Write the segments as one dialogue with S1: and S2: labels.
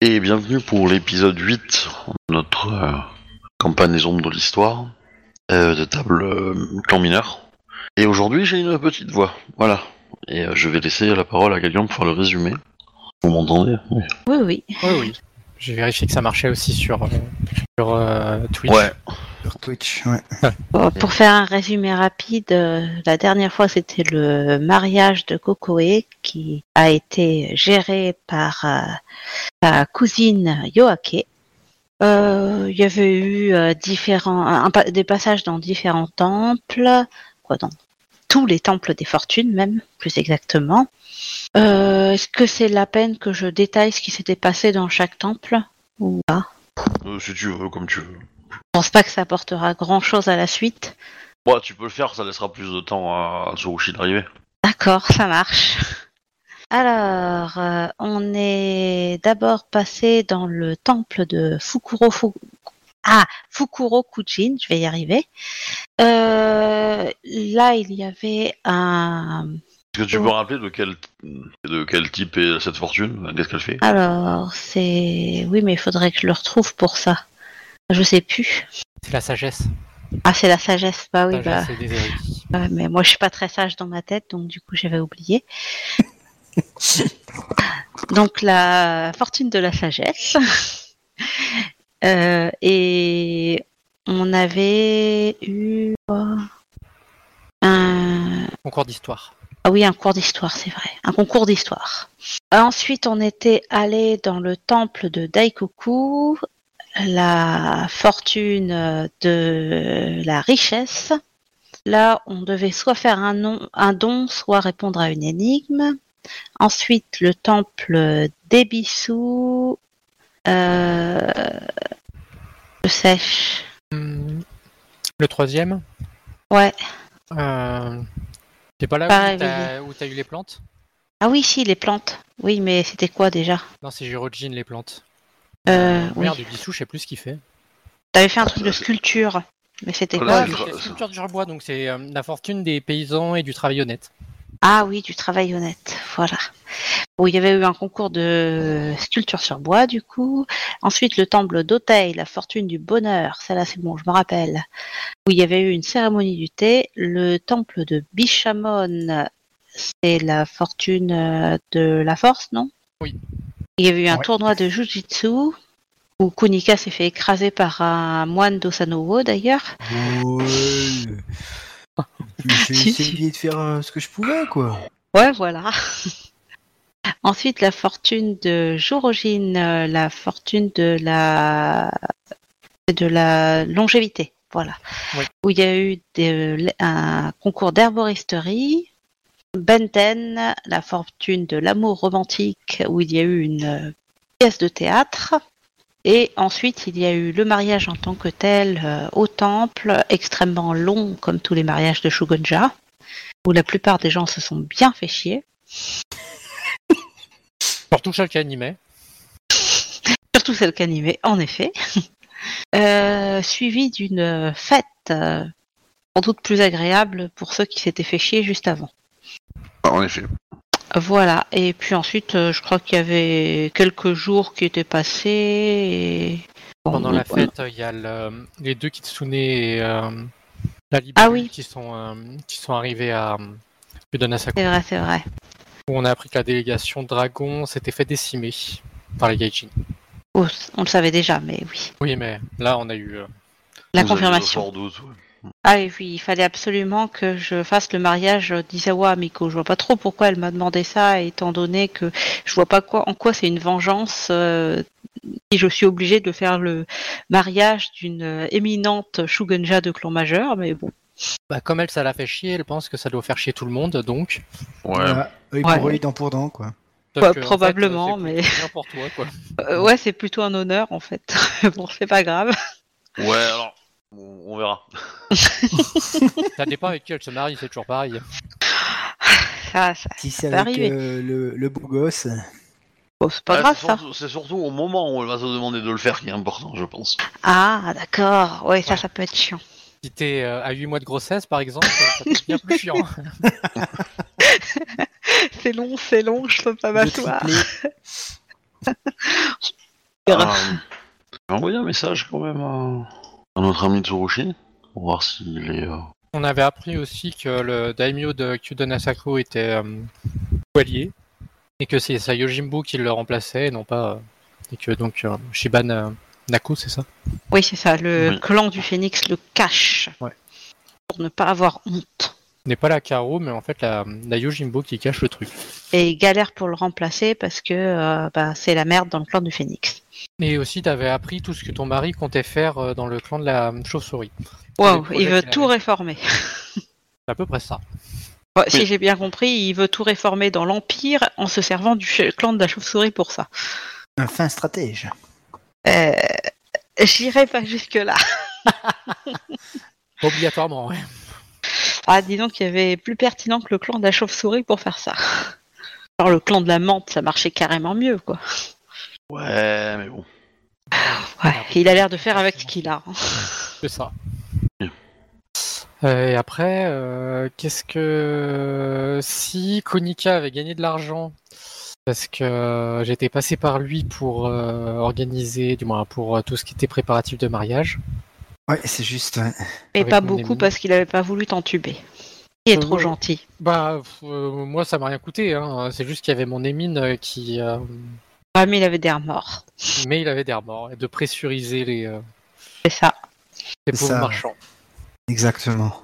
S1: Et bienvenue pour l'épisode 8, notre euh, campagne des ombres de l'histoire, euh, de table euh, clan mineur. Et aujourd'hui, j'ai une petite voix, voilà. Et euh, je vais laisser la parole à Galion pour faire le résumé. Vous m'entendez Oui.
S2: Oui, oui.
S3: Oui, oui. J'ai vérifié que ça marchait aussi sur, euh, sur euh, Twitch.
S1: Ouais.
S4: Sur Twitch, ouais.
S2: Bon, pour faire un résumé rapide, euh, la dernière fois c'était le mariage de Kokoe qui a été géré par euh, sa cousine Yoake. Euh, Il y avait eu euh, différents, un pa- des passages dans différents temples, quoi dans tous les temples des fortunes même, plus exactement. Euh, Est-ce que c'est la peine que je détaille ce qui s'était passé dans chaque temple ou pas
S1: Euh, si tu veux, comme tu veux.
S2: Je pense pas que ça apportera grand chose à la suite.
S1: Bon, tu peux le faire, ça laissera plus de temps à, à Tsurushi d'arriver.
S2: D'accord, ça marche. Alors, euh, on est d'abord passé dans le temple de Fukuro Fu- ah, Fukuro Kujin, je vais y arriver. Euh, là, il y avait un...
S1: Est-ce que tu
S2: Oui.
S1: peux rappeler de quel, de quel type est cette fortune Qu'est-ce qu'elle fait
S2: Alors, c'est... Oui, mais il faudrait que je le retrouve pour ça. Je sais plus.
S3: C'est la sagesse.
S2: Ah, c'est la sagesse. Bah oui,
S3: La
S2: bah...
S3: sagesse et des érudits.
S2: Ouais, mais moi, je suis pas très sage dans ma tête, donc du coup, j'avais oublié. donc, la fortune de la sagesse. Euh, et on avait eu quoi un,
S3: Concours d'histoire.
S2: ah oui, un cours d'histoire, c'est vrai. Un concours d'histoire. Ensuite, on était allé dans le temple de Daikoku, la fortune de la richesse. Là, on devait soit faire un, nom- un don, soit répondre à une énigme. Ensuite, le temple d'Ebisu. Euh... Je sèche.
S3: Hmm. Le troisième,
S2: Ouais.
S3: euh, c'est pas là
S2: Pas
S3: où t'as- où t'as eu les plantes
S2: Ah oui, si, les plantes. Oui, mais c'était quoi déjà
S3: Non, c'est Jirojin, les plantes.
S2: euh, oui.
S3: Merde, Ubisu, je sais plus ce qu'il fait.
S2: T'avais fait un truc
S1: ça,
S2: de
S1: c'est-
S2: sculpture, mais c'était
S1: Ah,
S3: Ouais,
S2: quoi
S1: c'est-
S3: il fait la sculpture du bois, donc c'est euh, la fortune des paysans et du travail honnête.
S2: Ah oui, du travail honnête, voilà. Bon, il y avait eu un concours de sculpture sur bois, du coup. Ensuite, le temple d'Otei, la fortune du bonheur, celle-là c'est bon, je me rappelle. Où il y avait eu une cérémonie du thé. Le temple de Bishamon, c'est la fortune euh, de la force, non
S3: Oui.
S2: Il y avait eu un
S4: Ouais.
S2: tournoi de Jujitsu, où Kunika s'est fait écraser par un moine d'Osanowo, d'ailleurs.
S4: Ouais. Mais J'ai
S2: Si,
S4: essayé de faire euh, ce que je pouvais, quoi.
S2: Ouais, voilà. Ensuite, la fortune de Jorogine, euh, la fortune de la de la longévité, voilà.
S3: Oui.
S2: Où il y a eu des- euh, un concours d'herboristerie. Benten, la fortune de l'amour romantique, où il y a eu une euh, pièce de théâtre. Et ensuite, il y a eu le mariage en tant que tel euh, au temple, extrêmement long comme tous les mariages de Shugonja où la plupart des gens se sont bien fait chier.
S3: Surtout chaque animé.
S2: Surtout celle qu'animé, en effet. Euh, suivi d'une fête, euh, sans doute plus agréable pour ceux qui s'étaient fait chier juste avant.
S1: Ah, En effet.
S2: Voilà, et puis ensuite, euh, je crois qu'il y avait quelques jours qui étaient passés. Et... Bon,
S3: Pendant la
S2: donc, voilà.
S3: fête, il y a le- les deux Kitsune et euh, la Libellule
S2: Ah oui.
S3: qui, sont, euh, qui sont arrivés à euh, Yudanasako,
S2: C'est vrai, c'est vrai.
S3: où on a appris que la délégation Dragon s'était fait décimer par les Gaijin.
S2: Oh, on le savait déjà, mais oui.
S3: Oui, mais là, on a eu. euh,
S2: La
S1: Vous avez
S2: confirmation.
S1: fort doute, ouais.
S2: Ah et oui, il fallait absolument que je fasse le mariage d'Isawa Amiko. Je vois pas trop pourquoi elle m'a demandé ça, étant donné que je vois pas quoi, en quoi c'est une vengeance euh, si je suis obligée de faire le mariage d'une euh, éminente Shugenja de clan majeur, mais bon.
S3: Bah, comme elle, ça l'a fait chier, elle pense que ça doit faire chier tout le monde, donc.
S1: Ouais.
S4: Voilà. Œil
S2: Ouais.
S4: pour œil, dent pour dent, quoi.
S3: Sauf
S2: Ouais,
S3: en fait,
S2: probablement,
S3: c'est plutôt bien pour toi, quoi.
S2: Euh, ouais, c'est plutôt un honneur en fait. bon, c'est pas grave.
S1: Ouais, alors, on on verra.
S3: Ça dépend avec qui elle se marie, c'est toujours pareil.
S2: Ah, Ça, ça-
S4: Si c'est
S2: peut
S4: avec
S2: arriver.
S4: euh, le, le beau gosse.
S2: bon, c'est pas
S1: Ouais,
S2: grave
S1: Ah, c'est
S2: Ah, ça.
S1: surtout- C'est surtout au moment où elle va te demander de le faire qui est important, je pense.
S2: Ah d'accord, ouais, ça,
S3: Ouais.
S2: ça peut être chiant.
S3: Si t'es euh, à 8 mois de grossesse, par exemple, ça peut être bien plus chiant.
S2: C'est long, c'est long, je peux pas
S4: le
S2: m'asseoir.
S4: triplé.
S2: Grave.
S1: Euh, J'ai envoyé un message quand même à, à notre ami Tsurushi pour voir s'il est. euh,
S3: On avait appris aussi que le daimyo de Kyudo Nasako était euh, poilier et que c'est Sayojimbo qui le remplaçait et non pas. euh, et que donc euh, Shiban euh, Naku, c'est ça
S2: Oui, c'est ça, le
S1: Oui.
S2: clan du phénix le cache.
S3: Ouais.
S2: Pour ne pas avoir honte.
S3: N'est pas la Karo, mais en fait la, la Yojimbo qui cache le truc.
S2: Et il galère pour le remplacer parce que euh, bah, c'est la merde dans le clan du phénix.
S3: Et aussi, t'avais appris tout ce que ton mari comptait faire euh, dans le clan de la euh, chauve-souris.
S2: Wow,
S3: projets
S2: il veut
S3: qu'il
S2: tout
S3: avait.
S2: réformer.
S3: C'est à peu près ça.
S2: Ouais,
S1: Oui.
S2: Si j'ai bien compris, il veut tout réformer dans l'Empire en se servant du ch- clan de la chauve-souris pour ça.
S4: Un fin stratège.
S2: Euh, J'irai pas jusque-là.
S3: Obligatoirement, ouais.
S2: Ah, disons qu'il y avait plus pertinent que le clan de la chauve-souris pour faire ça. Alors, le clan de la menthe, ça marchait carrément mieux, quoi.
S1: Ouais, mais bon.
S2: Ah, Ouais, il a l'air de faire avec ce qu'il a. hein.
S3: C'est ça.
S1: Bien.
S3: Euh, et après, euh, qu'est-ce que si Konika avait gagné de l'argent parce que euh, j'étais passé par lui pour euh, organiser, du moins pour euh, tout ce qui était préparatif de mariage.
S4: Ouais, c'est juste. ouais.
S2: Mais
S3: Avec
S2: pas
S3: mon
S2: beaucoup
S3: ennemi.
S2: parce qu'il avait pas voulu t'entuber. Il est
S3: Euh,
S2: trop
S3: ouais.
S2: gentil.
S3: Bah, euh, moi, ça m'a rien coûté. Hein. C'est juste qu'il y avait mon émine euh, qui, euh,
S2: Ouais, Bah, mais il avait des remords.
S3: mais il avait des remords et de pressuriser les, euh,
S2: C'est ça.
S3: les
S4: C'est
S3: pauvres
S4: ça.
S3: marchands.
S4: Exactement.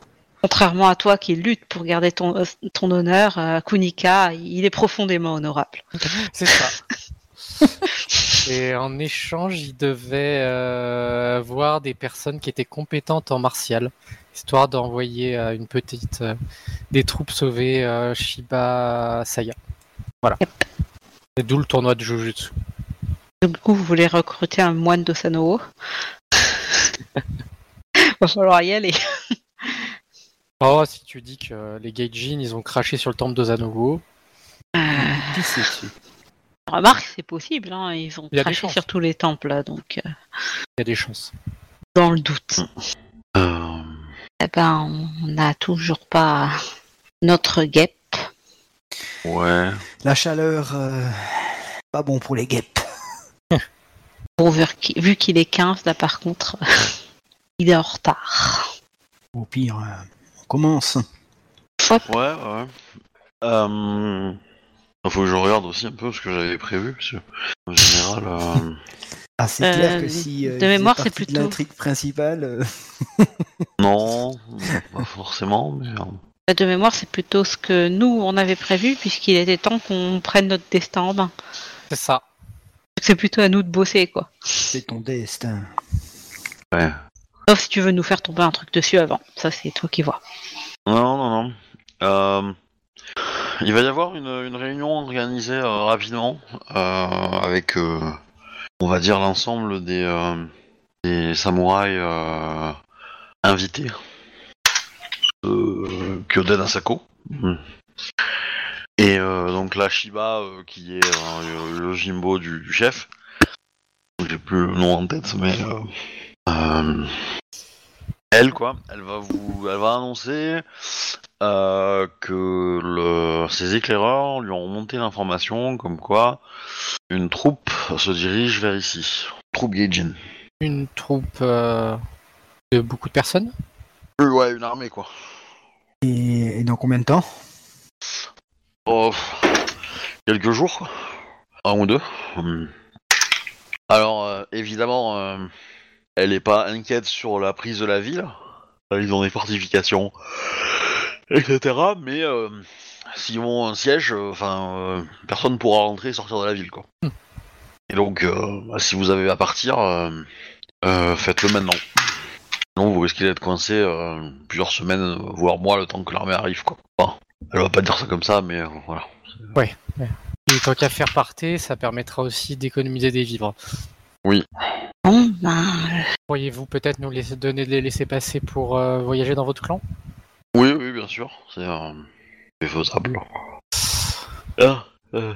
S2: Contrairement à toi qui lutte pour garder ton, euh, ton honneur, euh, Kunika, il est profondément honorable.
S3: C'est ça. Et en échange, il devait euh, voir des personnes qui étaient compétentes en martial, histoire d'envoyer euh, une petite euh, des troupes sauver euh, Shiba Saya. Voilà.
S2: Yep.
S3: Et d'où le tournoi de Jujutsu.
S2: Donc, du coup, vous voulez recruter un moine d'Osanoo Va falloir y aller.
S3: Oh, si tu dis que euh, les Gaijin, ils ont craché sur le temple d'Ozanogo.
S4: Pissé dessus.
S2: Remarque, c'est possible, hein, ils ont
S3: Il y a des
S2: craché
S3: chances.
S2: sur tous les temples, donc euh,
S3: Il y a des chances.
S2: dans le doute.
S1: Euh,
S2: Eh ben, on n'a toujours pas notre guêpe.
S1: ouais.
S4: La chaleur. euh, Pas bon pour les guêpes.
S2: Bon, vu qu'il vu qu'il est 15, là, par contre, il est en retard.
S4: Au pire, euh, on commence.
S2: Hop,
S1: Ouais, ouais. Euh... Faut que je regarde aussi un peu ce que j'avais prévu, parce que en général, euh,
S4: Ah, c'est
S2: Euh,
S4: clair que si. euh,
S2: de
S4: il faisait
S2: mémoire, c'est
S4: partie de
S2: plutôt-
S4: L'intrigue principale. euh,
S1: non, pas forcément, mais euh,
S2: bah, de mémoire, c'est plutôt ce que nous, on avait prévu, puisqu'il était temps qu'on prenne notre destin en main.
S3: C'est ça.
S2: C'est plutôt à nous de bosser, quoi.
S4: c'est ton destin.
S1: ouais.
S2: Sauf si tu veux nous faire tomber un truc dessus avant. Ça, c'est toi qui vois.
S1: Non, non, non. Euh, il va y avoir une, une réunion organisée euh, rapidement euh, avec, euh, on va dire, l'ensemble des, euh, des samouraïs euh, invités. Euh, Kyoden Asako. Et euh, donc la Shiba, euh, qui est euh, le- le Jimbo du, du chef. J'ai plus le nom en tête, mais. euh, euh, elle, quoi, elle va vous, elle va annoncer euh, que le, ses éclaireurs lui ont remonté l'information comme quoi une troupe se dirige vers ici. Troupe Gaijin.
S3: Une troupe euh, de beaucoup de personnes.
S1: Euh, ouais, une armée, quoi.
S4: Et, et dans combien de temps
S1: Oh, pff, quelques jours, quoi. Un ou deux. Hum. Alors, euh, évidemment, euh, elle n'est pas inquiète sur la prise de la ville. Euh, Ils ont des fortifications, etc. Mais euh, s'ils ont un siège, euh, enfin, euh, personne ne pourra rentrer et sortir de la ville, quoi.
S3: Hmm.
S1: Et donc, euh, bah, si vous avez à partir, euh, euh, faites-le maintenant. Sinon, vous risquez d'être coincé euh, plusieurs semaines, euh, voire mois, le temps que l'armée arrive, quoi. Enfin, elle va pas dire ça comme ça, mais euh, voilà.
S3: Et tant qu'à faire parter, ça permettra aussi d'économiser des vivres.
S2: Bon, ben,
S3: Pourriez-vous peut-être nous laisser, donner les laisser passer pour euh, voyager dans votre clan
S1: Oui, oui, bien sûr, c'est euh, c'est faisable. Ah, euh,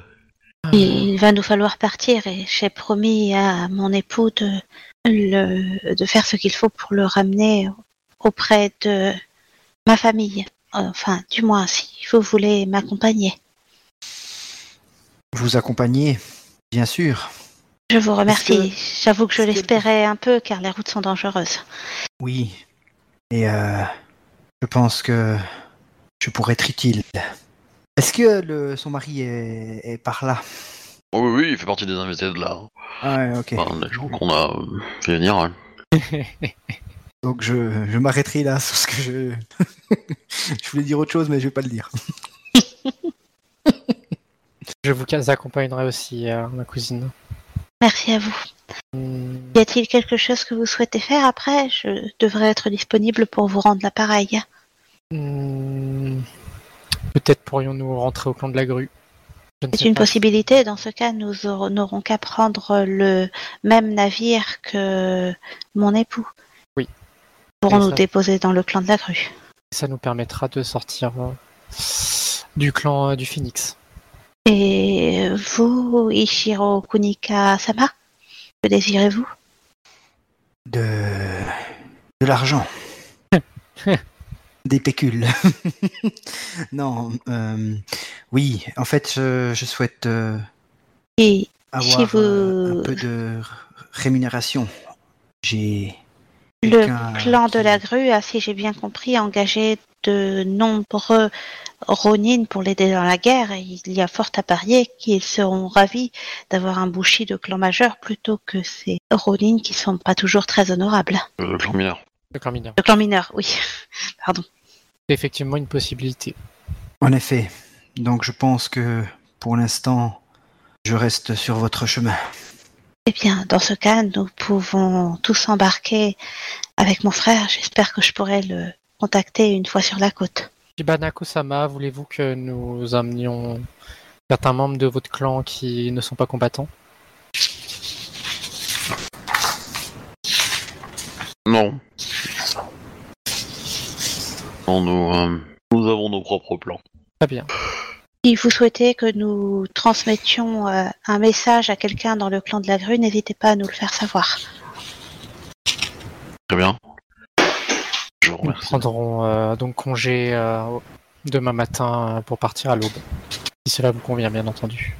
S2: Il va nous falloir partir et j'ai promis à mon époux de, le- de faire ce qu'il faut pour le ramener auprès de ma famille. Enfin, du moins, si vous voulez m'accompagner.
S4: Vous accompagnez, bien sûr.
S2: Je vous remercie. J'avoue que je
S4: est-ce que-
S2: l'espérais un peu car les routes sont dangereuses.
S4: Oui. Et euh, je pense que je pourrais être utile. Est-ce que le, son mari est, est par là
S1: Oh oui, oui, il fait partie des invités de là. hein.
S4: Ah ouais, ok.
S1: Enfin, les gens qu'on a euh, fait venir. hein.
S4: Donc je, je m'arrêterai là sur ce que je... je voulais dire autre chose, mais je vais pas le dire.
S3: Je vous accompagnerai aussi, euh, ma cousine.
S2: Merci à vous.
S3: Hmm,
S2: Y a-t-il quelque chose que vous souhaitez faire après Je devrais être disponible pour vous rendre l'appareil.
S3: hmm, Peut-être pourrions-nous rentrer au camp de la grue. Je ne
S2: C'est
S3: sais
S2: une
S3: pas.
S2: possibilité. Dans ce cas, nous aurons- n'aurons qu'à prendre le même navire que mon époux.
S3: Oui.
S2: Pour
S3: Et
S2: nous
S3: ça-
S2: déposer dans le clan de la grue.
S3: Ça nous permettra de sortir euh, du clan euh, du Phoenix.
S2: Et vous, Ishiro Kunika-sama, que désirez-vous
S4: De, de l'argent. Des pécules. non. euh, oui, en fait, je, je souhaite euh,
S2: Et
S4: avoir
S2: Si vous-
S4: euh, un peu de r- rémunération. J'ai
S2: Le
S4: quelqu'un
S2: clan de
S4: qui-
S2: la grue a, si j'ai bien compris, engagé de nombreux Ronin pour l'aider dans la guerre. Et il y a fort à parier qu'ils seront ravis d'avoir un Bushi de clan majeur plutôt que ces Ronin qui sont pas toujours très honorables.
S1: Euh, Le clan mineur.
S3: Le clan mineur.
S2: Le clan mineur, oui. Pardon.
S3: C'est effectivement une possibilité.
S4: En effet. Donc, je pense que pour l'instant, je reste sur votre chemin.
S2: Eh bien, dans ce cas, nous pouvons tous embarquer avec mon frère. J'espère que je pourrai le contacter une fois sur la côte.
S3: Shibanako-sama, voulez-vous que nous amenions certains membres de votre clan qui ne sont pas combattants
S1: Non. Non, nous, euh, nous avons nos propres plans.
S3: Très bien.
S2: Si vous souhaitez que nous transmettions euh, un message à quelqu'un dans le clan de la grue, n'hésitez pas à nous le faire savoir.
S1: Très bien. Je vous
S3: Nous
S1: remercie.
S3: prendrons euh, donc congé euh, demain matin euh, pour partir à l'aube. Si cela vous convient, bien entendu.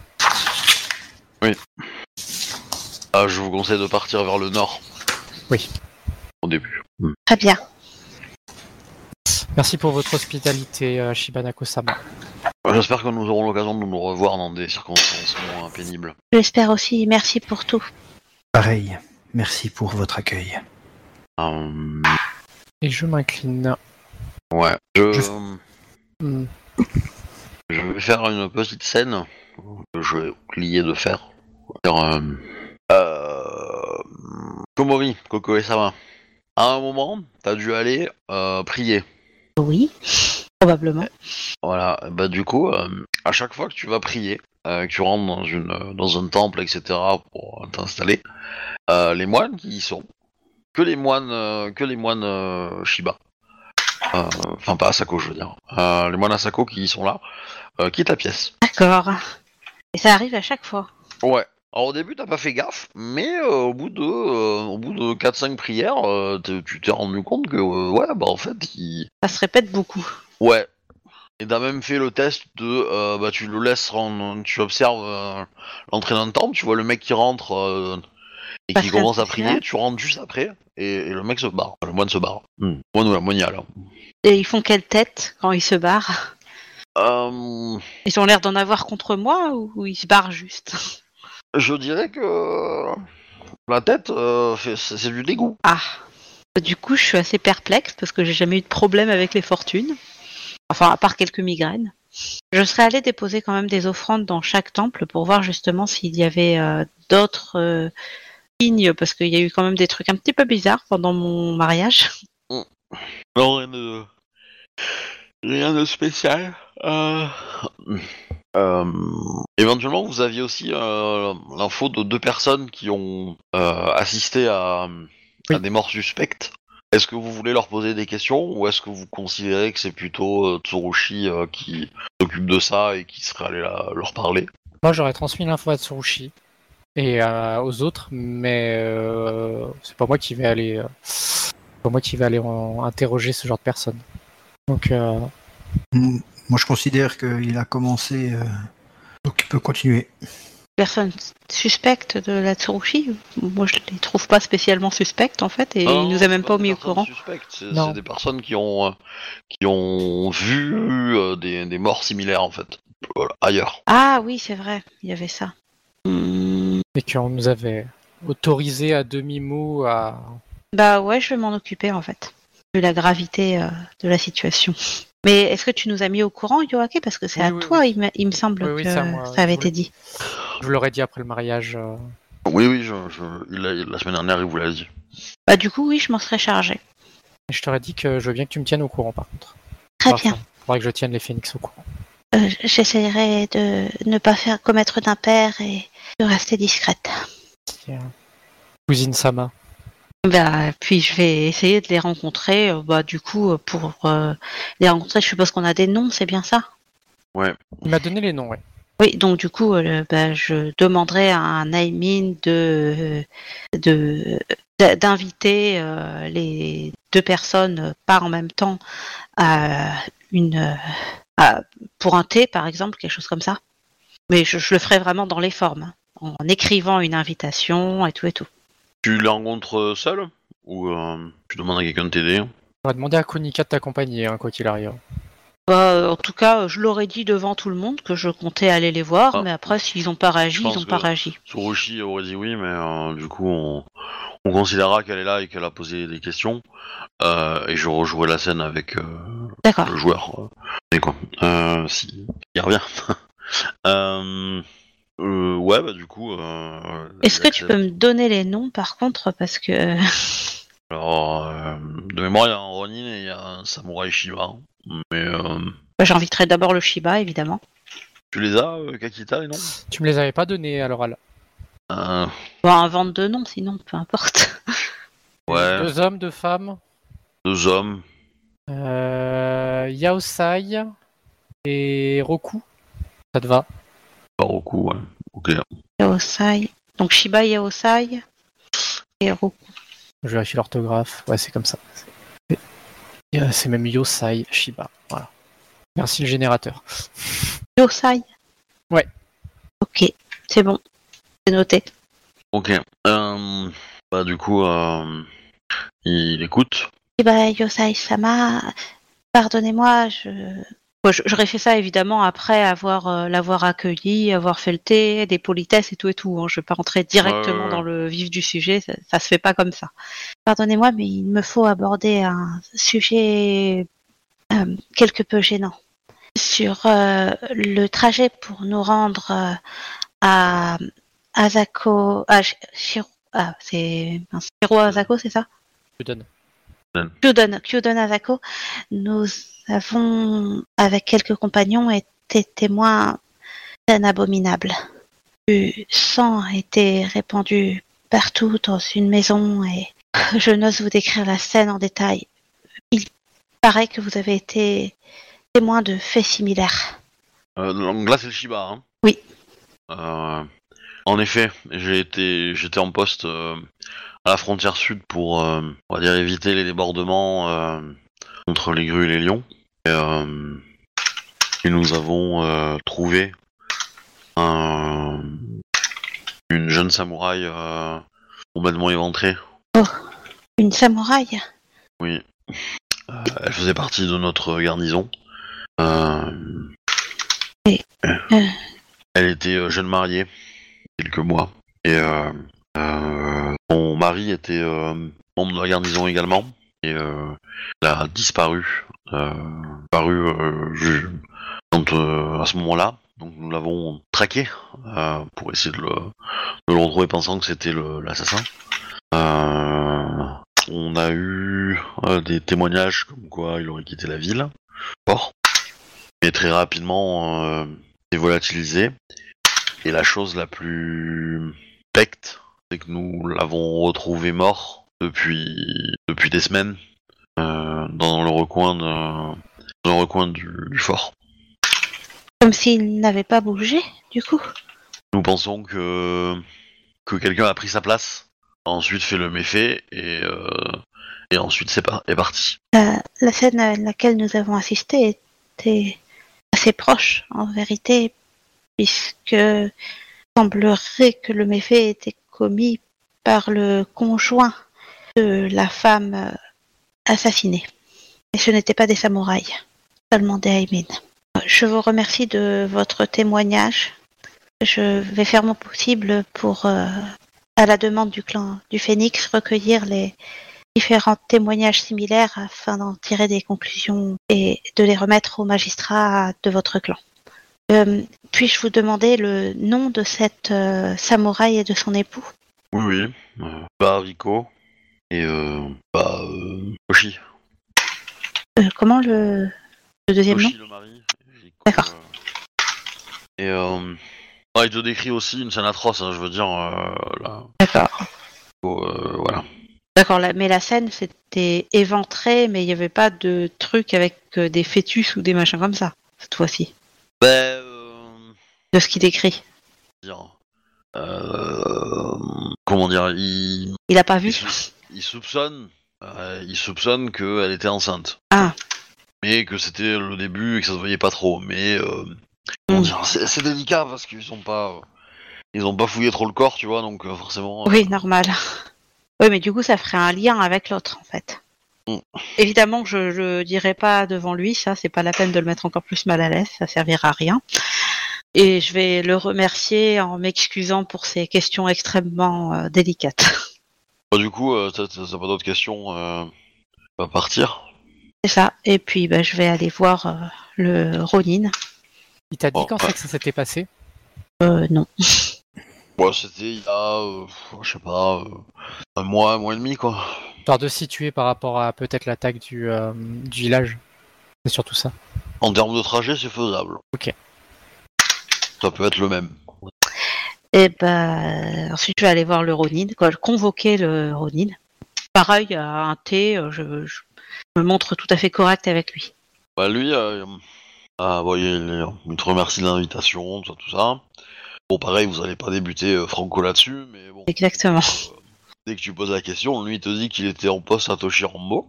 S1: Ah, je vous conseille de partir vers le nord.
S3: Oui.
S1: Au début.
S2: Très bien.
S3: Merci pour votre hospitalité, euh, Shibanako-sama.
S1: J'espère que nous aurons l'occasion de nous revoir dans des circonstances moins pénibles.
S2: Je l'espère aussi. Merci pour tout.
S4: Pareil. Merci pour votre accueil.
S1: Euh,
S3: Et je m'incline.
S1: ouais. Je,
S4: Je-
S3: Hmm.
S1: je vais faire une petite scène que je vais oublier de faire. Sur, euh, euh, Komori, Coco et Sama. À un moment, t'as dû aller euh, prier.
S2: Oui, probablement.
S1: Voilà, bah du coup, euh, à chaque fois que tu vas prier, euh, que tu rentres dans, une, euh, dans un temple, etc., pour euh, t'installer, euh, les moines qui y sont, que les moines, euh, que les moines euh, Shiba, Euh, enfin pas Asako, je veux dire, Euh, les moines Asako qui y sont là, euh, quittent la pièce.
S2: D'accord. Et ça arrive à chaque fois.
S1: Ouais. Alors au début, t'as pas fait gaffe, mais euh, au bout de, euh, au bout de 4-5 prières, euh, t'es- tu t'es rendu compte que, euh, ouais, bah en fait, ils,
S2: Ça se répète beaucoup.
S1: Ouais. Et t'as même fait le test de, euh, bah tu le laisses, rendre- tu observes euh, l'entrée d'un temple, tu vois le mec qui rentre euh, et
S2: Pas
S1: qui
S2: faire
S1: commence à
S2: attention.
S1: prier, tu rentres juste après et, et le mec se barre, le moine se barre. Hmm. Moine ou la moignale. alors.
S2: Et ils font quelle tête quand ils se barrent
S1: Euh,
S2: Ils ont l'air d'en avoir contre moi ou ils se barrent juste
S1: je dirais que la tête, euh, fait- c'est c'est du dégoût.
S2: Ah. Du coup, je suis assez perplexe parce que j'ai jamais eu de problème avec les fortunes. Enfin, à part quelques migraines. Je serais allée déposer quand même des offrandes dans chaque temple pour voir justement s'il y avait euh, d'autres euh, signes parce qu'il y a eu quand même des trucs un petit peu bizarres pendant mon mariage.
S1: Non, rien de, rien de spécial. Euh, euh, éventuellement, vous aviez aussi euh, l'info de deux personnes qui ont euh, assisté à, à
S3: Oui.
S1: des morts suspectes. Est-ce que vous voulez leur poser des questions ou est-ce que vous considérez que c'est plutôt euh, Tsurushi euh, qui s'occupe de ça et qui serait allé la- leur parler
S3: Moi, j'aurais transmis l'info à Tsurushi et euh, aux autres, mais euh, c'est pas moi qui vais aller, euh, c'est pas moi qui vais aller en- interroger ce genre de personnes. Donc, euh,
S4: Mm, Moi, je considère qu'il a commencé, euh, donc il peut continuer.
S2: personnes suspectes de la Tsurushi. Moi, je les trouve pas spécialement suspectes en fait, et
S3: Oh,
S1: Non,
S2: il nous a même
S1: c'est
S2: pas mis
S1: des
S2: au
S1: personnes
S2: courant.
S1: suspectes, C'est
S3: Non.
S1: c'est des personnes qui ont, euh, qui ont vu euh, des, des morts similaires en fait, Voilà, ailleurs.
S2: Ah oui, c'est vrai, il y avait ça. Hmm.
S3: Et qu'on nous avait autorisé à demi-mot à.
S2: Bah ouais, je vais m'en occuper en fait, vu la gravité euh, de la situation. Mais est-ce que tu nous as mis au courant, Yoake Parce que c'est
S3: Oui,
S2: à
S3: oui,
S2: toi, il, me, il me semble
S3: Oui, oui,
S2: que
S3: c'est à moi,
S2: ça avait
S3: oui.
S2: été dit.
S3: Je l'aurais dit après le mariage. euh,
S1: Oui, oui, je, je- il a- la semaine dernière, il vous l'a dit.
S2: Bah du coup, oui, je m'en serais chargée.
S3: et je t'aurais dit que je veux bien que tu me tiennes au courant par contre.
S2: Très
S3: Enfin,
S2: bien.
S3: faudrait que je tienne les phoenix au courant.
S2: Euh, J'essaierai de ne pas faire commettre d'impair et de rester discrète.
S3: Tiens. Cousine Sama.
S2: Bah, puis je vais essayer de les rencontrer. euh, Bah, du coup, euh, pour euh, les rencontrer, je suppose qu'on a des noms, c'est bien ça
S3: Il m'a donné les noms, ouais.
S2: Oui, donc du coup, euh, le- bah, je demanderai à un Aimin de de- d'a- d'inviter euh, les deux personnes, euh, pas en même temps, à une euh, à- pour un thé, par exemple, quelque chose comme ça. Mais je, je le ferai vraiment dans les formes, hein, en écrivant une invitation et tout et tout.
S1: Tu la rencontres seule ou euh, tu demandes à quelqu'un de t'aider
S3: J'aurais demandé à Konika de t'accompagner, hein, quoi qu'il arrive.
S2: Bah, euh, en tout cas, euh, je l'aurais dit devant tout le monde que je comptais aller les voir,
S1: Ah.
S2: mais après, s'ils n'ont pas réagi,
S1: Je
S2: ils
S1: pense
S2: n'ont pas
S1: que-
S2: réagi.
S1: Suroshi aurait dit oui, mais euh, du coup, on, on considérera qu'elle est là et qu'elle a posé des questions. Euh, et je rejouerai la scène avec euh,
S2: D'accord.
S1: le joueur. Et quoi euh, Si, il revient. euh, euh, ouais, bah du coup. euh,
S2: Est-ce
S1: il
S2: que tu
S1: accepte.
S2: peux me donner les noms, par contre, parce que euh,
S1: Alors, euh, de mémoire, il y a un Ronin et il y a un Samurai Shiba. Mais euh,
S2: bah, j'inviterai d'abord le Shiba, évidemment.
S1: tu les as, euh, Kakita, les noms
S3: Tu me les avais pas donnés à l'oral.
S1: Euh,
S2: Bon, invente deux noms, sinon, peu importe.
S1: Ouais,
S3: Deux hommes, deux femmes.
S1: deux hommes.
S3: Euh, Yaosai et Roku. Ça te va
S1: Baroku, ouais. Ok.
S2: Yaosai. Donc Shiba, Yaosai et Roku.
S3: Je vérifie l'orthographe. Ouais, c'est comme ça. C'est- Euh, C'est même Yosai Shiba. Voilà. Merci le générateur.
S2: Yaosai
S3: Ouais.
S2: Ok, c'est bon. C'est noté.
S1: Ok. Euh, bah du coup, euh, il écoute.
S2: Shiba, Yaosai, Sama, pardonnez-moi, je... Moi, je- J'aurais fait ça évidemment après avoir euh, l'avoir accueilli, avoir fait le thé, des politesses et tout et tout. hein. Je vais pas rentrer directement
S1: ouais.
S2: dans le vif du sujet, ça, ça se fait pas comme ça. Pardonnez-moi, mais il me faut aborder un sujet euh, quelque peu gênant sur euh, le trajet pour nous rendre euh, à Asako, à Shi- Shiro, ah, c'est mince, Shiro Asako, c'est ça
S3: Je te donne.
S2: Kyudon, Kyudon Asako, nous avons, avec quelques compagnons, été témoins d'un abominable. Du sang a été répandu partout dans une maison et je n'ose vous décrire la scène en détail. Il paraît que vous avez été témoin de faits similaires.
S1: Euh, donc là, c'est le Shiba. Hein.
S2: Oui.
S1: Euh, en effet, j'ai été, j'étais en poste euh, à la frontière sud pour, euh, on va dire, éviter les débordements euh, entre les grues et les lions. Et, euh, et nous avons euh, trouvé un- une jeune samouraï euh, complètement éventrée.
S2: Une samouraï
S1: Oui. Euh, elle faisait partie de notre garnison. Euh,
S2: Et, euh,
S1: Elle était euh, jeune mariée, quelques mois. Et euh, euh, son mari était euh, membre de la garnison également. Et euh, elle a disparu. Euh, disparu euh, ju- quand, euh, à ce moment-là. Donc nous l'avons traqué euh, pour essayer de le, de le retrouver pensant que c'était le- l'assassin. Euh, on a eu euh, des témoignages comme quoi il aurait quitté la ville, fort, mais très rapidement euh, dévolatilisé. Et la chose la plus pecte, c'est que nous l'avons retrouvé mort depuis depuis des semaines euh, dans le recoin de- dans le recoin du, du fort.
S2: Comme s'il n'avait pas bougé, du coup.
S1: Nous pensons que que quelqu'un a pris sa place, a ensuite fait le méfait et euh, et ensuite c'est par- est parti.
S2: La, la scène à laquelle nous avons assisté était assez proche, en vérité, puisque semblerait que le méfait ait été commis par le conjoint de la femme euh, assassinée. Et ce n'étaient pas des samouraïs, seulement des Aimin. Je vous remercie de votre témoignage. Je vais faire mon possible pour, euh, à la demande du clan du Phénix, recueillir les différents témoignages similaires afin d'en tirer des conclusions et de les remettre aux magistrats de votre clan. Euh, Puis-je vous demander le nom de cette euh, samouraï et de son époux
S1: Oui, oui. Euh, pas Rico et euh, pas euh, Oshi.
S2: Euh, Comment le, le deuxième nom
S1: Oshi le mari. Rico,
S2: D'accord.
S1: euh, Et euh, ouais, il te décrit aussi une scène atroce, hein, je veux dire. euh, là,
S2: D'accord.
S1: Rico, euh, voilà.
S2: D'accord, la- mais la scène c'était éventré, mais il n'y avait pas de truc avec euh, des fœtus ou des machins comme ça, cette fois-ci,
S1: Ben, euh,
S2: de ce qu'il décrit.
S1: dire, euh, comment dire, il,
S2: Il n'a pas vu
S1: il, sou- il soupçonne, euh, il soupçonne qu'elle était enceinte.
S2: Ah.
S1: Mais que c'était le début et que ça se voyait pas trop. Mais euh, comment
S2: Mm.
S1: dire, c'est c'est délicat parce qu'ils ont pas, ils ont pas fouillé trop le corps, tu vois, donc euh, forcément. euh,
S2: Oui, normal. Oui, mais du coup, ça ferait un lien avec l'autre, en fait.
S1: Mm.
S2: Évidemment, je le dirai pas devant lui, ça, c'est pas la peine de le mettre encore plus mal à l'aise, ça servira à rien. Et je vais le remercier en m'excusant pour ces questions extrêmement euh, délicates.
S1: bah, du coup, euh, t'as t'as- t'as pas d'autres questions euh, On va partir.
S2: C'est ça. Et puis, bah, je vais aller voir euh, le Ronin.
S3: Il t'a dit
S1: Bon, bah.
S3: quand
S1: ouais.
S3: c'est que ça s'était passé
S2: Euh, non.
S1: Moi, c'était il y a, euh, je sais pas, euh, un mois, un mois et demi, quoi.
S3: Genre de situer par rapport à peut-être l'attaque du, euh, du village. C'est surtout ça.
S1: En termes de trajet, c'est faisable.
S3: Ok.
S1: Ça peut être le même.
S2: Et Eh ben, ensuite, je vais aller voir le Ronin, quoi, convoquer le Ronin. Pareil, à un thé, euh, je, je me montre tout à fait correct avec lui.
S1: Bah lui, euh, ah, bon, il, il- il te remercie de l'invitation, tout ça, tout ça. Bon, pareil, vous allez pas débuter euh, franco là-dessus, mais bon.
S2: Exactement.
S1: Euh, dès que tu poses la question, lui, il te dit qu'il était en poste à Toshirambo.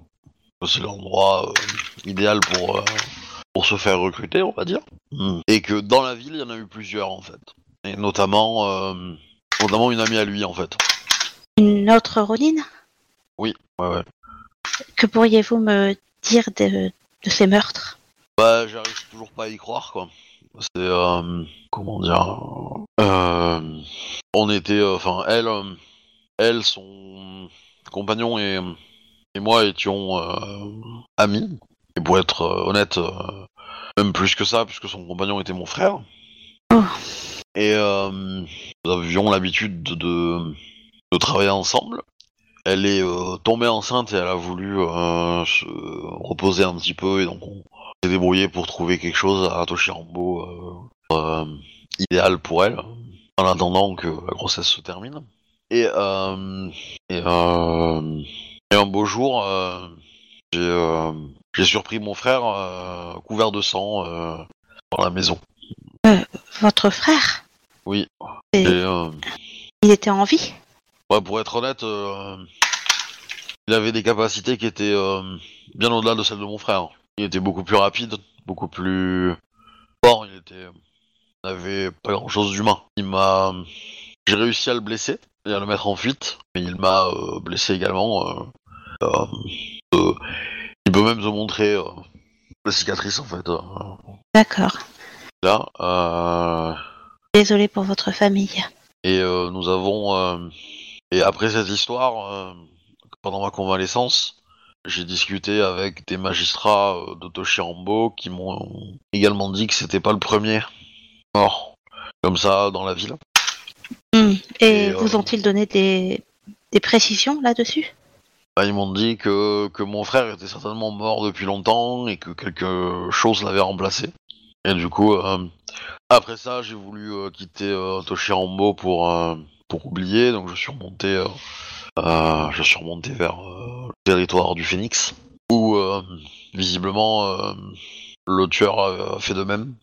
S1: C'est l'endroit euh, idéal pour, euh, pour se faire recruter, on va dire. Et que dans la ville, il y en a eu plusieurs, en fait. Et notamment, euh, notamment une amie à lui, en fait.
S2: Une autre Ronin
S1: Ouais, ouais.
S2: Que pourriez-vous me dire de, de ces meurtres
S1: Bah, j'arrive toujours pas à y croire, quoi. C'est, euh, comment dire... euh, on était... euh, Enfin, elle, euh, elle, son compagnon et, et moi étions euh, amis. Et pour être euh, honnête, euh, même plus que ça, puisque son compagnon était mon frère.
S2: Oh.
S1: Et euh, nous avions l'habitude de, de, de travailler ensemble. Elle est euh, tombée enceinte et elle a voulu euh, se reposer un petit peu et donc on s'est débrouillé pour trouver quelque chose à Toshirambo euh, euh, idéal pour elle en attendant que la grossesse se termine. Et, euh, et, euh, et un beau jour, euh, j'ai euh, j'ai surpris mon frère euh, couvert de sang euh, dans la maison.
S2: Votre frère
S1: Oui.
S2: Et-
S1: Et, euh,
S2: Il était en vie
S1: ouais, pour être honnête, euh, il avait des capacités qui étaient euh, bien au-delà de celles de mon frère. Il était beaucoup plus rapide, beaucoup plus fort. Il était, il n'avait pas grand-chose d'humain. Il m'a, j'ai réussi à le blesser et à le mettre en fuite, mais il m'a euh, blessé également. euh, euh, euh, il peut même te montrer euh, la cicatrice en fait. euh,
S2: D'accord.
S1: là. Euh,
S2: Désolé pour votre famille.
S1: Et euh, nous avons. euh, et après cette histoire, euh, pendant ma convalescence, j'ai discuté avec des magistrats euh, de Toshirambo qui m'ont également dit que c'était pas le premier mort comme ça dans la ville.
S2: Hmm. Et,
S1: Et, euh,
S2: vous ont-ils donné des, des précisions là-dessus
S1: Bah, ils m'ont dit que, que mon frère était certainement mort depuis longtemps et que quelque chose l'avait remplacé. Et du coup, euh, après ça, j'ai voulu euh, quitter euh, Toshirambo pour, euh, pour oublier, donc je suis remonté, euh, euh, je suis remonté vers euh, le territoire du Phénix, où euh, visiblement euh, le tueur a fait de même.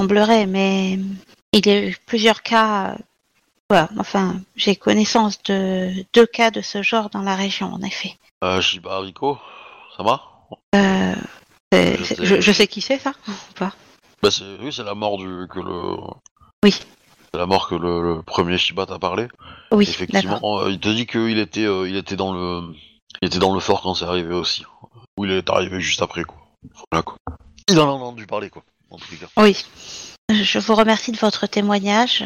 S2: Il semblerait, mais il y a eu plusieurs cas. euh, voilà, enfin, j'ai connaissance de deux cas de ce genre dans la région, en effet.
S1: Euh, Shiba Rico, ça va
S2: Euh, c'est-
S1: Je
S2: c'est-
S1: sais.
S2: je, je sais qui c'est, ça ou pas
S1: bah, c'est- Oui, c'est la mort du, que le,
S2: Oui.
S1: C'est la mort que le, le premier Shiba t'a parlé.
S2: Oui, d'accord.
S1: Effectivement, euh, il te dit qu'il était, euh, il était dans le, il était dans le fort quand c'est arrivé aussi. Ou il est arrivé juste après quoi. Voilà quoi. Il en a entendu parler quoi. En tous les cas.
S2: Oui. Je vous remercie de votre témoignage.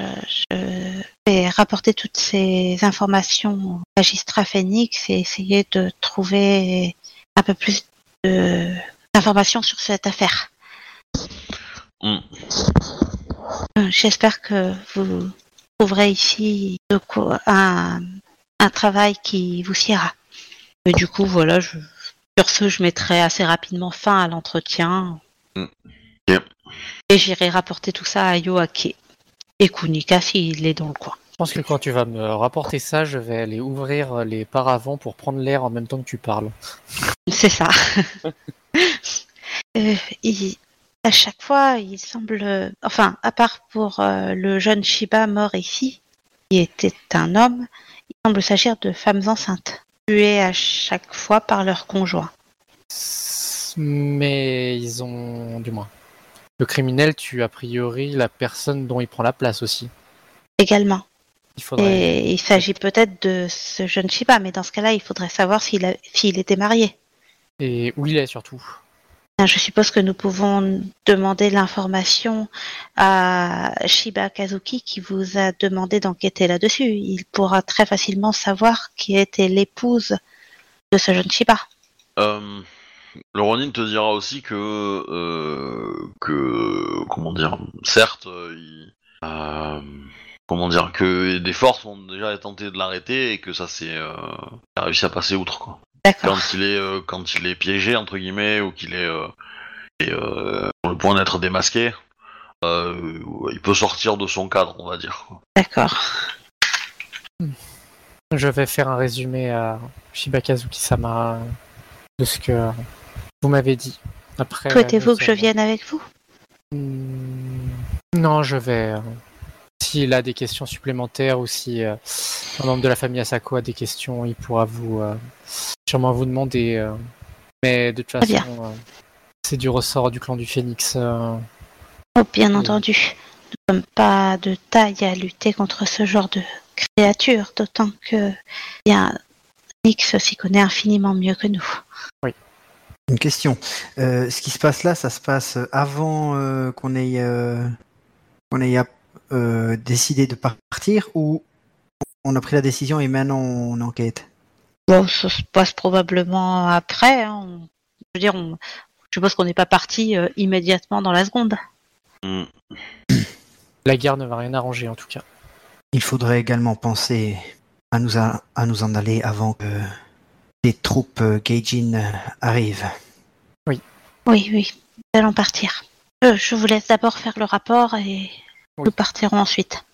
S2: Euh, Je vais rapporter toutes ces informations au magistrat Phoenix et essayer de trouver un peu plus de- d'informations sur cette affaire.
S1: Mm.
S2: Euh, J'espère que vous trouverez ici de quoi- un, un travail qui vous siera. Et du coup, voilà, je, sur ce, je mettrai assez rapidement fin à l'entretien.
S1: Mm. Bien.
S2: Et j'irai rapporter tout ça à Yoake et Kunika s'il est dans le coin.
S3: Je pense que quand tu vas me rapporter ça, je vais aller ouvrir les paravents pour prendre l'air en même temps que tu parles.
S2: C'est ça. Euh, il- à chaque fois, il semble. euh, Enfin, à part pour euh, le jeune Shiba mort ici, qui était un homme, il semble s'agir de femmes enceintes, tuées à chaque fois par leur conjoint.
S3: Mais ils ont, du moins, le criminel tue a priori la personne dont il prend la place aussi.
S2: Également.
S3: Il faudrait.
S2: Et il s'agit peut-être de ce jeune Shiba, mais dans ce cas-là, il faudrait savoir s'il a- s'il était marié.
S3: Et où il est surtout.
S2: Ah, Je suppose que nous pouvons demander l'information à Shiba Kazuki qui vous a demandé d'enquêter là-dessus. Il pourra très facilement savoir qui était l'épouse de ce jeune Shiba.
S1: Euh, le Ronin te dira aussi que, euh, que, comment dire, certes, euh, il- euh, comment dire, que des forces ont déjà tenté de l'arrêter et que ça s'est, euh, il a réussi à passer outre quoi.
S2: D'accord.
S1: Quand il est, euh, quand il est piégé entre guillemets ou qu'il est, euh, est, euh, sur le point d'être démasqué, euh, il peut sortir de son cadre, on va dire. quoi.
S2: D'accord.
S3: Je vais faire un résumé à Shibakazuki-sama de ce que vous m'avez dit. Après.
S2: Souhaitez-vous
S3: nous
S2: que je
S3: avons-
S2: vienne avec vous
S3: Hmm, Non, je vais. euh, S'il a des questions supplémentaires ou si euh, un membre de la famille Asako a des questions, il pourra vous euh, sûrement vous demander. euh, mais de toute
S2: Très bien.
S3: façon, euh, c'est du ressort du clan du Phénix. euh,
S2: Oh, bien
S3: Oui.
S2: entendu. Nous ne sommes pas de taille à lutter contre ce genre de créature, d'autant que bien, Nix s'y connaît infiniment mieux que nous.
S4: Une question. Euh, ce qui se passe là, ça se passe avant euh, qu'on ait, euh, qu'on ait euh, décidé de partir ou on a pris la décision et maintenant on enquête
S2: Bon, ça se passe probablement après. hein. On- Je veux dire, on- je suppose qu'on n'est pas parti euh, immédiatement dans la seconde.
S1: Hmm.
S3: La guerre ne va rien arranger en tout cas.
S4: Il faudrait également penser à nous, a- à nous en aller avant que les troupes euh, Gaijin euh, arrivent.
S2: Oui, oui, nous allons partir. Euh, je vous laisse d'abord faire le rapport et nous partirons ensuite.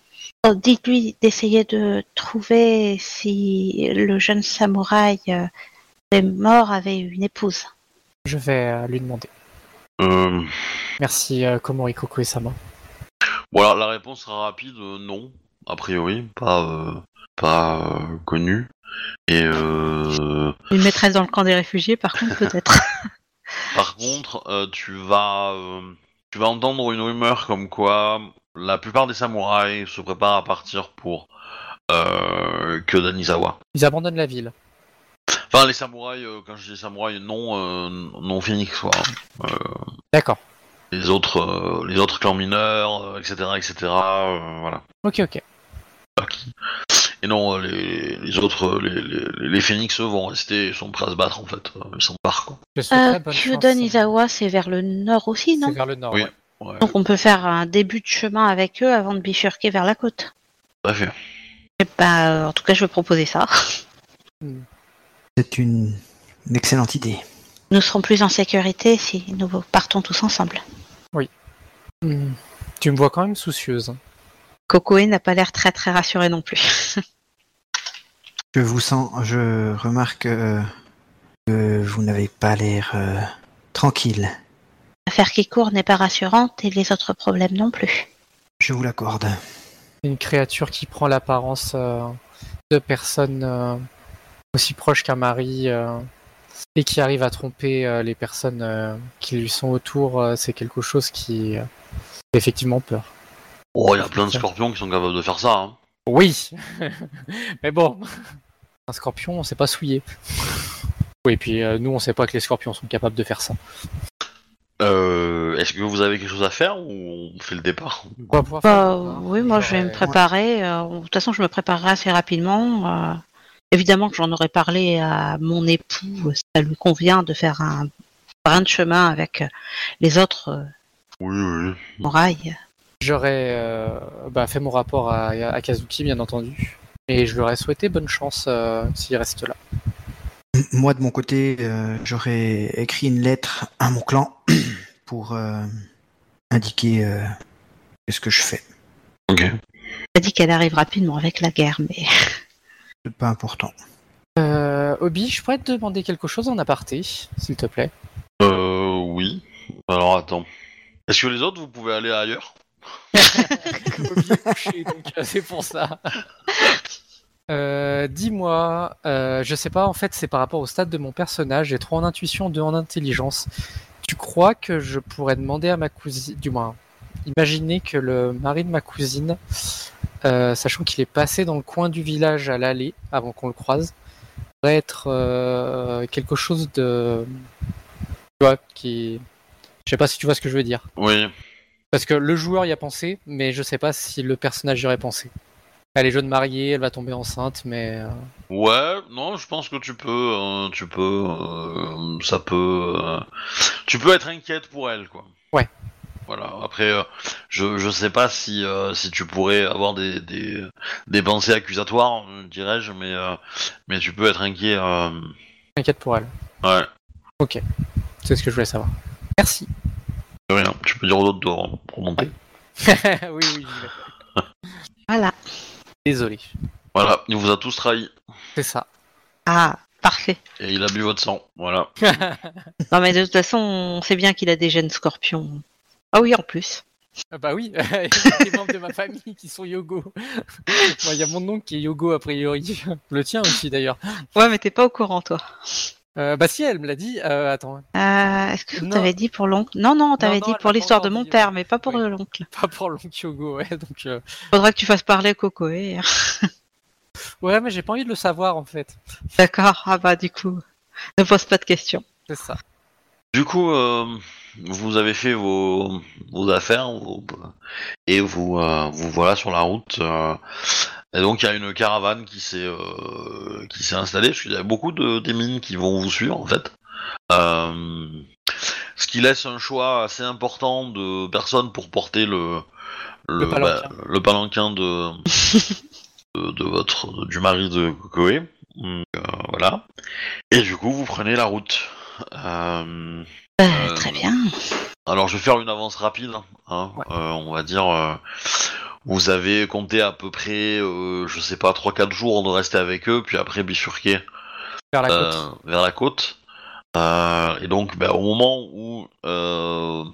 S2: Oh, Dites-lui d'essayer de trouver si le jeune samouraï euh, est mort avait une épouse.
S3: Je vais euh, lui demander.
S1: Euh,
S3: Merci euh, Komori Koko et Sama.
S1: Voilà, la réponse sera rapide, euh, non, a priori, pas, euh, pas euh, connue. Et euh,
S2: Une maîtresse dans le camp des réfugiés, par contre, peut-être.
S1: par contre, euh, tu vas, euh, tu vas entendre une rumeur comme quoi la plupart des samouraïs se préparent à partir pour euh, Kyodanizawa.
S3: Ils abandonnent la ville.
S1: Enfin, les samouraïs, euh, quand je dis samouraïs, non, euh, non phoenix, quoi. Euh,
S3: D'accord.
S1: Les autres, euh, les autres clans mineurs, euh, etc., etc. euh, voilà.
S3: Ok, ok.
S1: Et non, euh, les, les autres, euh, les, les, les phoenix, eux, vont rester, ils sont prêts à se battre, en fait. Euh, Ils sont barres, quoi.
S3: Je souhaite
S2: Euh,
S3: très bonne chance.
S2: Kyudon Izawa, c'est vers le nord aussi, non
S3: C'est vers le nord.
S1: Oui.
S3: ouais.
S1: Ouais,
S2: Donc on peut faire un début de chemin avec eux avant de bifurquer vers la côte.
S1: tout à fait.
S2: Eh ben, euh, en tout cas, je vais proposer ça.
S4: C'est une- une excellente idée.
S2: Nous serons plus en sécurité si nous partons tous ensemble.
S3: Hmm. Tu me vois quand même soucieuse. hein.
S2: Kokoe E n'a pas l'air très très rassuré non plus.
S4: Je vous sens, je remarque euh, que vous n'avez pas l'air euh, tranquille.
S2: L'affaire qui court n'est pas rassurante et les autres problèmes non plus.
S4: Je vous l'accorde.
S3: une créature qui prend l'apparence euh, de personnes euh, aussi proches qu'un mari euh, et qui arrive à tromper euh, les personnes euh, qui lui sont autour, euh, c'est quelque chose qui euh, fait effectivement peur.
S1: Oh, il y a plein de scorpions qui sont capables de faire ça. hein.
S3: Oui Mais bon, un scorpion, on sait pas souiller. Oui, et puis euh, nous, on sait pas que les scorpions sont capables de faire ça.
S1: Euh, Est-ce que vous avez quelque chose à faire ou on fait le départ
S3: On va pouvoir
S2: Bah,
S3: faire-
S2: oui, moi je vais me
S3: Genre,
S2: préparer. euh, De toute façon, je me préparerai assez rapidement. euh, évidemment que j'en aurais parlé à mon époux. Ça lui convient de faire un brin de chemin avec euh, les autres euh,
S1: Oui, oui.
S2: morailles.
S3: J'aurais euh, bah, fait mon rapport à, à Kazuki, bien entendu. Et je leur ai souhaité bonne chance euh, s'il reste là.
S4: M- Moi, de mon côté, euh, j'aurais écrit une lettre à mon clan pour euh, indiquer euh, ce que je fais.
S1: Ok.
S2: Elle dit qu'elle arrive rapidement avec la guerre, mais
S4: C'est pas important.
S3: Euh, Obi, je pourrais te demander quelque chose en aparté, s'il te plaît.
S1: Euh, oui. Alors attends. Est-ce que les autres, vous pouvez aller ailleurs
S3: Obi est couché, donc euh, c'est pour ça. Euh, Dis-moi, euh, je sais pas, en fait, c'est par rapport au stade de mon personnage. J'ai 3 en intuition, 2 en intelligence. Tu crois que je pourrais demander à ma cousine, du moins, imaginer que le mari de ma cousine, euh, sachant qu'il est passé dans le coin du village à l'allée avant qu'on le croise, pourrait être euh, quelque chose de. Tu vois, qui. Je sais pas si tu vois ce que je veux dire.
S1: Oui.
S3: Parce que le joueur y a pensé, mais je sais pas si le personnage y aurait pensé. Elle est jeune mariée, elle va tomber enceinte, mais euh,
S1: Ouais, non, je pense que tu peux, euh, tu peux, euh, ça peut, euh, tu peux être inquiète pour elle, quoi.
S3: Ouais.
S1: Voilà. Après, euh, je, je sais pas si euh, si tu pourrais avoir des des, des pensées accusatoires, euh, dirais-je, mais euh, mais tu peux être inquiet. euh,
S3: inquiète pour elle.
S1: ouais.
S3: C'est ce que je voulais savoir. Merci.
S1: De rien. Tu peux dire aux autres de rem- remonter.
S3: oui, oui, j'y vais.
S2: voilà.
S3: Désolé.
S1: Voilà. Il vous a tous trahi
S3: C'est ça.
S2: Ah, parfait.
S1: et il a bu votre sang. Voilà.
S2: Non, mais de toute façon, on sait bien qu'il a des gènes scorpions. Ah oui, en plus.
S3: Ah bah oui, les membres de ma famille qui sont Yogo. Il y a mon oncle qui est Yogo a priori. Le tien aussi d'ailleurs.
S2: Ouais, mais t'es pas au courant, toi.
S3: Euh, bah si, elle me l'a dit. Euh, attends,
S2: Euh, Est-ce que
S3: Non.
S2: t'avais dit pour l'oncle Non, non, t'avais
S3: non,
S2: dit
S3: elle
S2: pour
S3: m'a pas
S2: l'histoire de
S3: encore
S2: mon
S3: dit,
S2: père, mais pas pour
S3: Oui.
S2: l'oncle.
S3: pas pour l'oncle Yogo, ouais. Donc, euh,
S2: Faudra que tu fasses parler eh. Cocoé.
S3: Ouais, mais j'ai pas envie de le savoir en fait.
S2: D'accord, ah bah du coup, ne pose pas de questions.
S3: C'est ça.
S1: Du coup, euh, vous avez fait vos, vos affaires vos- et vous euh, vous voilà sur la route. euh, et donc il y a une caravane qui s'est euh, qui s'est installée parce qu'il y a beaucoup de des mines qui vont vous suivre en fait. Euh, ce qui laisse un choix assez important de personnes pour porter le bah,
S3: Le palanquin.
S1: le palanquin de, de de votre du mari de Kokoe. Donc, euh, voilà. Et du coup, vous prenez la route. Euh,
S2: Euh,
S1: Euh,
S2: Très bien.
S1: alors je vais faire une avance rapide, hein,
S3: Ouais.
S1: euh, on va dire. euh, vous avez compté à peu près, euh, je sais pas, 3-4 jours de rester avec eux, puis après bifurquer
S3: Vers la côte.
S1: euh, vers la côte. Euh, et donc bah, au moment où... euh,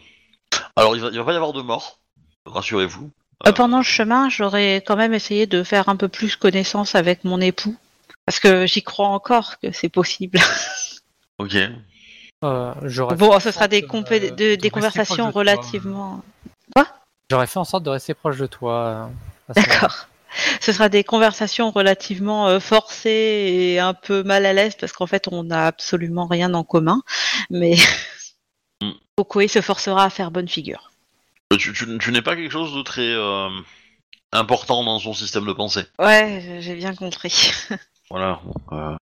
S1: Alors il va, il va pas y avoir de mort, rassurez-vous.
S2: Euh, pendant le chemin, j'aurais quand même essayé de faire un peu plus connaissance avec mon époux. Parce que j'y crois encore que c'est possible.
S1: Ok.
S3: Euh, j'aurais fait
S2: Bon,
S3: en
S2: ce sera des,
S3: sorte,
S2: compé- de-
S3: euh, de
S2: des
S3: rester
S2: conversations
S3: proche de toi.
S2: relativement...
S3: J'aurais fait en sorte de rester proche de toi. euh, à ce moment-là.
S2: D'accord. Ce sera des conversations relativement euh, forcées et un peu mal à l'aise parce qu'en fait, on n'a absolument rien en commun. Mais
S1: Mm.
S2: Okoe se forcera à faire bonne figure.
S1: Euh, Tu, tu- tu n'es pas quelque chose de très euh, important dans son système de pensée.
S2: Ouais, j'ai bien compris.
S1: Voilà. euh,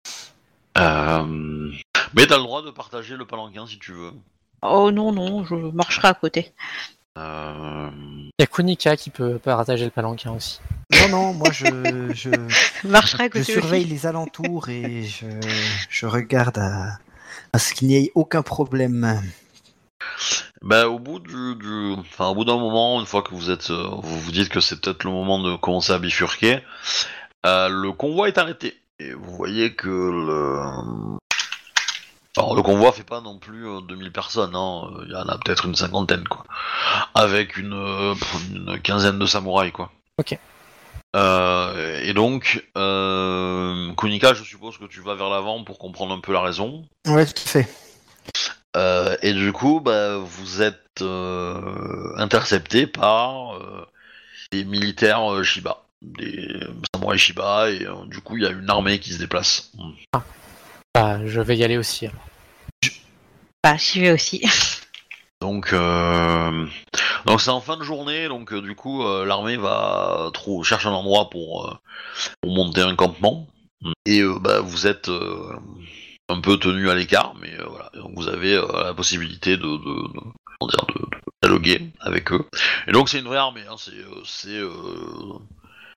S1: euh, Mais t'as le droit de partager le palanquin si tu veux.
S2: Oh non, non, je marcherai à côté.
S1: Euh,
S3: Il y a Kunika qui peut partager le palanquin aussi.
S4: Non, non, moi, je, je,
S2: Marcherai à
S4: je
S2: côté aussi.
S4: surveille les alentours et je, je regarde à, à ce qu'il n'y ait aucun problème.
S1: Bah, au bout du, du- enfin au bout d'un moment, une fois que vous êtes, euh, vous vous dites que c'est peut-être le moment de commencer à bifurquer, euh, le convoi est arrêté et vous voyez que le, alors le convoi fait pas non plus euh, 2000 personnes, hein, euh, il y en a peut-être une cinquantaine quoi, avec une, euh, pff, une quinzaine de samouraïs quoi.
S3: Ok.
S1: Euh, et donc, euh, Kunika, je suppose que tu vas vers l'avant pour comprendre un peu la raison.
S4: Ouais, tout à fait.
S1: Euh, et du coup, bah, vous êtes euh, intercepté par euh, des militaires euh, Shiba, des samouraïs Shiba, et euh, du coup, il y a une armée qui se déplace. Mm.
S3: Bah, je vais y aller aussi. alors.
S2: Bah, j'y vais aussi.
S1: Donc, euh, donc c'est en fin de journée, donc euh, du coup, euh, l'armée va trou- cherche un endroit pour, euh, pour monter un campement, et euh, bah, vous êtes euh, un peu tenu à l'écart, mais euh, voilà, donc vous avez euh, la possibilité de, de, de- comment dire, de- de dialoguer avec eux. Et donc, c'est une vraie armée, hein, c'est euh, c'est, euh,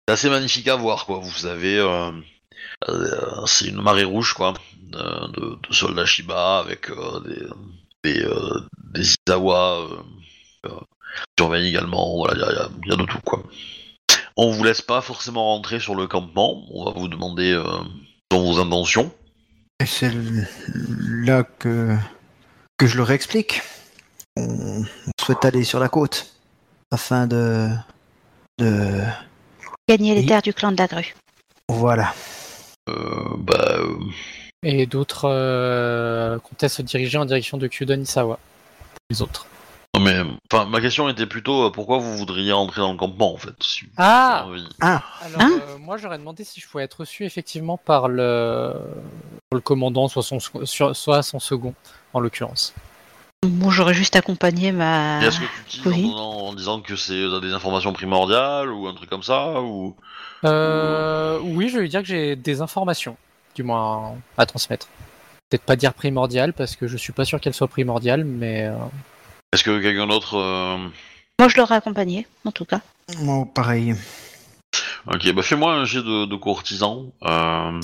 S1: c'est assez magnifique à voir, quoi. Vous avez, euh, euh, c'est une marée rouge, quoi, de, de- de soldats Shiba avec euh, des des, euh, des Izawa euh, euh, surveillent également, voilà, il y a- y a, y a de tout quoi. On vous laisse pas forcément rentrer sur le campement, on va vous demander euh, dans vos intentions.
S4: Et c'est l- là que, que je leur explique. On, on souhaite aller sur la côte afin de. de
S2: Gagner les
S4: Oui.
S2: terres du clan de la grue.
S4: voilà.
S1: Euh, bah, euh,
S3: Et d'autres euh, comptaient se diriger en direction de Kyuden Isawa. Les autres.
S1: non mais, enfin, ma question était plutôt euh, pourquoi vous voudriez rentrer dans le campement en fait si vous avez
S3: Ah
S1: envie.
S3: Alors,
S2: Hein
S3: euh, moi, j'aurais demandé si je pouvais être reçu effectivement par le, par le commandant, soit son, sur- soit son second, en l'occurrence.
S2: Bon, j'aurais juste accompagné ma.
S1: Et Est-ce que tu dis en
S2: oui.
S1: donnant- en, disant que c'est euh, des informations primordiales ou un truc comme ça ou
S3: Euh, oui, je vais lui dire que j'ai des informations, du moins à transmettre. Peut-être pas dire primordial parce que je suis pas sûr qu'elle soit primordiale, mais euh,
S1: est-ce que quelqu'un d'autre euh,
S2: Moi, je l'aurais accompagné, en tout cas.
S4: Moi, oh, pareil.
S1: Ok, bah fais-moi un jet de, de courtisan. Euh...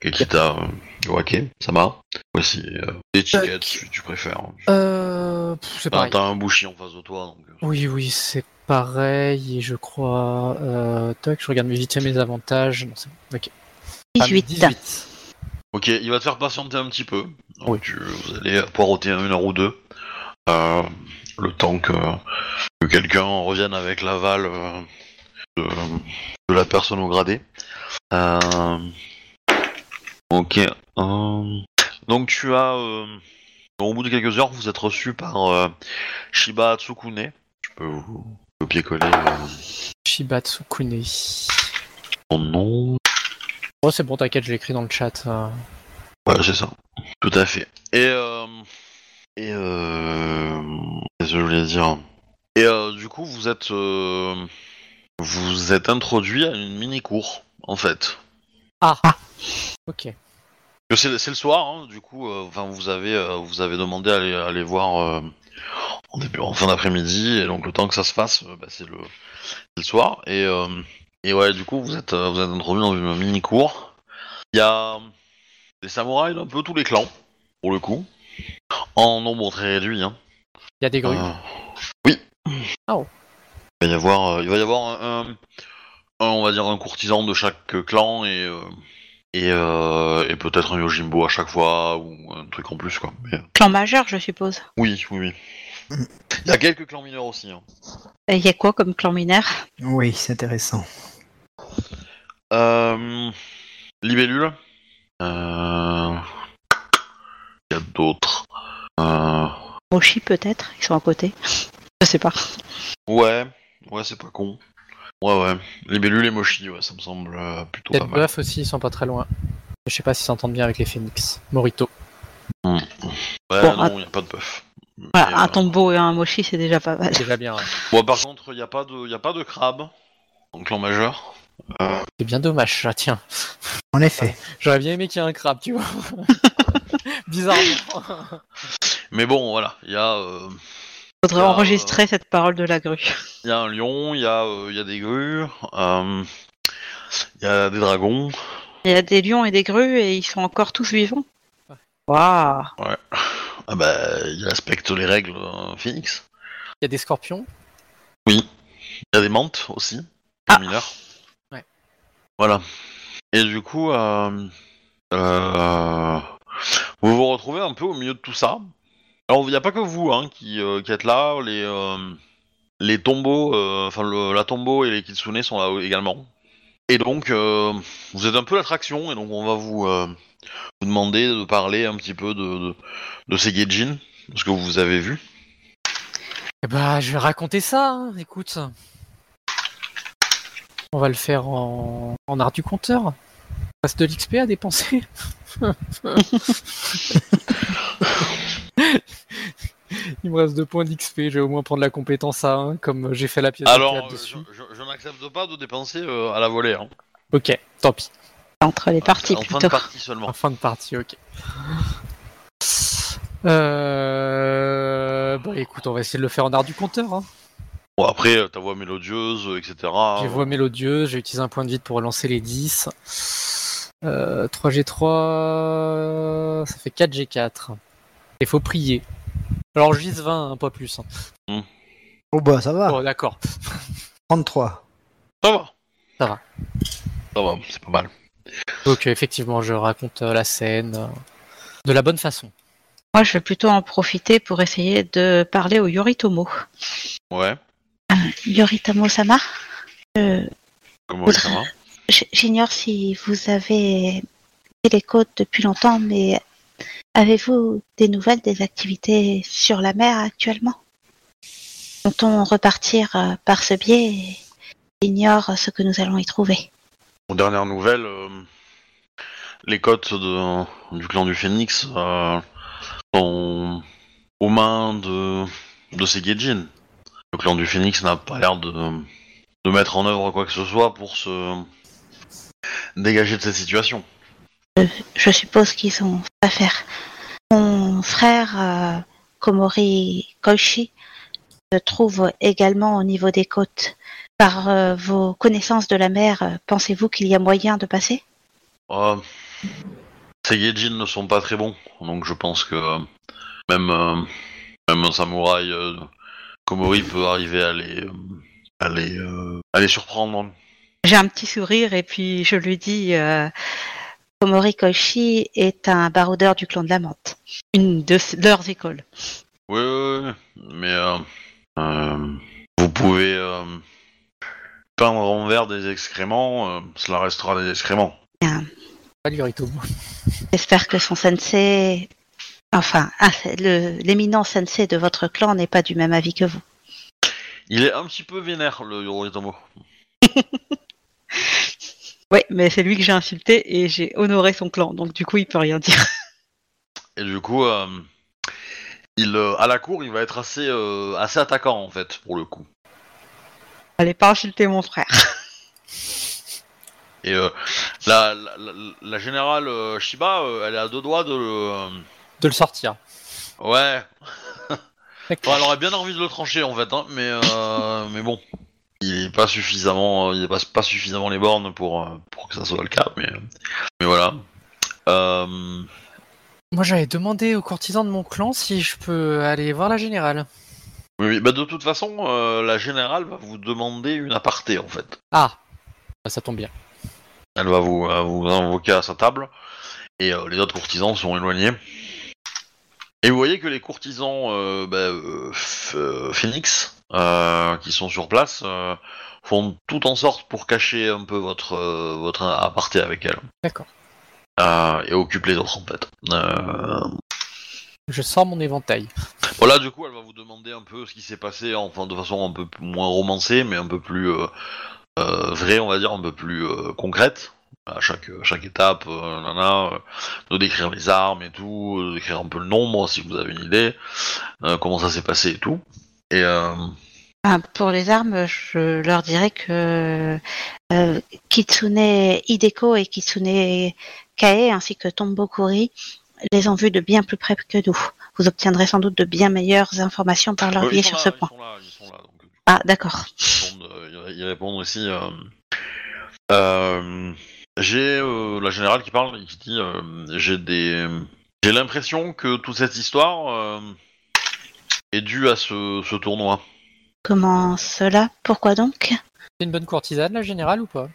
S1: Kekita, euh, ok, ça va. Voici euh, l'étiquette,
S3: Tac.
S1: si tu préfères.
S3: euh, pff, c'est
S1: T'as
S3: pareil.
S1: t'as un bouchi en face de toi, donc. euh,
S3: Oui, oui, c'est pareil. Et je crois, euh, toc, je regarde mes vite mes avantages. Non, c'est bon. Ok. Ah,
S2: 18.
S3: 18.
S1: Ok, il va te faire patienter un petit peu. Donc,
S3: Oui.
S1: tu- vous allez poireauter une heure ou deux. Euh, le temps que, que quelqu'un revienne avec l'aval euh, de, de la personne au gradé. Euh, ok. euh, donc tu as... euh, au bout de quelques heures, vous êtes reçu par euh, Shiba Tsukune. Je peux vous copier-coller euh,
S3: Shibatsu Kune.
S1: son nom.
S3: Oh, c'est bon, t'inquiète, je l'écris dans le chat. euh.
S1: Ouais, c'est ça. Tout à fait. Et euh... et euh... qu'est-ce que je voulais dire Et euh, du coup, vous êtes euh, vous êtes introduit à une mini cour en fait.
S3: Ah. Ok.
S1: Que C'est c'est le soir, hein, du coup. euh, Enfin, vous avez euh, vous avez demandé à aller, à aller voir euh, en début en fin d'après-midi et donc le temps que ça se fasse, euh, bah, c'est le c'est le soir et euh, et ouais, du coup, vous êtes euh, vous êtes introduit dans une mini cour. Il y a des samouraïs d'un peu tous les clans pour le coup. En nombre très réduit. Hein.
S3: Il y a des grues.
S1: Euh, oui.
S3: Ah oh.
S1: Il va y avoir, euh, il va y avoir un, un- un, on va dire un courtisan de chaque euh, clan et euh, et, euh, et peut-être un yojimbo à chaque fois ou un truc en plus quoi. Mais, euh,
S2: Clan majeur, je suppose.
S1: oui, oui, oui. Il y a quelques clans mineurs aussi. hein.
S2: Et Il y a quoi comme clan mineur
S4: Oui, c'est intéressant.
S1: Euh, Libellule. Euh, Il y a d'autres. Euh,
S2: Moshi, peut-être Ils sont à côté. Je sais pas.
S1: ouais, ouais, c'est pas con. Ouais, ouais. Libellule et Moshi, ouais, ça me semble euh, plutôt
S3: Peut-être
S1: pas mal.
S3: Bluff aussi, ils sont pas très loin. Je sais pas s'ils s'entendent bien avec les phénix. Morito.
S1: Ouais,
S2: Bon,
S1: non, il a pas de buff. Et,
S2: Voilà, un
S1: euh,
S2: tombeau et un mochi, c'est déjà pas mal.
S3: C'est Déjà bien. hein.
S1: Bon, par contre, il n'y a, pas de- y a pas de crabe en clan majeur.
S3: C'est bien dommage. Ah, tiens.
S4: En effet.
S3: J'aurais bien aimé qu'il y ait un crabe, tu vois. Bizarrement.
S1: Mais bon, voilà, il y, a, euh,
S2: Faudrait
S1: Ah,
S2: enregistrer cette parole de la grue.
S1: y a un lion, il y, a, euh, y a des grues, il y a des dragons.
S2: Il y a des lions et des grues et ils sont encore tous vivants. Waouh
S1: Ah bah, il respecte les règles euh, phoenix.
S3: Il y a des scorpions.
S1: Il y a des mantes aussi,
S2: Ah.
S1: les mineurs.
S3: Ouais.
S1: Voilà. Et du coup, euh, euh, vous vous retrouvez un peu au milieu de tout ça. Alors, il n'y a pas que vous hein, qui, euh, qui êtes là. Les, euh, les tombeaux, euh, enfin, le- la tombeau et les kitsune sont là également. Et donc, euh, vous êtes un peu l'attraction. Et donc, on va vous, euh, vous demander de parler un petit peu de, de, de ces Gaijin, de ce que vous avez vu.
S3: ben, Eh bah, je vais raconter ça, hein, écoute. On va le faire en, en art du compteur. Passe de l'XP à dépenser. Il me reste deux points d'XP, je vais au moins prendre la compétence à 1, comme j'ai fait la pièce de
S1: Alors,
S3: théâtre
S1: euh,
S3: dessus.
S1: je, je- je n'accepte pas de dépenser euh, à la volée. Hein.
S3: Ok, tant pis.
S2: Entre les parties
S1: en fin de
S2: plutôt.
S1: partie seulement.
S3: En fin de partie, ok. Euh... Bah écoute, on va essayer de le faire en art du compteur. Hein.
S1: Bon, après, euh, ta voix mélodieuse, euh, etc.
S3: J'ai voix mélodieuse, j'ai utilisé un point de vide pour relancer les 10. Euh, 3G3, ça fait 4G4. Il faut prier. Alors je vise 20, hein, pas plus. hein.
S4: Oh bah ça va,
S3: Bon, d'accord.
S4: 33.
S1: Ça va.
S3: Ça va.
S1: Ça va, c'est pas mal.
S3: Donc euh, effectivement, je raconte euh, la scène euh, de la bonne façon.
S2: Moi, je vais plutôt en profiter pour essayer de parler au Yoritomo.
S1: Ouais.
S2: Yoritomo Sama, euh,
S1: Comment ça va
S2: j- j'ignore si vous avez fait les côtes depuis longtemps, mais avez-vous des nouvelles des activités sur la mer actuellement Comptons repartir euh, par ce biais et ignore ce que nous allons y trouver.
S1: Aux dernières nouvelles, euh, les côtes de- du clan du Phénix euh, sont aux mains de, de Segejin. Le clan du Phénix n'a pas l'air de, de mettre en œuvre quoi que ce soit pour se dégager de cette situation.
S2: Je suppose qu'ils ont à faire. Mon frère euh, Komori Koichi se trouve également au niveau des côtes. Par euh, vos connaissances de la mer, euh, pensez-vous qu'il y a moyen de passer
S1: Euh, Seijin ne sont pas très bons, donc je pense que euh, même, euh, même un samouraï euh, Komori peut arriver à les, euh, à les, euh, à les surprendre.
S2: J'ai un petit sourire et puis je lui dis euh, Komori Koichi est un baroudeur du clan de la menthe, une de s- leurs écoles.
S1: Oui, oui, oui, mais euh, euh, vous pouvez euh, peindre en vert des excréments, euh, cela restera des excréments.
S3: Pas de Yoritomo.
S2: J'espère que son sensei, enfin, ah, le- l'éminent sensei de votre clan n'est pas du même avis que vous.
S1: Il est un petit peu vénère, le Yoritomo.
S2: Oui, mais c'est lui que j'ai insulté et j'ai honoré son clan, donc du coup il peut rien dire.
S1: Et du coup, euh, il, euh, à la cour, il va être assez, euh, assez attaquant, en fait, pour le coup.
S2: Allez pas insulter mon frère.
S1: Et euh, la, la, la, la générale euh, Shiba, euh, elle est à deux doigts de le.
S3: De le sortir.
S1: euh, ouais. Enfin, elle aurait bien envie de le trancher en fait, hein, mais, euh, mais bon. Il est pas suffisamment, euh, il passe pas suffisamment les bornes pour, euh, pour que ça soit le cas, mais, euh, mais voilà. Euh,
S3: Moi j'avais demandé aux courtisans de mon clan si je peux aller voir la générale.
S1: oui, oui, bah, de toute façon, euh, la générale va vous demander une aparté en fait.
S3: Ah, Bah, ça tombe bien.
S1: Elle va vous, euh, vous invoquer à sa table, et euh, les autres courtisans sont éloignés. Et vous voyez que les courtisans euh, bah, euh, F- euh, Phoenix, euh, qui sont sur place, euh, font tout en sorte pour cacher un peu votre, euh, votre aparté avec elle.
S3: D'accord.
S1: Euh, et occupent les autres en fait. Euh,
S3: Je sors mon éventail.
S1: voilà, du coup, elle va vous demander un peu ce qui s'est passé, enfin de façon un peu p- moins romancée, mais un peu plus euh, euh, vraie, on va dire, un peu plus euh, concrète. À chaque, euh, chaque étape, euh, nanana, euh, de décrire les armes et tout, euh, de décrire un peu le nombre si vous avez une idée, euh, comment ça s'est passé et tout. Et euh,
S2: Ah, pour les armes, je leur dirais que euh, Kitsune Hideko et Kitsune Kae ainsi que Tombokuri les ont vus de bien plus près que nous. Vous obtiendrez sans doute de bien meilleures informations par leur
S1: euh,
S2: biais
S1: sont
S2: sur
S1: là,
S2: ce point.
S1: Ils sont là, ils sont là, donc, du coup,
S2: Ah, d'accord.
S1: ils répondent, euh, ils répondent aussi. euh, euh, j'ai euh, la générale qui parle et qui dit euh, j'ai des j'ai l'impression que toute cette histoire euh, est due à ce, ce tournoi.
S2: Comment cela Pourquoi donc
S3: C'est une bonne courtisane la générale ou pas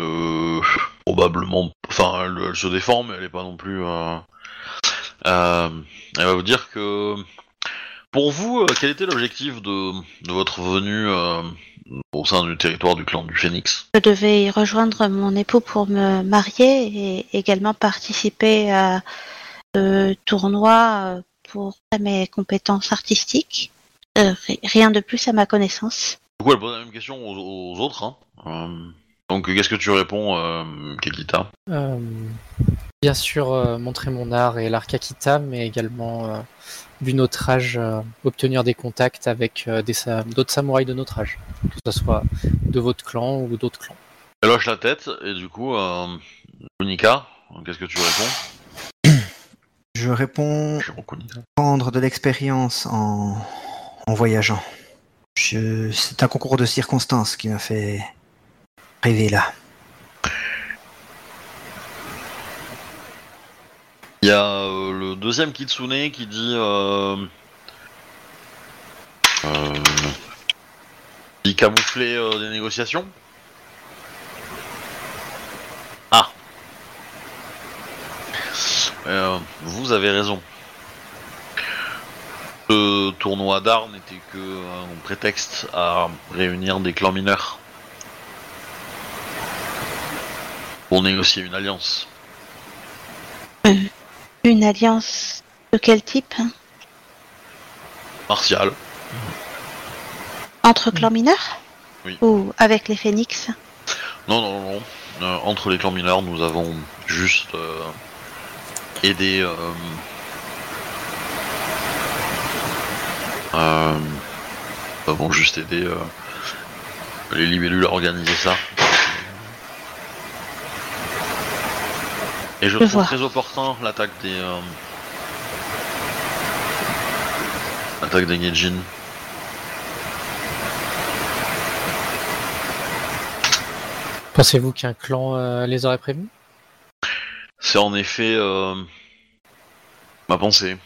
S1: Euh, probablement, enfin elle, elle se défend mais elle est pas non plus. euh, euh, elle va vous dire que pour vous euh, quel était l'objectif de, de votre venue euh, au sein du territoire du clan du Phénix
S2: Je devais y rejoindre mon époux pour me marier et également participer à ce tournoi euh, pour mes compétences artistiques. Euh, ri- rien de plus à ma connaissance.
S1: Du coup elle pose la même question aux, aux autres. Hein. Euh, Donc qu'est-ce que tu réponds, euh, Kekita
S3: Euh, bien sûr, euh, montrer mon art et l'art Kakita, mais également euh, du notre âge, euh, obtenir des contacts avec euh, des sa- d'autres samouraïs de notre âge, que ce soit de votre clan ou d'autres clans.
S1: Elle hoche la tête et du coup, euh, Kunika, qu'est-ce que tu réponds
S4: Je réponds
S1: Je réponds Kunika.
S4: prendre de l'expérience en, en voyageant. Je- C'est un concours de circonstances qui m'a fait rêver là.
S1: Il y a euh, le deuxième Kitsune qui dit. Euh, euh, il camouflait euh, des négociations. Ah. Euh, vous avez raison. Le tournoi d'art n'était que euh, un prétexte à réunir des clans mineurs pour négocier une alliance.
S2: Une alliance de quel type hein
S1: Martial,
S2: Entre clans mineurs
S1: Hmm. Oui.
S2: Ou avec les phénix
S1: Non, non, non. Euh, entre les clans mineurs, nous avons juste euh, aidé. euh, euh, nous avons juste aidé euh, les libellules à organiser ça. Et je
S2: Je
S1: trouve
S2: vois.
S1: très opportun l'attaque des. euh, l'attaque des Gaijin.
S3: Pensez-vous qu'un clan euh, les aurait prévenus
S1: C'est en effet euh, ma pensée.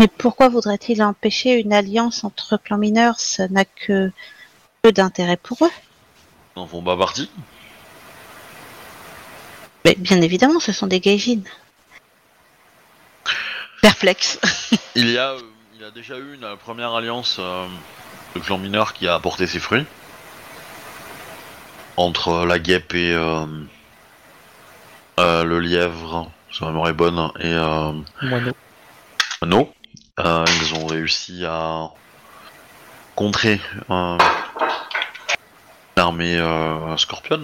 S2: Mais pourquoi voudrait-il empêcher une alliance entre clans mineurs Ça n'a que peu d'intérêt pour eux.
S1: Ils N'en font pas partie.
S2: Mais bien évidemment, ce sont des gaijins. Perplexe.
S1: Il y a, euh, il a déjà eu une euh, première alliance euh, de clan mineur qui a apporté ses fruits entre euh, la guêpe et euh, euh, le lièvre, si ma mémoire est bonne, et euh,
S3: Moineau.
S1: non, Euh, ils ont réussi à contrer euh, l'armée euh, Scorpion.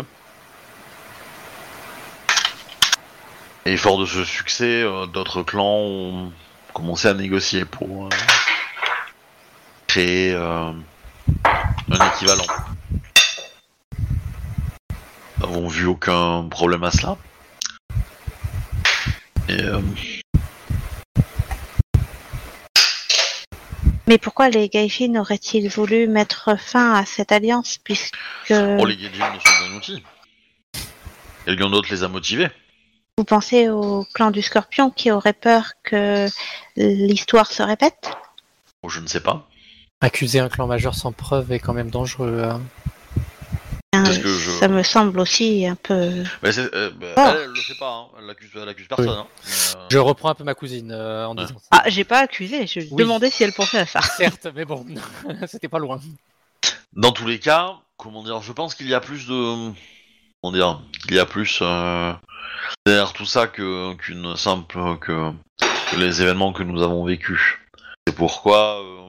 S1: Et fort de ce succès, euh, d'autres clans ont commencé à négocier pour euh, créer euh, un équivalent. Nous n'avons vu aucun problème à cela. Et euh,
S2: Mais pourquoi les gaijins auraient-ils voulu mettre fin à cette alliance puisque Euh,
S1: Oh, les Gaijin ne sont qu'un outil. Quelqu'un d'autre les a motivés.
S2: vous pensez au clan du scorpion qui aurait peur que l'histoire se répète
S1: Oh, je ne sais pas.
S3: Accuser un clan majeur sans preuve est quand même dangereux. hein.
S2: Hein,
S1: Parce que je-
S2: Ça me semble aussi un peu...
S1: Mais c'est- euh, bah,
S2: Ah.
S1: Elle, elle le fait pas, hein. elle accuse, elle accuse personne. hein. Mais, euh,
S3: Je reprends un peu ma cousine euh, en
S1: Ouais.
S3: disant.
S2: Ah, j'ai pas accusé, je
S3: Oui. demandais
S2: si elle pensait à ça.
S3: Certes, mais bon, c'était pas loin.
S1: Dans tous les cas, comment dire, je pense qu'il y a plus de. Comment dire Il y a plus euh, derrière tout ça que- qu'une simple. Que, que les événements que nous avons vécus. C'est pourquoi euh,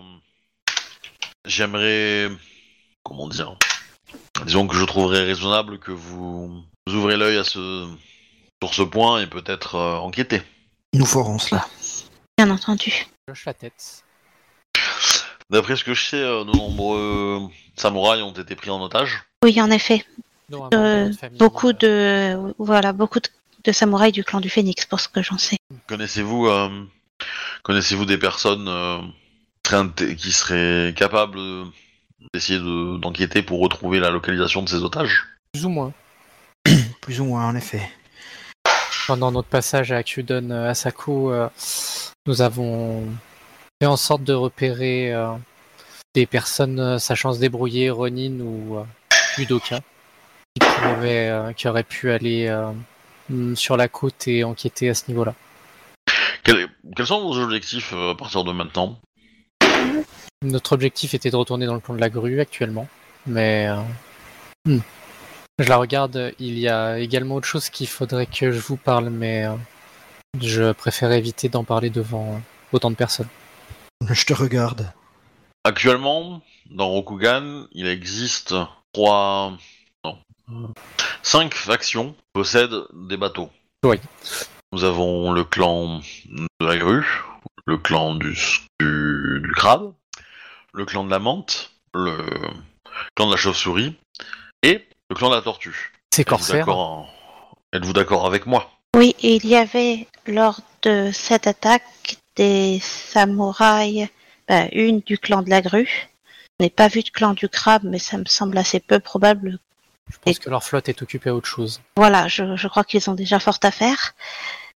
S1: j'aimerais. Comment dire Disons que je trouverais raisonnable que vous, vous ouvrez l'œil à ce. sur ce point et peut-être euh, enquêter.
S4: Nous ferons cela.
S2: Bien entendu.
S3: Je hoche la tête.
S1: D'après ce que je sais, euh, de nombreux samouraïs ont été pris en otage.
S2: Oui, en effet,
S3: Non, un
S2: Euh,
S3: membre de notre famille,
S2: beaucoup
S3: euh,
S2: de... Voilà, beaucoup de, de samouraïs du clan du phénix, pour ce que j'en sais.
S1: Connaissez-vous euh, connaissez-vous des personnes euh, très inté- qui seraient capables euh, d'essayer de- d'enquêter pour retrouver la localisation de ces otages
S3: Plus ou moins.
S4: Plus ou moins, en effet.
S3: Pendant notre passage à Akudon euh, Asako, euh, nous avons fait en sorte de repérer euh, des personnes euh, sachant se débrouiller, Ronin ou euh, Judoka, qui, pourraient, euh, qui auraient pu aller euh, mm, sur la côte et enquêter à ce niveau-là.
S1: Quel- Quels sont vos objectifs euh, à partir de maintenant
S3: Notre objectif était de retourner dans le plan de la grue actuellement, mais euh, hmm. je la regarde. Il y a également autre chose qu'il faudrait que je vous parle, mais euh, je préfère éviter d'en parler devant euh, autant de personnes.
S4: Je te regarde.
S1: Actuellement, dans Rokugan, il existe trois... Non, Cinq factions possèdent des bateaux.
S3: Oui.
S1: Nous avons le clan de la grue, le clan du, du, du crabe, le clan de la menthe, le clan de la chauve-souris et le clan de la tortue.
S3: C'est
S1: Êtes-vous
S3: corsaire.
S1: d'accord en- Êtes-vous d'accord avec moi
S2: Oui, et il y avait lors de cette attaque des samouraïs, ben, une du clan de la grue. Je n'ai pas vu de clan du crabe, mais ça me semble assez peu probable.
S3: Je pense que leur flotte est occupée à autre chose.
S2: Voilà, je, je crois qu'ils ont déjà fort à faire.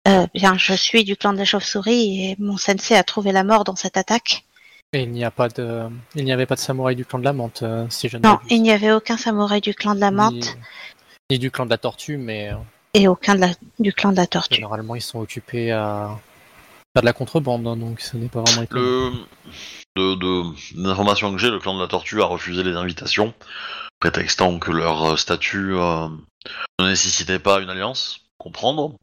S2: Euh, bien, je suis du clan de la chauve-souris et mon sensei a trouvé la mort dans cette attaque.
S3: Et il n'y a pas de, il n'y avait pas de samouraï du clan de la menthe, euh, si je ne
S2: Non,
S3: m'abuse.
S2: il n'y avait aucun samouraï du clan de la
S3: Ni,
S2: menthe
S3: ni du clan de la tortue, mais euh,
S2: et aucun de la- du clan de la tortue.
S3: généralement ils sont occupés à faire de la contrebande, hein, donc ce n'est pas vraiment. étonnant.
S1: Le... De, de- des informations que j'ai, le clan de la tortue a refusé les invitations, prétextant que leur euh, statut euh, ne nécessitait pas une alliance, comprendre,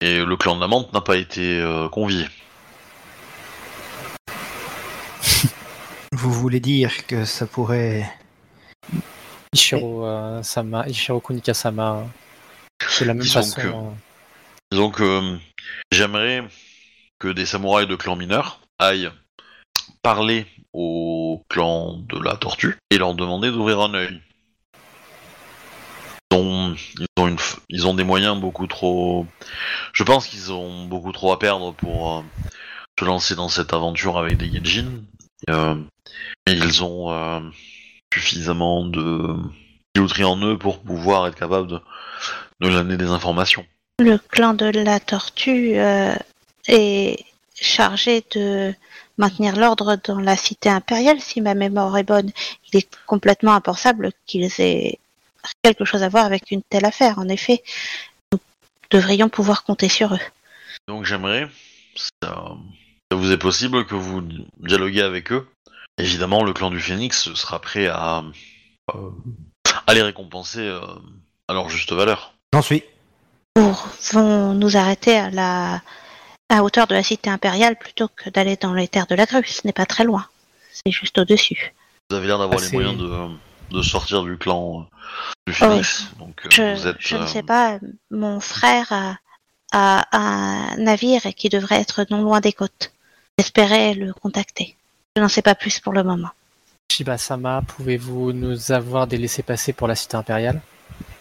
S1: et le clan de la menthe n'a pas été euh, convié.
S4: Vous voulez dire que ça pourrait.
S3: Ichiro euh, Sama, Ichiro Kunika Sama, de la même
S1: Disons
S3: façon.
S1: que-
S3: euh,
S1: Disons que euh, j'aimerais que des samouraïs de clan mineur aillent parler au clan de la tortue et leur demander d'ouvrir un œil. Ils ont, ils ont une f- ils ont des moyens beaucoup trop. Je pense qu'ils ont beaucoup trop à perdre pour euh, se lancer dans cette aventure avec des Genjin. Et, euh, et ils ont euh, suffisamment de filouterie en eux pour pouvoir être capable de, de donner des informations.
S2: Le clan de la tortue euh, est chargé de maintenir l'ordre dans la cité impériale, si ma mémoire est bonne. Il est complètement impensable qu'ils aient quelque chose à voir avec une telle affaire. En effet, nous devrions pouvoir compter sur eux.
S1: Donc j'aimerais, si ça, ça vous est possible, que vous dialoguez avec eux. Évidemment, le clan du Phénix sera prêt à, euh, à les récompenser euh, à leur juste valeur.
S4: J'en suis.
S2: Nous vont nous arrêter à la à hauteur de la cité impériale plutôt que d'aller dans les terres de la grue. Ce n'est pas très loin. C'est juste au-dessus.
S1: Vous avez l'air d'avoir
S3: Ah,
S1: les
S3: c'est-
S1: moyens de, de sortir du clan euh, du Phénix. Donc euh,
S2: Ah Je,
S1: vous êtes.
S2: je
S1: euh,
S2: ne sais pas, mon frère a, a un navire et qui devrait être non loin des côtes. J'espérais le contacter. Je n'en sais pas plus pour le moment.
S3: Shiba-sama, pouvez-vous nous avoir des laissés-passer pour la cité impériale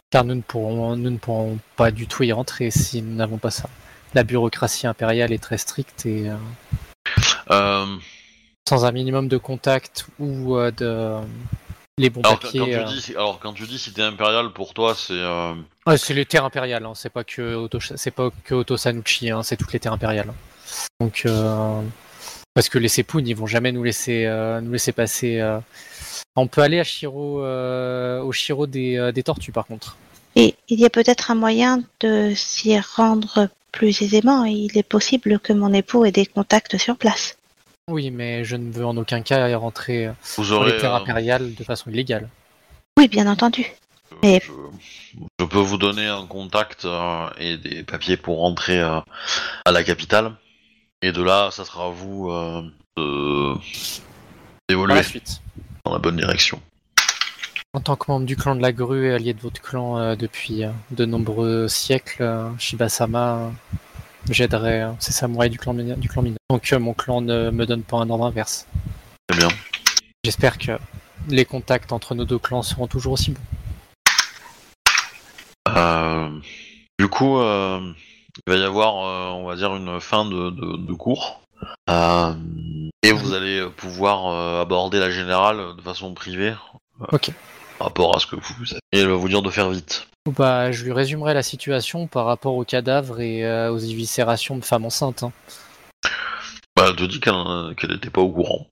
S3: Car nous ne, pourrons, nous ne pourrons pas du tout y rentrer si nous n'avons pas ça. La bureaucratie impériale est très stricte et euh,
S1: euh,
S3: sans un minimum de contact ou euh, de les bons
S1: alors, quand,
S3: papiers.
S1: quand
S3: euh,
S1: tu dis, alors quand tu dis cité impériale pour toi, c'est euh,
S3: ouais, c'est les terres impériales, hein, c'est pas que Oto- c'est pas que Otto Sanucci, hein, c'est toutes les terres impériales. Donc euh, parce que les Seppoun, ils vont jamais nous laisser euh, nous laisser passer. euh. On peut aller à Shiro, euh, au Shiro des, euh, des tortues par contre.
S2: Et il y a peut-être un moyen de s'y rendre plus aisément. Il est possible que mon époux ait des contacts sur place.
S3: Oui, mais je ne veux en aucun cas y rentrer euh,
S1: vous
S3: dans
S1: aurez.
S3: les terres
S1: euh,
S3: impériales de façon illégale.
S2: Oui, bien entendu.
S1: Euh,
S2: Et-
S1: Je, je peux vous donner un contact euh, et des papiers pour rentrer euh, à la capitale. Et de là, ça sera à vous euh, de-
S3: Par
S1: d'évoluer
S3: la suite.
S1: dans la bonne direction.
S3: En tant que membre du clan de la grue et allié de votre clan euh, depuis euh, de nombreux siècles, euh, Shibasama, euh, j'aiderai euh, ces samouraïs du clan, mini- du clan mineur. Donc euh, mon clan ne me donne pas un ordre inverse.
S1: Très bien.
S3: J'espère que les contacts entre nos deux clans seront toujours aussi bons.
S1: Euh, du coup, euh, il va y avoir, euh, on va dire, une fin de, de- de cours. Euh, et vous allez pouvoir euh, aborder la générale de façon privée. euh,
S3: Ok.
S1: Par rapport à ce que vous avez. Et elle va vous dire de faire vite.
S3: Bah, je lui résumerai la situation par rapport aux cadavres et euh, aux éviscérations de femmes enceintes. hein.
S1: Bah, elle te dit qu'elle euh, qu'elle n'était pas au courant.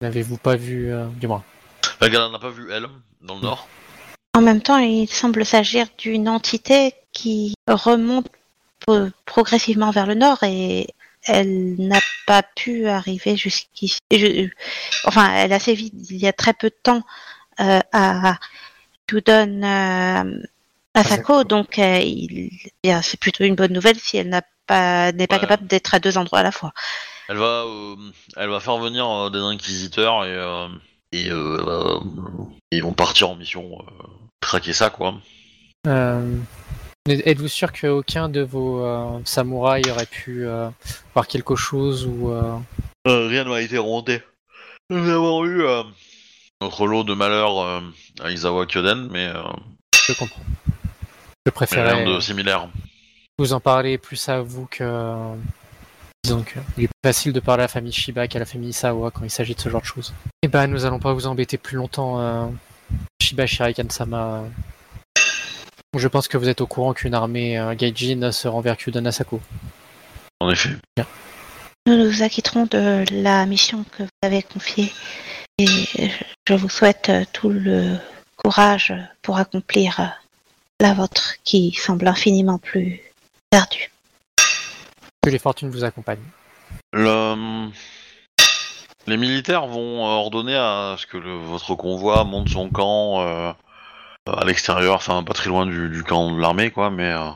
S3: N'avez-vous pas vu, euh, du moins
S1: La galère Bah, n'a pas vu elle dans le nord.
S2: En même temps, il semble s'agir d'une entité qui remonte po- progressivement vers le nord et elle n'a pas pu arriver jusqu'ici. Je- enfin, elle a assez vite, il y a très peu de temps, euh, à Judon euh, Asako, donc euh, il- bien, c'est plutôt une bonne nouvelle si elle n'a pas n'est pas
S1: Ouais.
S2: capable d'être à deux endroits à la fois.
S1: Elle va, euh, elle va faire venir euh, des inquisiteurs et euh, et euh, euh, ils vont partir en mission euh, traquer ça quoi.
S3: Euh, Êtes-vous sûr qu'aucun de vos euh, samouraïs aurait pu euh, voir quelque chose ou euh,
S1: Euh, rien n'a été remonté. Nous avons eu euh, notre lot de malheurs euh, à Isawa Kyoden, mais, euh,
S3: je comprends. Je
S1: mais rien
S3: préférais
S1: de similaire.
S3: vous en parler plus à vous que disons que il est plus facile de parler à la famille Shiba qu'à la famille Sawa quand il s'agit de ce genre de choses. Eh ben nous allons pas vous embêter plus longtemps euh, Shiba Shirikan-sama. Je pense que vous êtes au courant qu'une armée euh, Gaijin se rend vers Kyuden Asako.
S1: En effet.
S2: Nous nous acquitterons de la mission que vous avez confiée et je vous souhaite euh, tout le courage pour accomplir euh, la vôtre qui semble infiniment plus ardue.
S3: Que les fortunes vous accompagnent.
S1: Le- Les militaires vont euh, ordonner à ce que le- votre convoi monte son camp euh, à l'extérieur, enfin pas très loin du, du camp de l'armée, quoi, mais euh,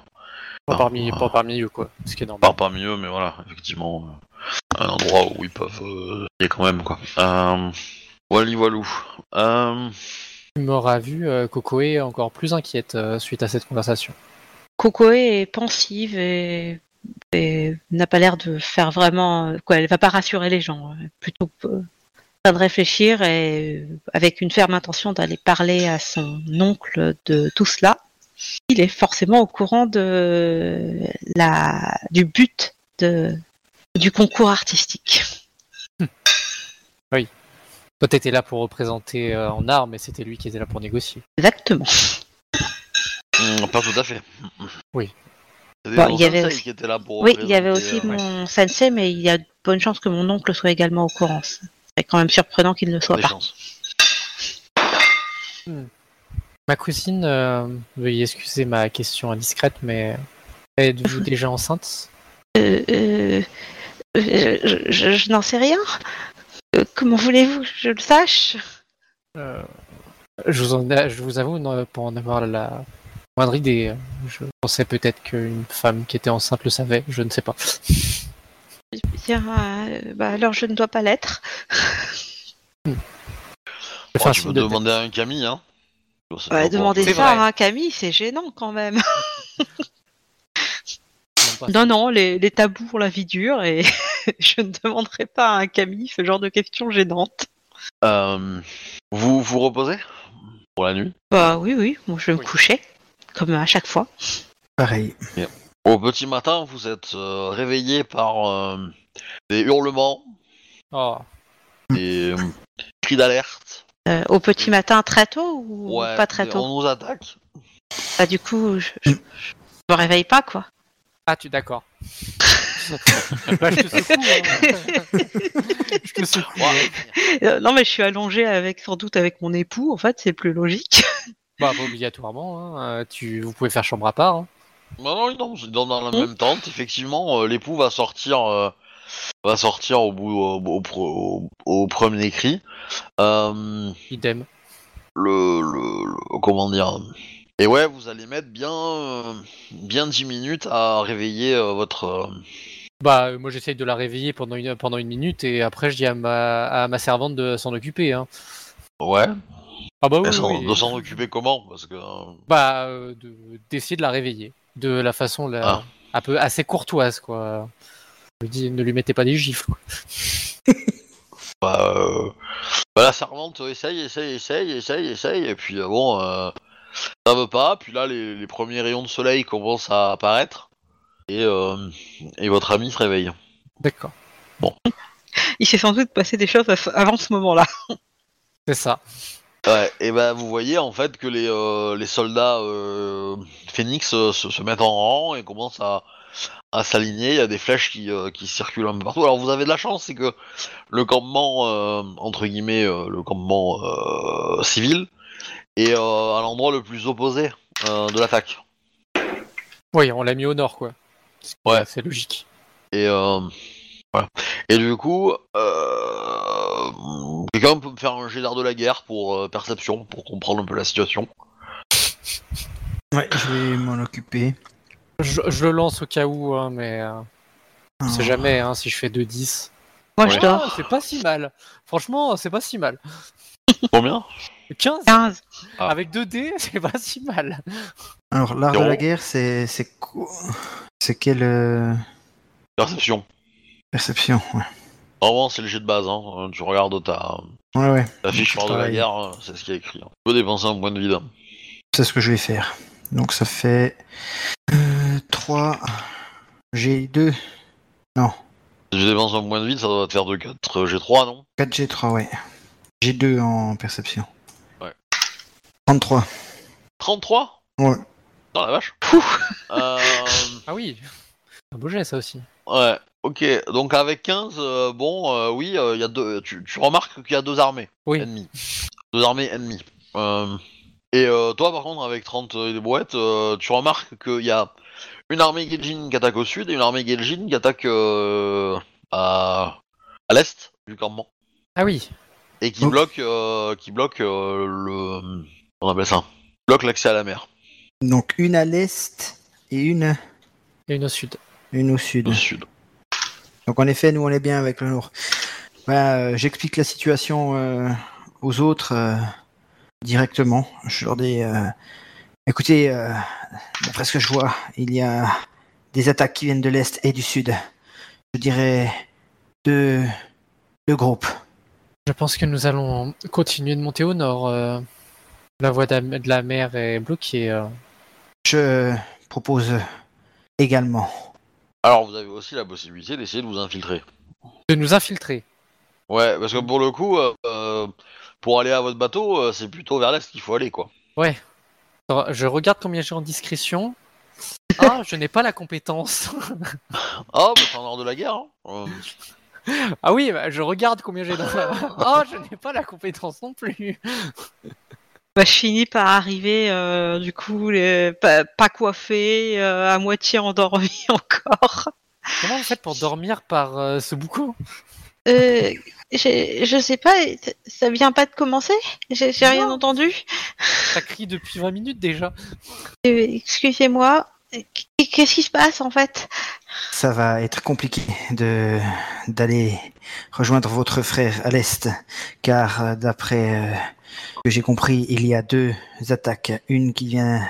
S3: Pas
S1: Ah,
S3: parmi,
S1: ah.
S3: pas parmi eux quoi, ce qui est normal.
S1: pas parmi eux, mais voilà, effectivement, euh, un endroit où ils peuvent euh, y aller quand même, quoi. Euh... Wally Walou. Euh...
S3: Tu m'auras vu, euh, Kokoe, encore plus inquiète euh, suite à cette conversation.
S2: Kokoe est pensive et, et n'a pas l'air de faire vraiment euh, quoi. Elle va pas rassurer les gens, euh, plutôt euh, en train de réfléchir et euh, avec une ferme intention d'aller parler à son oncle de tout cela. Il est forcément au courant de la du but de du concours artistique.
S3: Toi, t'étais là pour représenter euh, en armes, et c'était lui qui était là pour négocier.
S2: Exactement.
S1: Hmm, Pas tout à fait.
S3: Oui.
S1: C'était
S2: Bon,
S1: mon
S2: il y avait
S1: sensei
S2: aussi-
S1: qui était là pour
S2: Oh, Oui, il y avait aussi
S1: représenter, euh,
S2: mon sensei, mais il y a de bonnes chances que mon oncle soit également au courant. C'est quand même surprenant qu'il ne le soit
S1: des
S2: pas.
S1: chances.
S3: Ma cousine, euh, veuillez excuser ma question indiscrète, mais êtes-vous déjà enceinte
S2: Euh, euh, euh, je, je- je n'en sais rien. Euh, Comment voulez-vous que je le sache
S3: Euh, je, vous en- euh, je vous avoue, non, pour en avoir la moindre idée, euh, je pensais peut-être qu'une femme qui était enceinte le savait, je ne sais pas.
S2: Bien, euh, bah, alors je ne dois pas l'être.
S3: Je fais
S1: Bon,
S3: un
S1: Oh, tu
S3: signe
S1: peux
S3: de tête.
S1: demander à un Camille, hein Bon, c'est
S2: Ouais,
S1: pas pour-
S2: demandez
S3: C'est
S2: ça
S3: vrai.
S2: à un Camille, c'est gênant quand même.
S3: Je demande pas ça.
S2: Non, non, les, les tabous ont la vie dure et je ne demanderai pas à un Camille ce genre de questions gênantes.
S1: Euh, vous vous reposez pour la nuit
S2: Bah oui, oui, moi je vais
S3: Oui.
S2: me couchais, comme à chaque fois.
S4: Pareil.
S1: Au petit matin, vous êtes euh, réveillé par euh, des hurlements,
S3: Oh,
S1: des euh, cris d'alerte.
S2: Euh, au petit matin, très tôt ou
S1: Ouais,
S2: pas très
S1: des-
S2: tôt
S1: On nous attaque.
S2: Bah du coup, je, je- je me réveille pas quoi.
S3: Ah, tu d'accord. Là, Bah, je te secoue. hein. je te secoue. hein.
S2: Euh, non, mais je suis allongée avec, sans doute avec mon époux, en fait, c'est plus logique.
S3: Bah, pas obligatoirement. hein. Euh, Tu, vous pouvez faire chambre à part. hein.
S1: Bah Non, non, ils dorment, ils dorment dans la
S3: Mmh.
S2: Hmm.
S1: même tente. Effectivement, euh, l'époux va sortir, euh, va sortir au bout, au, au pro- au- au premier cri. Euh,
S3: Idem.
S1: le, le, le- comment dire et ouais vous allez mettre bien euh, bien 10 minutes à réveiller euh, votre euh,
S3: Bah, euh, moi j'essaye de la réveiller pendant une, pendant une minute et après je dis à ma, à ma servante de s'en occuper. hein.
S1: ouais
S3: Ah bah oui.
S1: et s'en-
S3: oui.
S1: de s'en occuper comment parce que euh,
S3: Bah, euh, de- d'essayer de la réveiller de la façon la,
S1: Ah.
S3: un peu assez courtoise quoi. Je lui dis, ne lui mettez pas des gifles. quoi.
S1: bah, euh, bah, la servante essaye essaye essaye essaye essaye et puis euh, bon euh, ça veut pas puis là les, les premiers rayons de soleil commencent à apparaître et euh, et votre ami se réveille
S3: D'accord.
S2: Il s'est sans doute passé des choses af- avant ce moment-là.
S3: C'est ça.
S1: Ouais, et ben vous voyez en fait que les, euh, les soldats euh, Phoenix euh, se, se mettent en rang et commencent à, à s'aligner. Il y a des flèches qui, euh, qui circulent un peu partout. Alors vous avez de la chance, c'est que le campement, euh, entre guillemets, euh, le campement euh, civil, est euh, à l'endroit le plus opposé euh, de l'attaque.
S3: Oui, on l'a mis au nord quoi.
S1: Ouais.
S3: C'est logique.
S1: Et, euh, voilà. et du coup, euh, quelqu'un peut me faire un jet d'art de la guerre pour euh, perception, pour comprendre un peu la situation.
S4: Ouais, je vais m'en occuper.
S3: Je, je le lance au cas où, hein, mais euh, on sait
S4: Ah.
S3: jamais hein, si je fais 2-10.
S2: Moi,
S1: Ouais.
S2: je dors.
S3: Ah, c'est pas si mal. Franchement, c'est pas si mal.
S1: Combien
S3: 15
S2: 15.
S1: Ah.
S3: Avec 2 dés, c'est pas si mal.
S4: Alors, l'art de
S1: Zéro.
S4: la guerre, c'est c'est quoi C'est quelle euh,
S1: Perception.
S4: perception ouais.
S1: Normalement, Ah c'est le jet de base. Hein. Tu regardes ta,
S4: ouais, ouais.
S1: ta fiche
S4: C'est
S1: lors de la
S4: pareil.
S1: guerre, hein, c'est ce qui est écrit. hein. Tu peux dépenser un point de vide.
S4: C'est ce que je vais faire. Donc, ça fait 3. J'ai 2. Non,
S1: Si tu dépenses un point de vide, ça doit te faire de 4 G3, non
S4: 4G3, ouais. J'ai 2 en perception.
S1: Ouais.
S4: 33.
S1: 33
S4: Ouais.
S1: Dans la vache. Euh,
S3: Ah oui. Un beau jet, ça aussi.
S1: ouais. Ok, donc avec 15, euh, bon, euh, oui, euh, il y a deux, tu, tu remarques qu'il y a deux armées
S3: Oui.
S1: ennemies. Deux armées ennemies. Euh, et euh, toi, par contre, avec 30 et des brouettes, euh, tu remarques qu'il y a une armée Geljin qui attaque au sud et une armée Geljin qui attaque euh, à, à l'est du campement.
S3: Ah oui.
S1: Et qui
S4: Ok.
S1: bloque, euh, qui bloque euh, le. On appelle ça Bloque l'accès à la mer,
S4: Donc, une à l'est et une,
S3: Et une au sud.
S4: une au sud.
S1: au sud.
S4: Donc en effet, nous on est bien avec le Nord. Voilà, euh, J'explique la situation euh, aux autres euh, directement. Je leur dis, euh, écoutez, euh, d'après ce que je vois, il y a des attaques qui viennent de l'Est et du Sud. Je dirais deux, deux groupes.
S3: Je pense que nous allons continuer de monter au nord. euh, La voie d'am- de la mer est bloquée. euh.
S4: Je propose également.
S1: Alors, vous avez aussi la possibilité d'essayer de vous infiltrer.
S3: De nous infiltrer.
S1: Ouais, parce que pour le coup, euh, euh, pour aller à votre bateau, euh, c'est plutôt vers l'est qu'il faut aller, quoi.
S3: Alors, Je regarde combien j'ai en discrétion. Ah, je n'ai pas la compétence.
S1: Ah, bah, c'est en hors de la guerre. hein. Euh,
S3: Ah oui, bah, je regarde combien j'ai dans la... Ah, je n'ai pas la compétence non plus.
S2: Bah, je finis par arriver, euh, du coup, les- pas, pas coiffée, euh, à moitié endormie encore.
S3: Comment vous faites pour dormir par euh, ce boucan
S2: Euh, j'ai- je sais pas, ça- ça vient pas de commencer J'ai j'ai rien
S3: Non.
S2: entendu
S3: Ça crie depuis 20 minutes déjà.
S2: Euh, Excusez-moi, Euh, Qu- qu'est-ce qui se passe en fait
S4: Ça va être compliqué de d'aller rejoindre votre frère à l'est, car euh, d'après euh, ce que j'ai compris, il y a deux attaques, une qui vient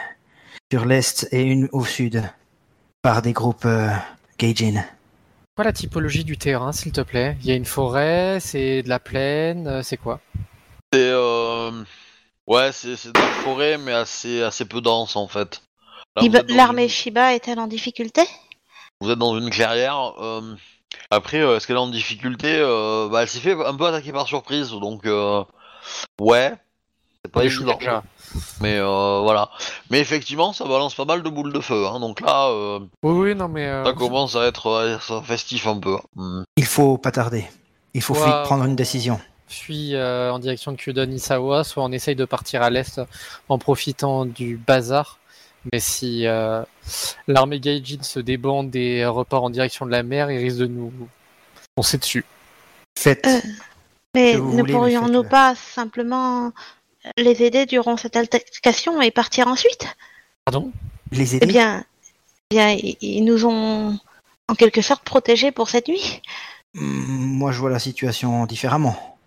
S4: sur l'est et une au sud, par des groupes euh, Gaijin.
S3: Quoi la typologie du terrain, s'il te plaît Il y a une forêt, c'est de la plaine, euh, c'est quoi
S1: c'est. euh, Ouais, c'est c'est de la forêt, mais assez, assez peu dense, en fait. Là, vous
S2: Il-
S1: êtes Bah, dans
S2: L'armée
S1: une-
S2: Shiba est-elle en difficulté
S1: Vous êtes dans une clairière. euh, Après, euh, est-ce qu'elle est en difficulté Euh, bah, Elle s'est fait un peu attaquer par surprise, donc. euh, Ouais. C'est pas évident. Mais euh, voilà. Mais effectivement, ça balance pas mal de boules de feu. Hein. Donc là, euh,
S3: Oui, oui, non mais... euh,
S1: ça commence à être euh, ça festif un peu. Hmm.
S4: Il faut pas tarder. Il faut
S3: Waouh.
S4: vite prendre une décision.
S3: fuit euh, en direction de Kyudon Isawa, soit on essaye de partir à l'est en profitant du bazar. Mais si euh, l'armée Gaijin se débande et repart en direction de la mer, il risque de nous foncer dessus.
S4: Faites.
S2: Euh. Mais
S4: Que vous
S2: ne
S4: voulez, mais
S2: pourrions-nous
S4: faites-le.
S2: pas simplement les aider durant cette altercation et partir ensuite
S3: Pardon
S4: les aider.
S2: Eh bien, eh bien i- ils nous ont en quelque sorte protégés pour cette nuit.
S4: Hmm, Moi, je vois la situation différemment.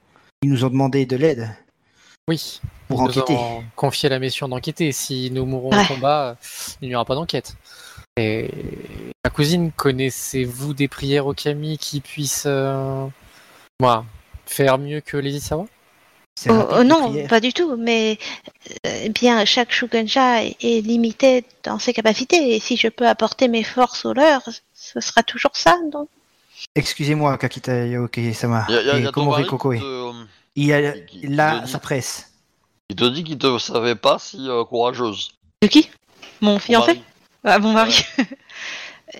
S4: Ils nous ont demandé de l'aide
S3: Oui.
S4: pour
S3: Ils nous
S4: enquêter.
S3: ont confié la mission d'enquêter. Si nous mourons
S2: Ouais.
S3: au combat, euh, il n'y aura pas d'enquête. Et ma cousine, connaissez-vous des prières au Kami qui puissent euh, moi, faire mieux que les Isawa
S4: C'est
S2: Oh,
S4: rapide,
S2: oh
S4: les
S2: non,
S4: prières.
S2: pas du tout, mais euh, eh bien chaque Shugenja est, est limité dans ses capacités, et si je peux apporter mes forces aux leurs, ce sera toujours ça, donc
S4: Excusez-moi, Kakita Yoke-sama.
S1: Y a- y a- y
S4: Et
S1: a ton mari
S4: Komori
S1: qui
S4: Kokoe.
S1: te-
S4: Il y a,
S1: qui- qui te
S4: là,
S1: dit-
S4: ça presse.
S1: Il te dit qu'il te savait pas si euh, courageuse.
S2: De qui Mon fiancé
S1: Ton mari.
S2: Ah, mon mari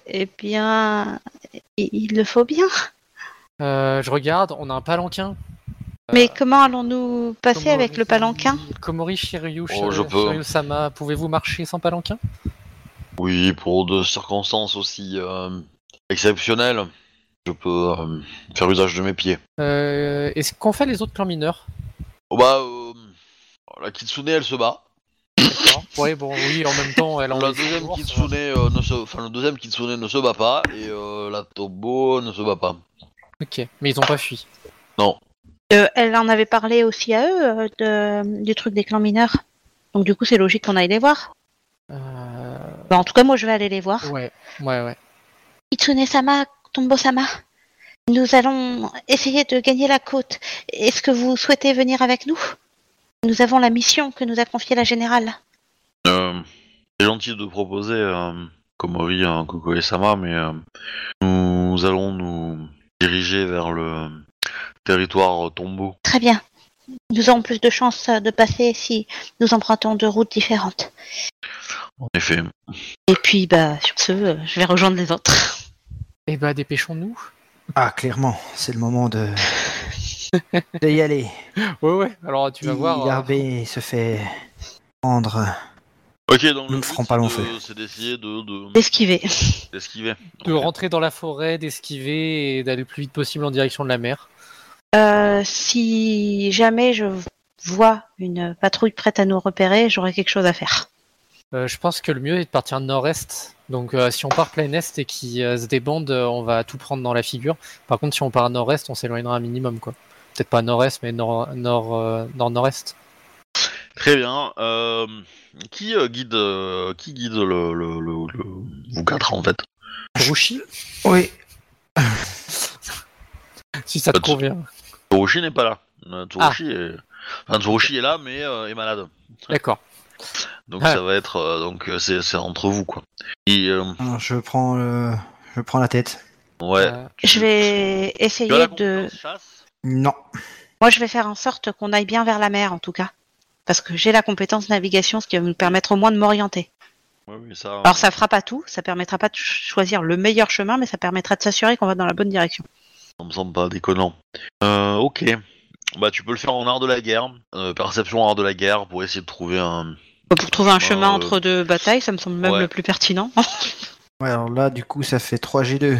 S2: Eh bien, i- il le faut bien.
S3: Euh, Je regarde, on a un palanquin.
S2: Mais comment allons-nous passer
S3: Komori-
S2: avec le palanquin
S3: Komori Shiryu,
S1: Oh, je peux.
S3: Sama, pouvez-vous marcher sans palanquin
S1: Oui, pour de circonstances aussi euh, exceptionnelles, je peux euh, faire usage de mes pieds.
S3: Euh, Est-ce qu'on fait les autres plans mineurs
S1: Oh bah, euh, la Kitsune, elle se bat.
S3: D'accord. Ouais, bon, oui, en même temps, elle en
S1: La
S3: est
S1: deuxième
S3: toujours,
S1: Kitsune, euh, ne se... enfin le deuxième Kitsune ne se bat pas et euh, la Tobo ne se bat pas.
S3: ça va. Ok, mais ils ont pas fui.
S1: Non.
S2: Euh, elle en avait parlé aussi à eux euh, de- du truc des clans mineurs. Donc du coup, c'est logique qu'on aille les voir.
S3: Euh,
S2: Bah, en tout cas, moi, je vais aller les voir.
S3: ouais, ouais, ouais.
S2: Kitsune-sama, Tombo-sama, nous allons essayer de gagner la côte. Est-ce que vous souhaitez venir avec nous Nous avons la mission que nous a confiée la générale.
S1: Euh, c'est gentil de proposer, euh, comme oui, un Coco et Sama, mais euh, nous allons nous diriger vers le territoire tombeau.
S2: Très bien. Nous aurons plus de chances euh, de passer si nous empruntons deux routes différentes.
S1: En effet,
S2: Et puis, bah, sur ce, euh, je vais rejoindre les autres.
S3: Eh ben, dépêchons-nous.
S4: Ah, clairement, c'est le moment de, de y aller.
S3: Ouais, ouais. Alors, tu vas voir. euh,
S4: Yarbé se fait prendre.
S1: Ok, donc le
S4: Nous ne
S1: but,
S4: ferons
S1: c'est
S4: pas long
S1: de-
S4: feu.
S1: C'est d'essayer de, de-
S2: Esquiver.
S1: d'esquiver.
S3: de
S1: Ok.
S3: rentrer dans la forêt, d'esquiver et d'aller le plus vite possible en direction de la mer.
S2: Euh, si jamais je vois une patrouille prête à nous repérer, j'aurai quelque chose à faire.
S3: Euh, je pense que le mieux est de partir nord-est. Donc, euh, si on part plein est et qui se débande, euh, on va tout prendre dans la figure. Par contre, si on part nord-est, on s'éloignera un minimum, quoi. Peut-être pas nord-est, mais nord, nord, euh, nord-nord-est.
S1: Très bien. euh, qui euh, guide euh, qui guide le, le- le- le- vous quatre en fait
S3: Rushi,
S4: Oui,
S3: si ça te
S1: Pas de-
S3: convient.
S1: Tsurushi n'est pas là. Euh, Tsurushi, est... enfin, Tsurushi est là mais euh, est malade.
S3: D'accord.
S1: Donc
S3: Ah.
S1: ça va être euh, donc euh, c'est c'est entre vous quoi. Et euh,
S4: Alors, je prends le- je prends la tête.
S1: ouais.
S3: Euh,
S1: tu-
S2: Je vais
S1: tu as la
S2: essayer de.
S1: compétence chasse
S4: Non.
S2: Moi, je vais faire en sorte qu'on aille bien vers la mer, en tout cas. Parce que j'ai la compétence navigation, ce qui va me permettre au moins de m'orienter.
S1: Ouais, mais ça.
S2: Alors, ça fera pas tout, ça permettra pas de ch- choisir le meilleur chemin, mais ça permettra de s'assurer qu'on va dans la bonne direction.
S1: Ça me semble pas déconnant. Euh, ok. Bah, tu peux le faire en art de la guerre, euh, perception art de la guerre, pour essayer de trouver un.
S2: Bah, Pour trouver un
S1: Euh,
S2: chemin entre deux batailles, ça me semble même
S1: ouais.
S2: le plus pertinent.
S4: Ouais, alors là, du coup, ça fait 3G2.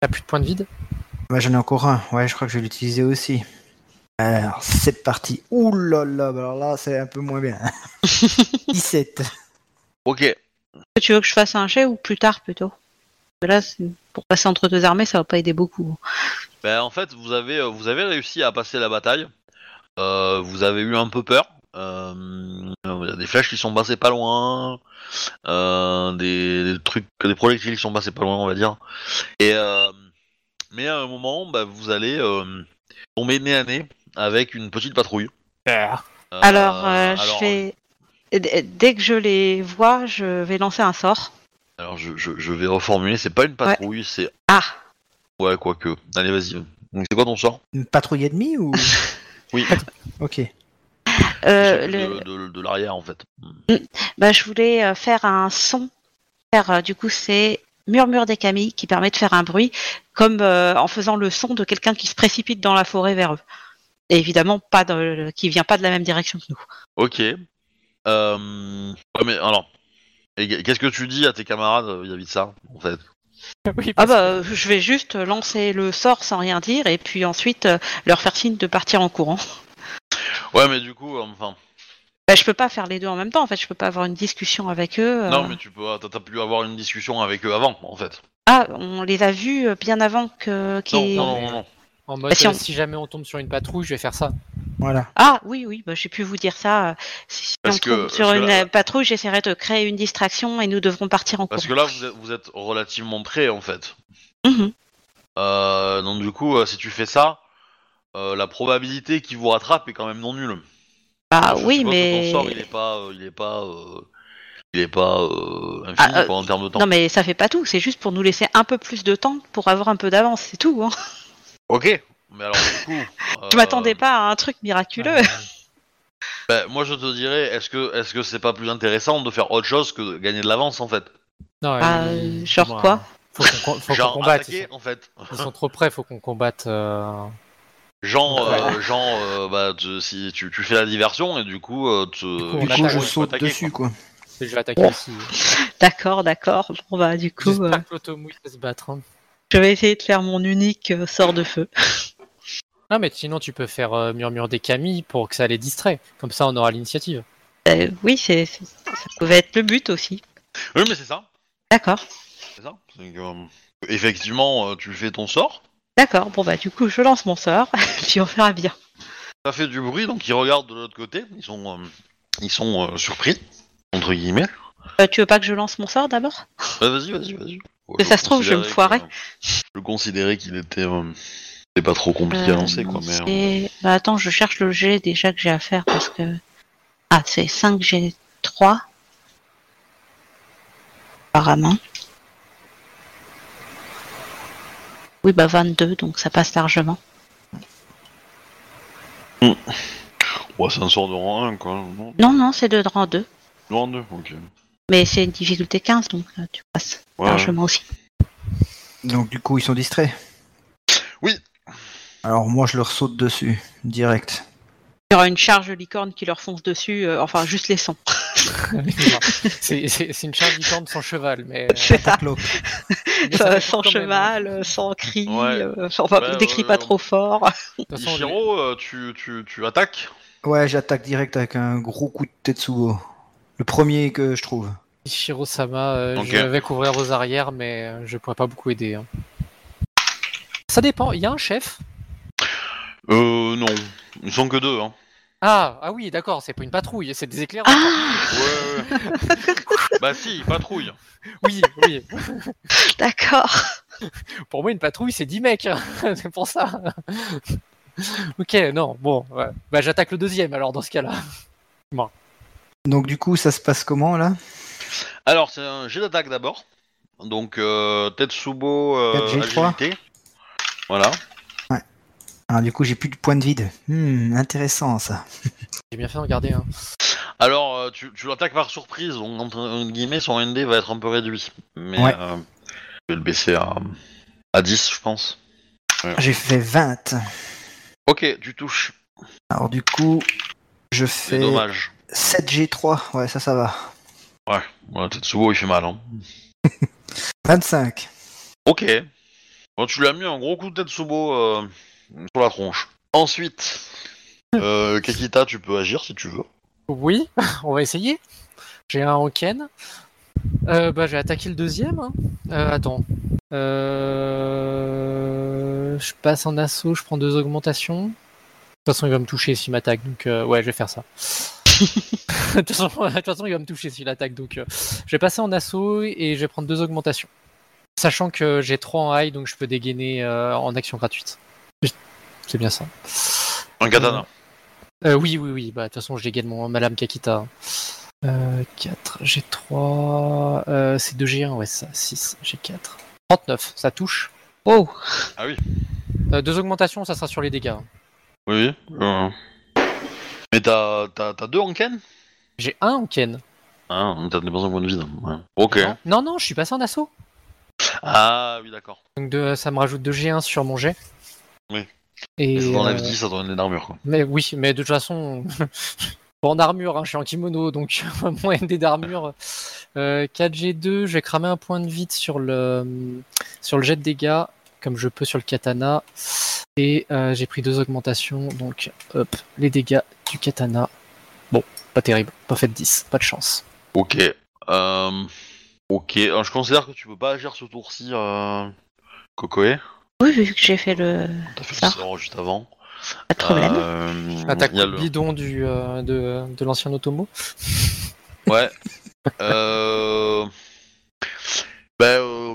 S3: T'as plus de points de vide
S4: Bah, j'en ai encore un. Ouais, je crois que je vais l'utiliser aussi. Alors, c'est parti. Ouh là là, bah alors là, c'est un peu moins bien. 17.
S1: Ok.
S2: tu veux que je fasse un jet ou plus tard plutôt Parce que Là, c'est- pour passer entre deux armées, ça va pas aider beaucoup.
S1: Bah, en fait, vous avez, euh, vous avez réussi à passer la bataille. Euh, vous avez eu un peu peur. Euh, Il y a des flèches qui sont passées pas loin, euh, des, des trucs, des projectiles qui sont passés pas loin, on va dire. Et euh, mais à un moment, bah, vous allez euh, tomber nez à nez avec une petite patrouille.
S3: Ah.
S1: Euh,
S2: alors, euh,
S1: alors,
S2: je vais. et- et- Dès que je les vois, je vais lancer un sort.
S1: Alors je, je- je vais reformuler, c'est pas une patrouille, c'est...
S2: Ah
S1: Ouais, quoique. Allez, vas-y. Donc c'est quoi ton sort
S4: Une patrouille ennemie ou.
S1: Oui.
S4: Ok.
S2: euh,
S1: J'ai
S2: le-
S1: plus De, de- de l'arrière en fait. Hmm.
S2: Bah, je voulais euh, faire un son. Faire, euh, du coup, c'est murmure des camis qui permet de faire un bruit, comme euh, en faisant le son de quelqu'un qui se précipite dans la forêt vers eux. Et évidemment, pas de, qui vient pas de la même direction que nous.
S1: Ok. Euh... ouais, mais alors... et Qu'est-ce que tu dis à tes camarades euh, vis-à-vis de ça en fait
S3: Oui,
S2: Ah
S3: parce
S2: bah, euh, je vais juste lancer le sort sans rien dire et puis ensuite euh, leur faire signe de partir en courant.
S1: Ouais mais du coup, euh, enfin...
S2: Bah, je peux pas faire les deux en même temps. En fait, je peux pas avoir une discussion avec eux. euh.
S1: Non mais tu peux... ah, T'as t'as pu avoir une discussion avec eux avant en fait.
S2: Ah, on les a vus euh, bien avant que.
S1: Non,
S2: qu'ils-
S1: non, non, non, non.
S3: que En mode,
S2: Bah, si
S3: euh,
S2: on-
S3: si jamais on tombe sur une patrouille, je vais faire ça.
S4: Voilà.
S2: Ah oui, oui, bah, j'ai pu vous dire ça. euh, Si si
S1: Parce
S2: on
S1: que-
S2: tombe
S1: parce
S2: sur
S1: que
S2: une
S1: là-
S2: euh, patrouille, j'essaierai de créer une distraction et nous devrons partir en courant.
S1: Parce que là vous êtes, vous êtes relativement près en fait.
S2: Mhm.
S1: Euh, donc du coup, euh, si tu fais ça, euh, la probabilité qu'ils vous rattrapent est quand même non nulle.
S2: Bah
S1: Ah, Je
S2: oui,
S1: suppose que
S2: mais...
S1: Ton sort, il est pas, euh, il est pas, euh, il est pas euh, infini
S2: Ah, euh,
S1: quoi, en termes de temps.
S2: Non mais ça fait pas tout, c'est juste pour nous laisser un peu plus de temps pour avoir un peu d'avance, c'est tout. Hein.
S1: Ok. Mais alors du coup,
S2: Je
S1: euh,
S2: m'attendais pas à un truc miraculeux.
S3: Euh,
S1: bah, moi, je te dirais, est-ce que, est-ce que c'est pas plus intéressant de faire autre chose que de gagner de l'avance en fait
S3: non,
S2: Ah,
S3: euh,
S2: genre
S3: bon,
S2: quoi
S3: euh, Faut qu'on co- faut qu'on
S1: Genre
S3: combatte.
S1: attaquer en fait.
S3: Ils sont trop près, faut qu'on combatte. euh,
S1: Genre, euh,
S3: Voilà.
S1: genre, euh, bah, tu- si tu, tu fais la diversion et du coup, euh, tu-
S3: coup,
S4: Du
S3: On
S4: coup,
S3: attaque,
S4: je
S1: tu peux
S4: saute
S1: attaquer,
S4: dessus,
S1: quoi.
S4: quoi.
S3: Je vais attaquer aussi.
S2: D'accord, d'accord. Bon bah du coup, euh,
S3: J'espère que l'automouille va se battre. hein.
S2: je vais essayer de faire mon unique euh, sort de feu.
S3: Non, mais sinon, tu peux faire euh, murmure des camis pour que ça les distrait. Comme ça, on aura l'initiative.
S2: Euh, oui, c'est c'est- ça pouvait être le but aussi.
S1: Oui, mais c'est ça,
S2: D'accord,
S1: c'est ça. C'est que, euh, effectivement, euh, tu fais ton sort.
S2: D'accord, bon bah du coup je lance mon sort, puis on verra bien.
S1: Ça fait du bruit, donc ils regardent de l'autre côté. Ils sont, euh, ils sont euh, surpris, entre guillemets.
S2: Euh, tu veux pas que je lance mon sort d'abord
S1: Ah, vas-y, vas-y, vas-y. Ouais,
S2: Mais ça se trouve, je vais me
S1: considérais que,
S2: foirer.
S1: euh, je considérais qu'il était. euh, c'était pas trop compliqué à lancer, quoi. Mais, euh,
S2: Et- bah, attends, je cherche le G déjà que j'ai à faire parce que. Ah, c'est 5G3. Apparemment. Oui, bah 22, donc ça passe largement.
S1: euh, ouais, c'est un sort de rang 1, quoi. Non,
S2: Non, non, c'est de rang 2.
S1: rang 2, ok.
S2: Mais c'est une difficulté 15, donc euh, tu passes
S1: Ouais.
S2: largement aussi.
S4: Donc du coup, ils sont distraits.
S1: Oui.
S4: Alors moi, je leur saute dessus, direct.
S2: Il y aura une charge de licorne qui leur fonce dessus, euh, enfin juste les sons.
S3: c'est c'est- c'est une charge licorne sans cheval, mais. euh,
S4: Tac, l'autre.
S3: mais ça fait
S2: sans
S3: peur quand même, hein.
S2: cheval, euh, sans cri,
S1: Ouais. Bah,
S2: euh, sans- enfin,
S1: Ouais,
S2: des
S1: ouais,
S2: cris
S1: ouais,
S2: pas
S1: ouais.
S2: trop forts.
S3: De toute façon, lui-
S1: Ichiro, euh, tu, tu, tu attaques
S4: Ouais, j'attaque direct avec un gros coup de Tetsuo. Le premier que je trouve.
S3: Ichiro-sama, euh,
S1: Ok.
S3: je vais couvrir vos arrières, mais euh, je pourrais pas beaucoup aider. hein. Ça dépend, il y a un chef
S1: Euh, non. Ils sont que deux, hein.
S3: Ah, ah oui, d'accord, c'est pas une patrouille, c'est des éclaireurs.
S2: Ah,
S1: Ouais, ouais. bah, si, ils patrouillent.
S3: Oui, oui.
S2: d'accord.
S3: Pour moi, une patrouille, c'est 10 mecs. hein. c'est pour ça. ok, non, bon. ouais. Bah, j'attaque le deuxième, alors, dans ce cas-là.
S4: Donc du coup, ça se passe comment là
S1: Alors, c'est un jet d'attaque d'abord. Donc, euh, Tetsubo, euh,
S4: 4G3.
S1: agilité. Voilà.
S4: Alors Ah, du coup, j'ai plus de point de vide. Hmm, intéressant ça.
S3: J'ai bien fait de regarder. Hein.
S1: Alors, euh, tu, tu l'attaques par surprise, donc entre entre guillemets, son ND va être un peu réduit. Mais
S4: Ouais.
S1: euh, je vais le baisser à, à 10, je pense.
S4: J'ai fait 20.
S1: Ok, tu touches.
S4: Alors du coup, je
S1: C'est
S4: fais
S1: dommage.
S4: 7G3. Ouais, ça, ça va.
S1: Ouais, ouais Tetsubo, il fait mal. Hein.
S4: 25.
S1: Ok. Bon, tu lui as mis un gros coup de Tetsubo euh, sur la tronche. Ensuite, euh, Kekita, tu peux agir si tu veux.
S3: Oui, on va essayer. J'ai un Hoken. Euh, bah, j'ai attaqué le deuxième. hein. Euh, attends. Euh, Je passe en assaut, je prends deux augmentations. De toute façon, il va me toucher s'il m'attaque, donc euh, ouais, je vais faire ça. de, toute façon, de toute façon, il va me toucher s'il attaque, donc euh, je vais passer en assaut et je vais prendre deux augmentations. Sachant que j'ai trois en high, donc je peux dégainer euh, en action gratuite. C'est bien ça.
S1: Un katana.
S3: Euh, oui, oui, oui. Bah, de toute façon, je dégaine mon Madame Kakita. hein. Euh, 4, G3. Euh, c'est 2G1, ouais, ça. 6, G4. 39, ça touche.
S2: Oh,
S1: Ah
S3: Euh, deux augmentations, ça sera sur les dégâts. hein.
S1: Oui. euh. Mais t'as t'as- t'as deux Anken
S3: J'ai un en Ken.
S1: Ah, t'as dépensé un point de vide. ouais. Ok.
S3: Non, non, je suis passé en assaut.
S1: Ah oui, d'accord.
S3: Donc de- ça me rajoute 2G1 sur mon jet.
S1: Oui. Et
S3: Et,
S1: ça t'enlève
S3: euh,
S1: 10, ça te donne une armure. Quoi.
S3: mais oui, mais de toute façon, pas en armure, hein, je suis en kimono, donc mon ND d'armure. Euh, 4G2, je vais cramer un point de vide sur le, sur le jet de dégâts, comme je peux sur le katana. Et euh, j'ai pris deux augmentations, donc hop, les dégâts du katana. Bon, pas terrible, pas fait de 10, pas de chance.
S1: Ok. Euh... Ok, euh, je considère que tu peux pas agir ce tour-ci, euh... Kokoe.
S2: oui, vu que j'ai fait le.
S1: T'as fait
S2: Ça.
S1: le sort juste avant.
S2: Pas de problème.
S1: Euh,
S3: Attaque
S1: il y a
S3: le...
S1: le-
S3: Ah, bidon du, euh, de, de l'ancien Otomo.
S1: Ouais. euh... Ben, euh...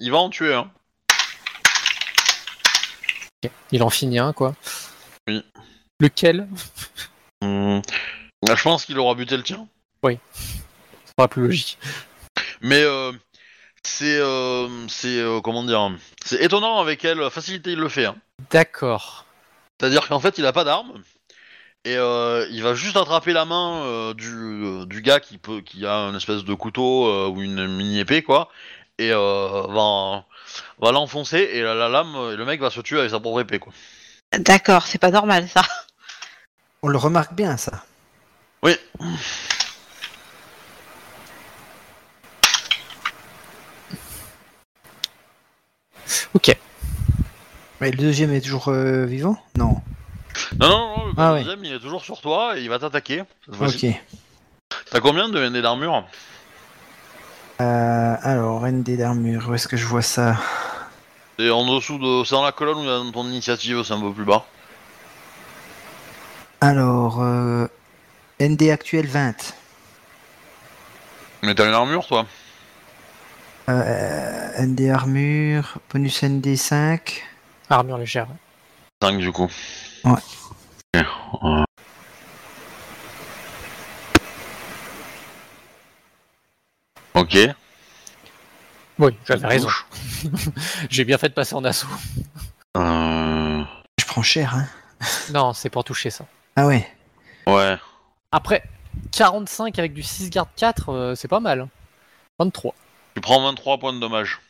S1: il va en tuer, hein.
S3: Ok, Il en finit un, quoi.
S1: Oui.
S3: Lequel
S1: Hum, Je pense qu'il aura buté le tien.
S3: C'est pas plus logique.
S1: Mais euh... c'est... euh, C'est... euh, Comment dire C'est étonnant avec quelle facilité il le fait, hein.
S3: D'accord.
S1: C'est-à-dire qu'en fait, il a pas d'arme. Et euh, il va juste attraper la main euh, du, euh, du gars qui peut qui a une espèce de couteau euh, ou une mini épée quoi et euh, va va l'enfoncer et la, la lame euh, et le mec va se tuer avec sa propre épée quoi.
S2: D'accord, c'est pas normal ça.
S4: On le remarque bien ça.
S3: Ok.
S4: Mais le deuxième est toujours euh, vivant Non.
S1: Non non non, le
S4: Ah ouais.
S1: deuxième il est toujours sur toi et il va t'attaquer. cette fois-ci.
S4: Ok.
S1: T'as combien de ND d'armure
S4: Euh, alors, ND d'armure, où est-ce que je vois ça
S1: C'est en dessous de. C'est dans la colonne ou dans ton initiative, c'est un peu plus bas.
S4: Alors, euh, ND actuel 20.
S1: Mais t'as une armure, toi
S4: Euh, ND armure, bonus ND 5.
S3: Armure légère.
S1: 5 du coup.
S4: Ouais.
S1: Ok, euh. Ok.
S3: Oui, j'avais raison.
S1: touche.
S3: J'ai bien fait de passer en assaut.
S1: Euh...
S4: Je prends cher, hein.
S3: Non, c'est pour toucher ça.
S4: Ah ouais.
S1: Ouais.
S3: Après, 45 avec du 6 garde 4, euh, c'est pas mal. 23.
S1: Tu prends 23 points de dommage.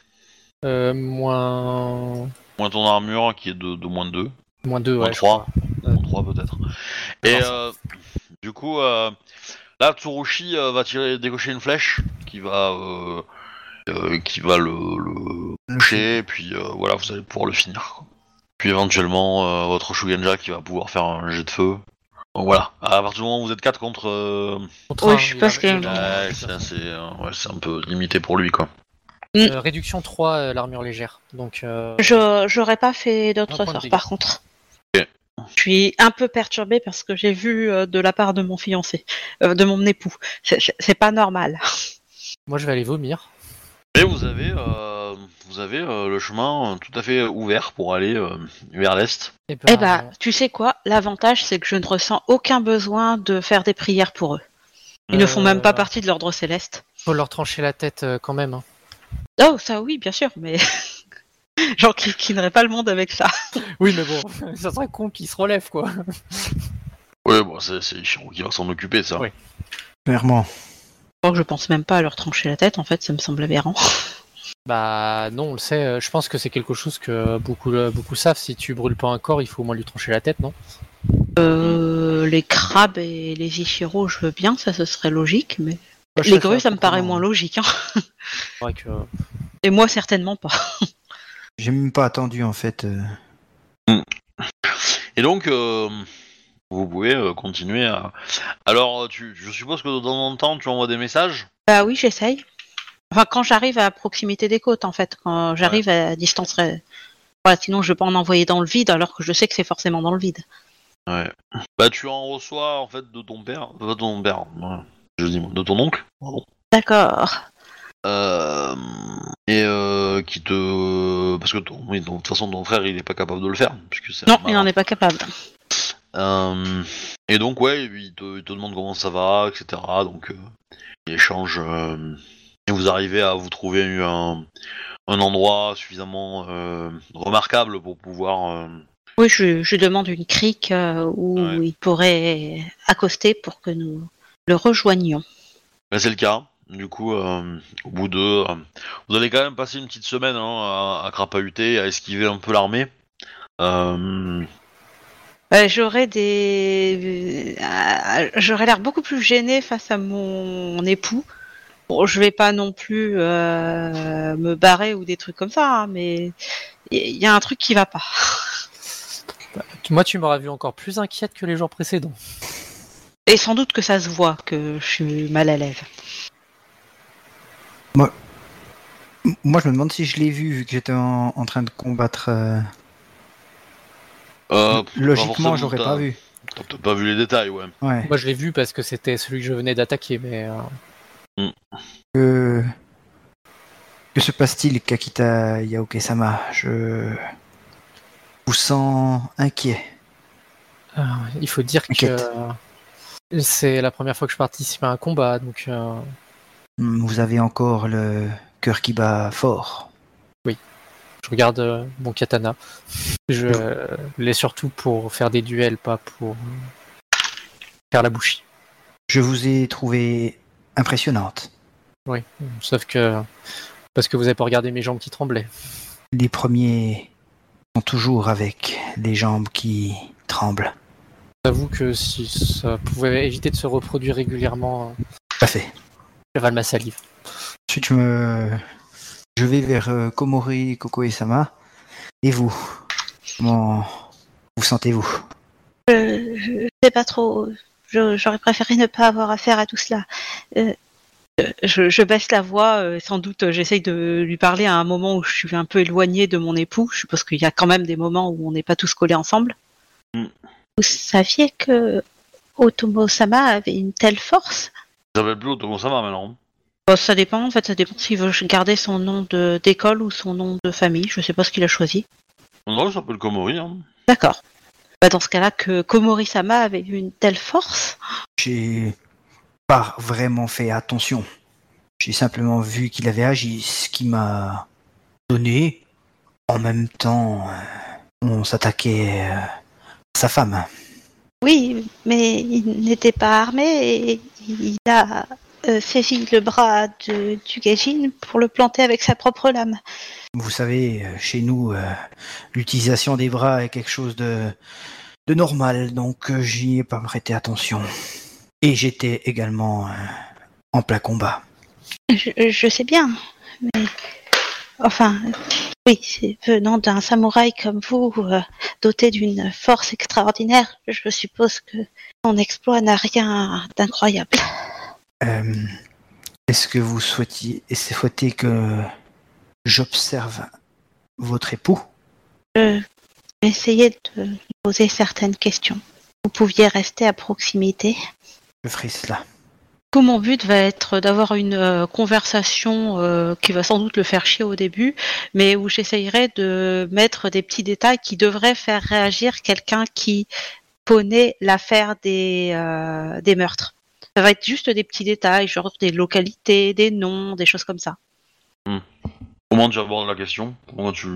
S3: Euh, moins...
S1: Moins ton armure qui est de, de moins 2.
S3: Moins 2, ouais.
S1: moins
S3: je
S1: 3.
S3: crois.
S1: Moins 3 peut-être. Et
S3: Non,
S1: euh, du coup, euh, là, Tsurushi euh, va tirer, décocher une flèche qui va, euh, euh, qui va le, le toucher. Puis euh, voilà, vous allez pouvoir le finir. quoi. Puis éventuellement, euh, votre Shugenja qui va pouvoir faire un jet de feu. Donc voilà, à partir du moment où vous êtes 4 contre. euh,
S3: Contre
S2: Oui,
S3: un,
S2: je
S3: il
S2: pense
S3: a-
S2: que-
S3: il a-
S1: ouais, c'est c'est, euh, ouais, c'est un peu limité pour lui quoi.
S3: Euh, réduction 3, euh, l'armure légère. Donc, euh,
S2: Mm. Je j'aurais pas fait
S3: Un
S2: d'autres
S3: point de
S2: sorts
S3: dégâts.
S2: par contre.
S1: Ok.
S2: Je suis un peu perturbée parce que j'ai vu euh, de la part de mon fiancé, euh, de mon époux. C'est- C'est c'est pas normal.
S3: moi, je vais aller vomir.
S1: Et vous avez, euh, vous avez euh, le chemin euh, tout à fait ouvert pour aller euh, vers l'est.
S3: Et
S2: Eh ben, tu sais quoi L'avantage, c'est que je ne ressens aucun besoin de faire des prières pour eux. Ils ne font même
S3: Euh.
S2: pas partie de l'ordre céleste.
S3: Faut leur trancher la tête euh, quand même. hein.
S2: Oh, ça oui, bien sûr, mais j'en kikinerai pas le monde avec ça.
S3: Oui, mais bon, ça serait con qu'ils se relèvent, quoi.
S1: Oui, bon, c'est c'est Ichiro qui va s'en occuper de ça.
S3: Oui.
S4: Clairement.
S2: Je crois que je pense même pas à leur trancher la tête, en fait, ça me semble aberrant.
S3: Bah non, on le sait. euh, Je pense que c'est quelque chose que beaucoup, euh, beaucoup savent. Si tu brûles pas un corps, il faut au moins lui trancher la tête, non
S2: Euh, les crabes et les Ichiro, je veux bien, ça ce serait logique, mais
S4: Moi, je
S2: les
S4: préfère
S2: grues, ça me paraît
S4: complètement.
S2: moins logique. hein.
S3: C'est vrai que euh,
S2: Et moi, certainement pas.
S4: J'ai même pas attendu en fait. euh.
S1: Et donc, euh, vous pouvez euh, continuer à. Alors, tu, je suppose que de temps en temps, tu envoies des messages.
S2: Bah oui, j'essaye. Enfin, quand j'arrive à proximité des côtes, en fait, quand j'arrive à distance. ré- Voilà, sinon je peux en envoyer dans le vide, alors que je sais que c'est forcément dans le vide.
S1: Ouais. Bah, tu en reçois en fait de ton père, euh, de ton père, ouais. je dis de ton oncle, pardon.
S2: D'accord.
S1: Euh, et euh, qui te, parce que ton, oui, donc, de toute façon, ton frère, il est pas capable de le faire, puisque c'est. un
S2: Non, il
S1: marin.
S2: n'en est pas capable.
S1: Euh, et donc, ouais, il te, il te demande comment ça va, etc. Donc, euh, il échange. euh, et vous arrivez à vous trouver un, un endroit suffisamment euh, remarquable pour pouvoir. euh,
S2: Oui, je, je demande une crique euh, où
S1: Ouais.
S2: il pourrait accoster pour que nous le rejoignions.
S1: Là, Bah, c'est le cas. Du coup, euh, au bout de. euh, vous allez quand même passer une petite semaine hein, à, à crapahuter, à esquiver un peu l'armée. Euh,
S2: Euh, j'aurais des, euh, j'aurais l'air beaucoup plus gênée face à mon époux. Bon, je vais pas non plus euh, me barrer ou des trucs comme ça, hein, mais il y, y a un truc qui va pas.
S3: tu- moi, tu m'auras vu encore plus inquiète que les jours précédents.
S2: Et sans doute que ça se voit que je suis mal à l'aise.
S4: M- Moi je me demande si je l'ai vu vu que j'étais en, en train de combattre. euh,
S1: euh,
S4: Logiquement
S1: forcément,
S4: j'aurais
S1: t'as-
S4: pas vu.
S1: T'as peut-être pas vu les détails, ouais.
S4: Ouais.
S3: Moi, je l'ai vu parce que c'était celui que je venais d'attaquer, mais euh,
S4: Que... que se passe-t-il Kakita Yaoke-sama Je vous sens inquiet.
S3: euh, il faut dire que
S4: Inquiète.
S3: euh, c'est la première fois que je participe à un combat, donc euh,
S4: Hmm, Vous avez encore le cœur qui bat fort.
S3: je regarde euh, mon katana. Je euh, l'ai surtout pour faire des duels, pas pour euh, faire la bouchie.
S4: Je vous ai trouvé impressionnante.
S3: Oui, sauf que parce que vous avez pas regardé mes jambes qui tremblaient.
S4: Les premiers sont toujours avec les jambes qui tremblent.
S3: J'avoue que si ça pouvait éviter de se reproduire régulièrement, euh,
S4: Tout à fait.
S3: j'avale ma salive.
S4: Ensuite, je me... Je vais vers euh, Komori, Koko et Sama. Et vous Comment vous sentez-vous
S2: Je, je sais pas trop. Je- J'aurais préféré ne pas avoir affaire à tout cela. Euh, je, je baisse la voix, euh, sans doute euh, j'essaye de lui parler à un moment où je suis un peu éloignée de mon époux, je suppose qu'il y a quand même des moments où on n'est pas tous collés ensemble.
S1: Mm.
S2: Vous saviez que Otomo-sama avait une telle force
S1: Ils appellent plus Otomo-sama maintenant.
S2: Bon, Ça dépend, en fait, ça dépend s'il veut garder son nom de- d'école ou son nom de famille, je sais pas ce qu'il a choisi.
S1: Non, ils s'appellent Komori. Hein.
S2: D'accord. Bah, dans ce cas-là, que Komori-sama avait eu une telle force
S4: J'ai pas vraiment fait attention. J'ai simplement vu qu'il avait agi, ce qui m'a donné. En même temps, euh, on s'attaquait euh, à sa femme.
S2: Oui, mais il n'était pas armé et il a euh, saisi le bras de, du Gajin pour le planter avec sa propre lame.
S4: Vous savez, euh, chez nous, euh, l'utilisation des bras est quelque chose de, de normal, donc euh, j'y ai pas prêté attention. Et j'étais également euh, en plein combat.
S2: Je, je sais bien, mais... Enfin, oui, c'est- venant d'un samouraï comme vous, euh, doté d'une force extraordinaire, je suppose que son exploit n'a rien d'incroyable.
S4: Euh, Est-ce que vous souhaitiez, est-ce que vous souhaitez que j'observe votre époux
S2: Je vais essayer de lui poser certaines questions. Vous pouviez rester à proximité.
S4: Je ferai cela.
S2: Tout mon but va être d'avoir une euh, conversation euh, qui va sans doute le faire chier au début, mais où j'essayerai de mettre des petits détails qui devraient faire réagir quelqu'un qui connaît l'affaire des, euh, des meurtres. Ça va être juste des petits détails, genre des localités, des noms, des choses comme ça.
S1: Comment tu abordes la question Comment tu...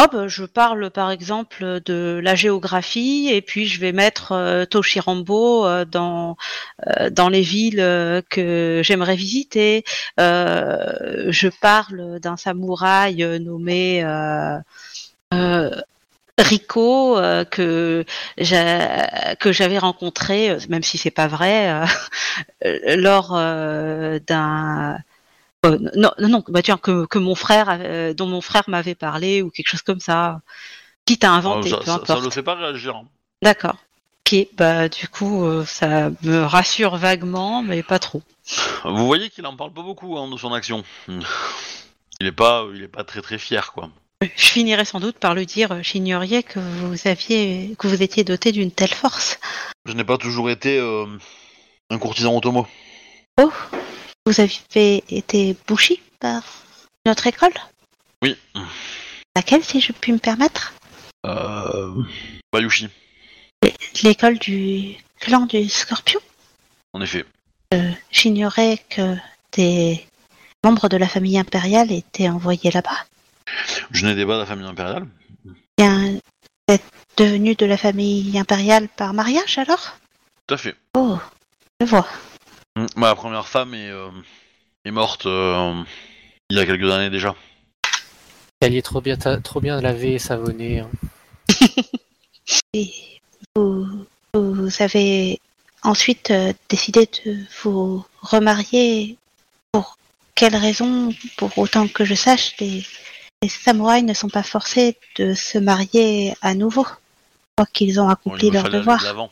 S2: Oh bah, je parle par exemple de la géographie et puis je vais mettre euh, Toshirambo euh, dans euh, dans les villes euh, que j'aimerais visiter. Euh, je parle d'un samouraï euh, nommé euh, euh, Rico euh, que j'a- que j'avais rencontré, euh, même si c'est pas vrai, euh, euh, lors euh, d'un euh, non, non, non, bah tiens, que, que mon frère, euh, dont mon frère m'avait parlé ou quelque chose comme ça, quitte à
S1: Ah,
S2: inventer,
S1: ça,
S2: peu
S1: ça- ça
S2: importe.
S1: le fait pas réagir. hein.
S2: D'accord. Ok, bah du coup, euh, ça me rassure vaguement, mais pas trop.
S1: Vous voyez qu'il en parle pas beaucoup hein, de son action. Il est pas, il est pas très très fier quoi.
S2: Je finirai sans doute par lui dire, euh, j'ignoriais que vous aviez, que vous étiez doté d'une telle force.
S1: Je n'ai pas toujours été euh, un courtisan automo.
S2: Oh, vous avez été bouchi par notre école
S1: Oui.
S2: Laquelle, si je puis me permettre
S1: Euh... Bayushi,
S2: L'école du clan du Scorpion
S1: en effet.
S2: J'ignorais que des membres de la famille impériale étaient envoyés là-bas.
S1: Je n'étais pas de la famille impériale.
S2: Bien, vous êtes devenu de la famille impériale par mariage alors
S1: Tout à fait.
S2: Oh, je vois.
S1: Mm. Ma première femme est, euh, est morte euh, il y a quelques années déjà.
S3: Elle y est trop bien, ta- trop bien lavée et savonnée. hein.
S2: Et vous, vous avez ensuite euh, décidé de vous remarier. Pour quelles raisons Pour autant que je sache, les, les samouraïs ne sont pas forcés de se marier à nouveau. Je crois qu'ils ont
S1: Bon,
S2: accompli
S1: il me
S2: leur
S1: fallait aller
S2: devoir.
S1: de l'avant.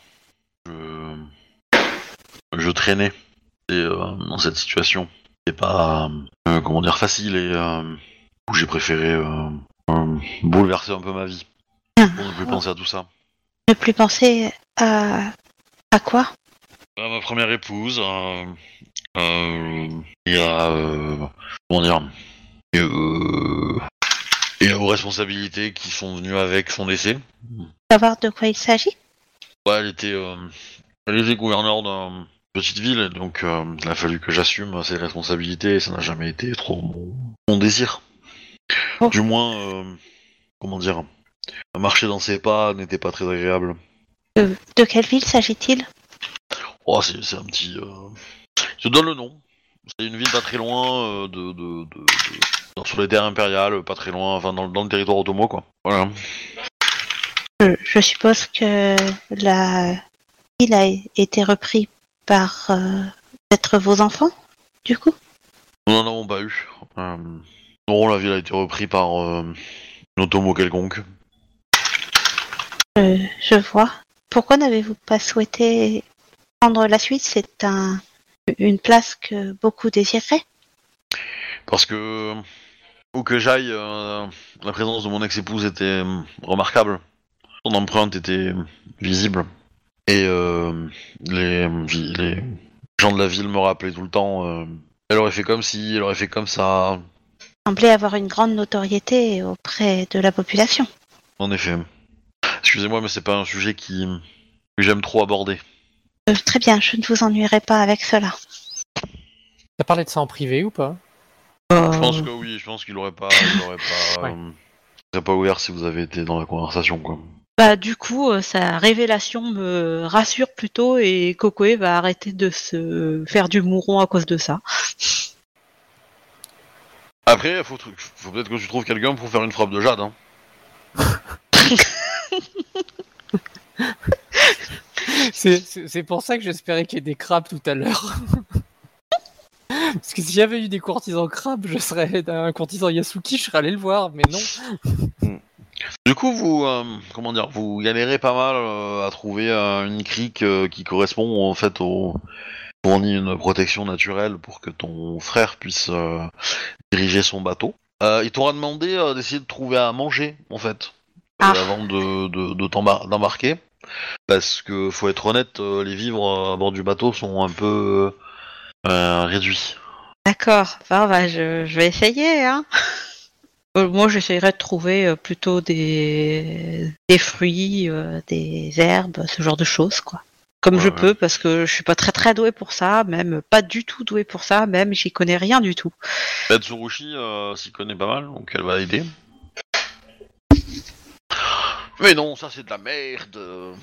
S1: Je... je traînais et, euh, dans cette situation. C'est pas euh, comment dire facile et euh, où j'ai préféré euh, euh, bouleverser un peu ma vie. On ne peut penser à tout ça.
S2: ne plus penser à à quoi
S1: à ma première épouse, euh, euh, et à euh, comment dire, et, euh, et aux responsabilités qui sont venues avec son décès.
S2: Savoir de quoi il s'agit
S1: Bah, elle était, euh, elle était gouverneure d'une petite ville, donc euh, il a fallu que j'assume ses responsabilités. Et ça n'a jamais été trop mon, mon désir.
S2: Oh.
S1: Du moins, euh, comment dire, marcher dans ses pas n'était pas très agréable.
S2: De, de quelle ville s'agit-il
S1: Oh, c'est c'est un petit. euh, Je te donne le nom. C'est une ville pas très loin euh, de, de, de- de- dans- sur les terres impériales, pas très loin, enfin dans, le- dans le territoire automo quoi. Voilà.
S2: je, je suppose que la ville a été repris par euh, peut-être vos enfants, du coup
S1: Nous n'en avons pas eu. Euh, Non, la ville a été reprise par euh, un automo quelconque.
S2: Euh, Je vois. Pourquoi n'avez-vous pas souhaité prendre la suite C'est un une place que beaucoup désiraient.
S1: Parce que, où que j'aille, euh, la présence de mon ex-épouse était euh, remarquable. Son empreinte était visible. Et euh, les, vi- les gens de la ville me rappelaient tout le temps. euh, elle aurait fait comme ci, elle aurait fait comme ça.
S2: Semblait avoir une grande notoriété auprès de la population.
S1: En effet. Excusez-moi, mais c'est pas un sujet qui que j'aime trop aborder.
S2: Euh, très bien, je ne vous ennuierai pas avec cela.
S3: T'as parlé de ça en privé ou pas
S2: Euh,
S1: Je pense que oui, je pense qu'il aurait pas, il aurait pas,
S3: Ouais.
S1: euh, il serait pas ouvert si vous avez été dans la conversation, quoi.
S2: Bah, du coup, euh, sa révélation me rassure plutôt et Kokoe va arrêter de se faire du mouron à cause de ça.
S1: Après, faut, tru- faut peut-être que tu trouves quelqu'un pour faire une frappe de jade. Hein.
S3: C'est- C'est c'est pour ça que j'espérais qu'il y ait des crabes tout à l'heure. Parce que si j'avais eu des courtisans crabes, je serais un courtisan Yasuki, je serais allé le voir, mais non.
S1: Du coup, vous, euh, comment dire, vous galérez pas mal euh, à trouver euh, une crique euh, qui correspond en fait au fournit une protection naturelle pour que ton frère puisse euh, diriger son bateau. Euh, il t'aura demandé euh, d'essayer de trouver à manger en fait euh,
S2: Ah.
S1: avant de, de, de t'embar- d'embarquer parce que faut être honnête, euh, les vivres euh, à bord du bateau sont un peu euh, réduits.
S2: D'accord, bah, bah, je, je vais essayer. Hein. Euh, Moi, j'essayerai de trouver euh, plutôt des, des fruits, euh, des herbes, ce genre de choses, quoi. Comme je
S1: Ouais, ouais.
S2: peux, parce que je suis pas très très douée pour ça, même pas du tout douée pour ça, même j'y connais rien du tout.
S1: La Tsurushi euh, s'y connaît pas mal, donc elle va aider. Mais non, ça c'est de la merde. euh.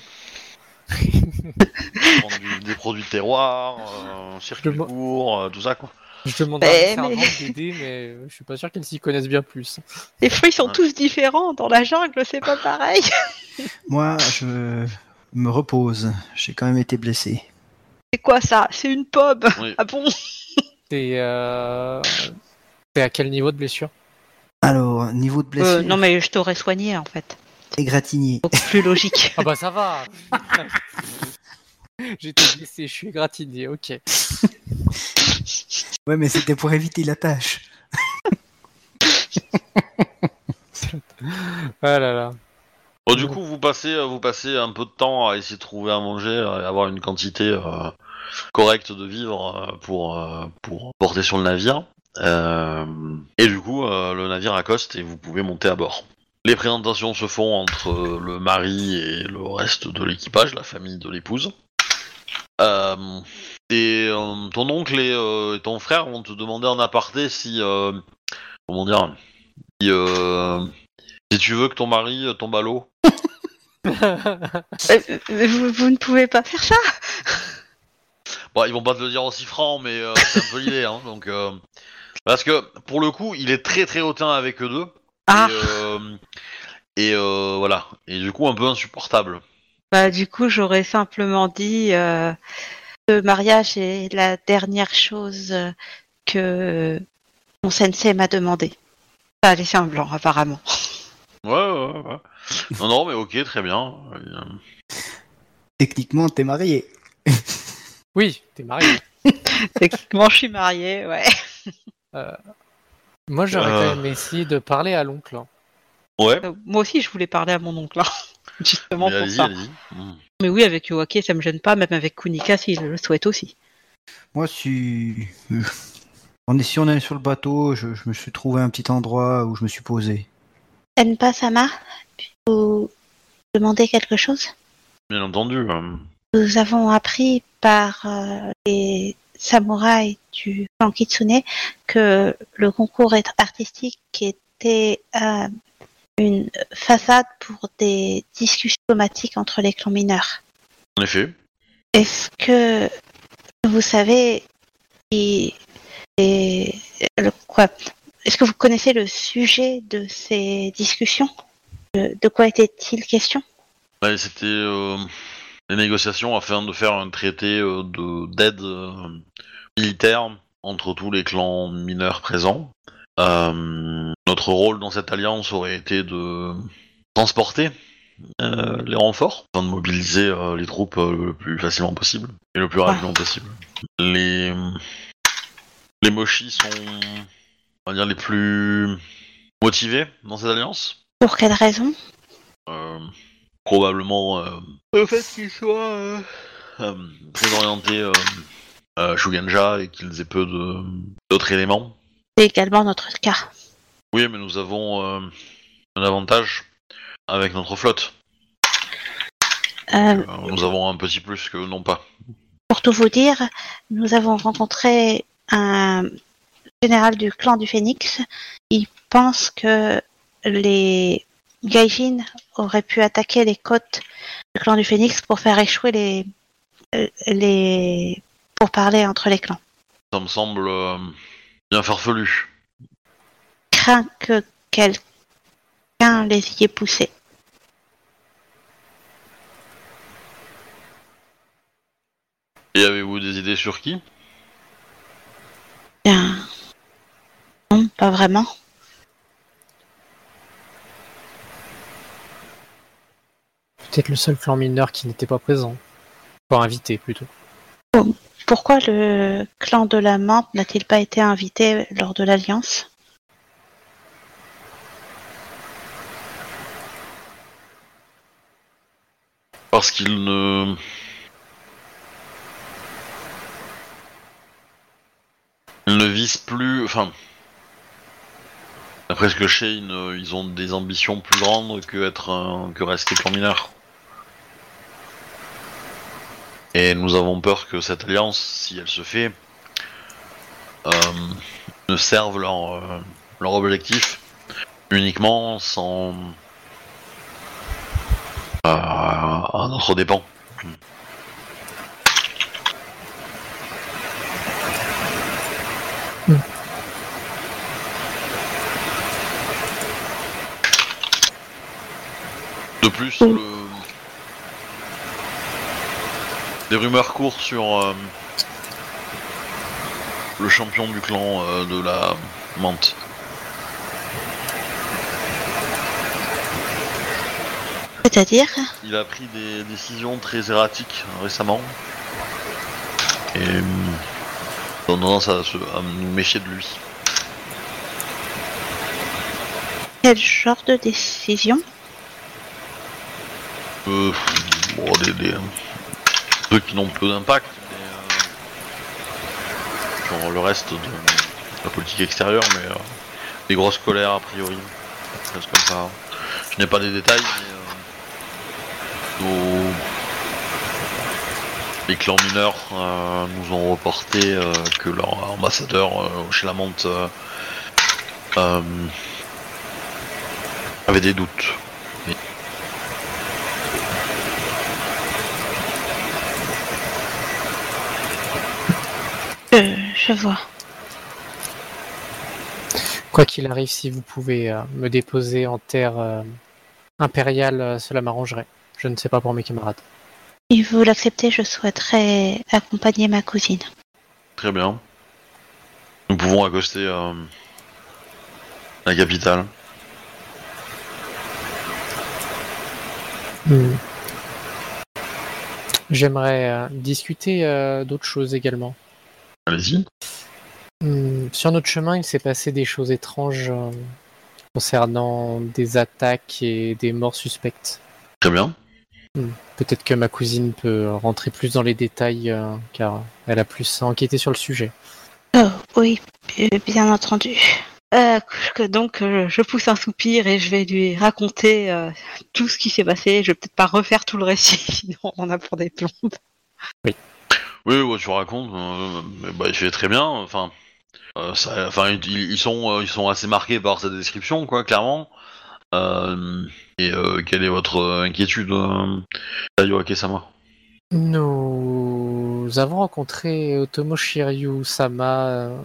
S1: Prendre du- des produits de terroir, euh, circuit
S3: Je me-
S1: court, euh, tout ça quoi.
S3: Je demande
S2: Mais-
S3: à Fernand
S2: mais-
S3: d'aider, mais euh, je suis pas sûr qu'elle s'y connaisse bien plus.
S2: Les fruits sont
S1: Ouais.
S2: tous différents, dans la jungle, c'est pas pareil.
S4: Moi, je me repose. J'ai quand même été blessé.
S2: C'est quoi ça C'est une pomme
S1: Oui.
S2: Ah bon
S3: T'es euh... t'es à quel niveau de blessure
S4: Alors, niveau de blessure,
S2: Euh, Non mais je t'aurais soigné en fait.
S4: égratigné.
S2: Beaucoup plus logique.
S3: Ah bah ça va J'étais blessé, je suis gratiné, ok.
S4: Ouais, mais c'était pour éviter la tâche.
S3: Ah là là.
S1: Bon, du coup, vous passez, euh, vous passez un peu de temps à essayer de trouver à manger, euh, et avoir une quantité euh, correcte de vivres euh, pour, euh, pour porter sur le navire. Euh, et du coup, euh, le navire accoste et vous pouvez monter à bord. Les présentations se font entre euh, le mari et le reste de l'équipage, la famille de l'épouse. Euh, et euh, ton oncle et, euh, et ton frère vont te demander en aparté si, euh, comment dire, si, euh, si tu veux que ton mari euh, tombe à l'eau.
S2: Euh, euh, vous, vous ne pouvez pas faire ça
S1: Bon, Bah, ils vont pas te le dire aussi franc, mais euh, c'est un peu l'idée. Hein, donc, euh, parce que pour le coup, il est très très hautain avec eux deux.
S2: Ah
S1: Et, euh, et, euh, voilà. Et du coup, un peu insupportable.
S2: Bah, du coup, j'aurais simplement dit euh, le mariage est la dernière chose euh, que mon sensei m'a demandé. Ça a laissé un blanc, apparemment.
S1: Ouais, ouais, ouais. non, non, mais ok, très bien. Euh,
S4: Techniquement, t'es marié.
S3: Oui, t'es marié.
S2: Techniquement, je suis mariée, ouais.
S3: Moi j'aurais
S1: Euh.
S3: quand même essayé de parler à l'oncle. hein.
S1: Ouais,
S2: Euh, Moi aussi, je voulais parler à mon oncle, hein, justement
S1: mais
S2: pour
S1: allez-y,
S2: ça.
S1: allez-y. Mm.
S2: Mais oui, avec Yoake, ça me gêne pas, même avec Kunika, s'il le souhaite aussi.
S4: Moi, si... euh, On est, si on est sur le bateau, je, je me suis trouvé un petit endroit où je me suis posé.
S2: Enpa Sama, vous demandez quelque chose
S1: Bien entendu. euh,
S2: Nous avons appris par euh, les samouraïs du clan Kitsune que le concours est- artistique était euh, une façade pour des discussions diplomatiques entre les clans mineurs.
S1: En effet.
S2: Est-ce que vous savez si et, le- quoi Est-ce que vous connaissez le sujet de ces discussions De- Euh, De quoi était-il question
S1: Ouais, C'était euh, les négociations afin de faire un traité euh, de d'aide euh, militaire entre tous les clans mineurs présents. Euh, notre rôle dans cette alliance aurait été de transporter euh, les renforts, afin de mobiliser euh, les troupes euh, le plus facilement possible et le plus rapidement possible. Les, les mochis sont, on va dire, les plus motivés dans cette alliance.
S5: Pour quelle raison
S1: Euh, probablement euh, le fait qu'ils soient euh, euh, très orientés euh, euh, Shuganja et qu'ils aient peu de- d'autres éléments.
S5: C'est également notre cas.
S1: Oui, mais nous avons euh, un avantage avec notre flotte.
S5: Euh,
S1: Euh, nous avons un petit plus que non pas.
S5: Pour tout vous dire, nous avons rencontré un général du clan du Phénix. Il pense que les Gaijin auraient pu attaquer les côtes du clan du Phénix pour faire échouer les, euh, les pour parler entre les clans.
S1: Ça me semble euh, bien farfelu.
S5: Craint que quelqu'un les y ait poussés.
S1: Et avez-vous des idées sur qui
S5: Bien. Non, pas vraiment.
S3: Peut-être le seul clan mineur qui n'était pas présent. Pas invité plutôt.
S5: Pourquoi le clan de la menthe n'a-t-il pas été invité lors de l'alliance
S1: Parce qu'ils ne. Ils ne visent plus. Enfin. D'après ce que je sais, ils, ne- ils ont des ambitions plus grandes que, être un- que rester clan mineur. Et nous avons peur que cette alliance, si elle se fait, euh, ne serve leur, euh, leur objectif uniquement sans. euh, à notre dépens. Hmm. De plus,
S5: Oui.
S1: le- des rumeurs courent sur euh, le champion du clan euh, de la menthe.
S5: C'est-à-dire
S1: Il a pris des décisions très erratiques euh, récemment. Et euh, on a tendance à, se- à nous méfier de lui.
S5: Quel genre de décision
S1: Euh, pff, bon, des, des- ceux qui n'ont peu d'impact, mais euh, sur le reste de la politique extérieure, mais euh, des grosses colères a priori, des choses comme ça. Je n'ai pas des détails, mais euh, nos- les clans mineurs euh, nous ont reporté euh, que leur ambassadeur euh, chez la Monte euh, euh, avait des doutes.
S5: Euh, Je vois.
S3: Quoi qu'il arrive, si vous pouvez euh, me déposer en terre euh, impériale, euh, cela m'arrangerait. Je ne sais pas pour mes camarades.
S5: Si vous l'acceptez, je souhaiterais accompagner ma cousine.
S1: Très bien. Nous pouvons accoster euh, la capitale.
S3: J'aimerais euh, discuter euh, d'autres choses également.
S1: Allez-y.
S3: Hmm, Sur notre chemin, il s'est passé des choses étranges euh, concernant des attaques et des morts suspectes.
S1: Très bien.
S3: Peut-être que ma cousine peut rentrer plus dans les détails euh, car elle a plus à enquêter sur le sujet.
S5: Oh, oui, euh, bien entendu.
S2: Euh, que- donc, euh, je pousse un soupir et je vais lui raconter euh, tout ce qui s'est passé. Je vais peut-être pas refaire tout le récit, sinon on en a pour des plombs.
S1: Oui, ouais, tu racontes. euh, mais bah, il fait très bien. Enfin, euh, ça- enfin, ils, ils sont, euh, ils sont assez marqués par cette description, quoi, clairement. Euh, et euh, quelle est votre euh, inquiétude, euh, Tayo Akesama
S3: Nous avons rencontré Otomo Shiryu Sama euh,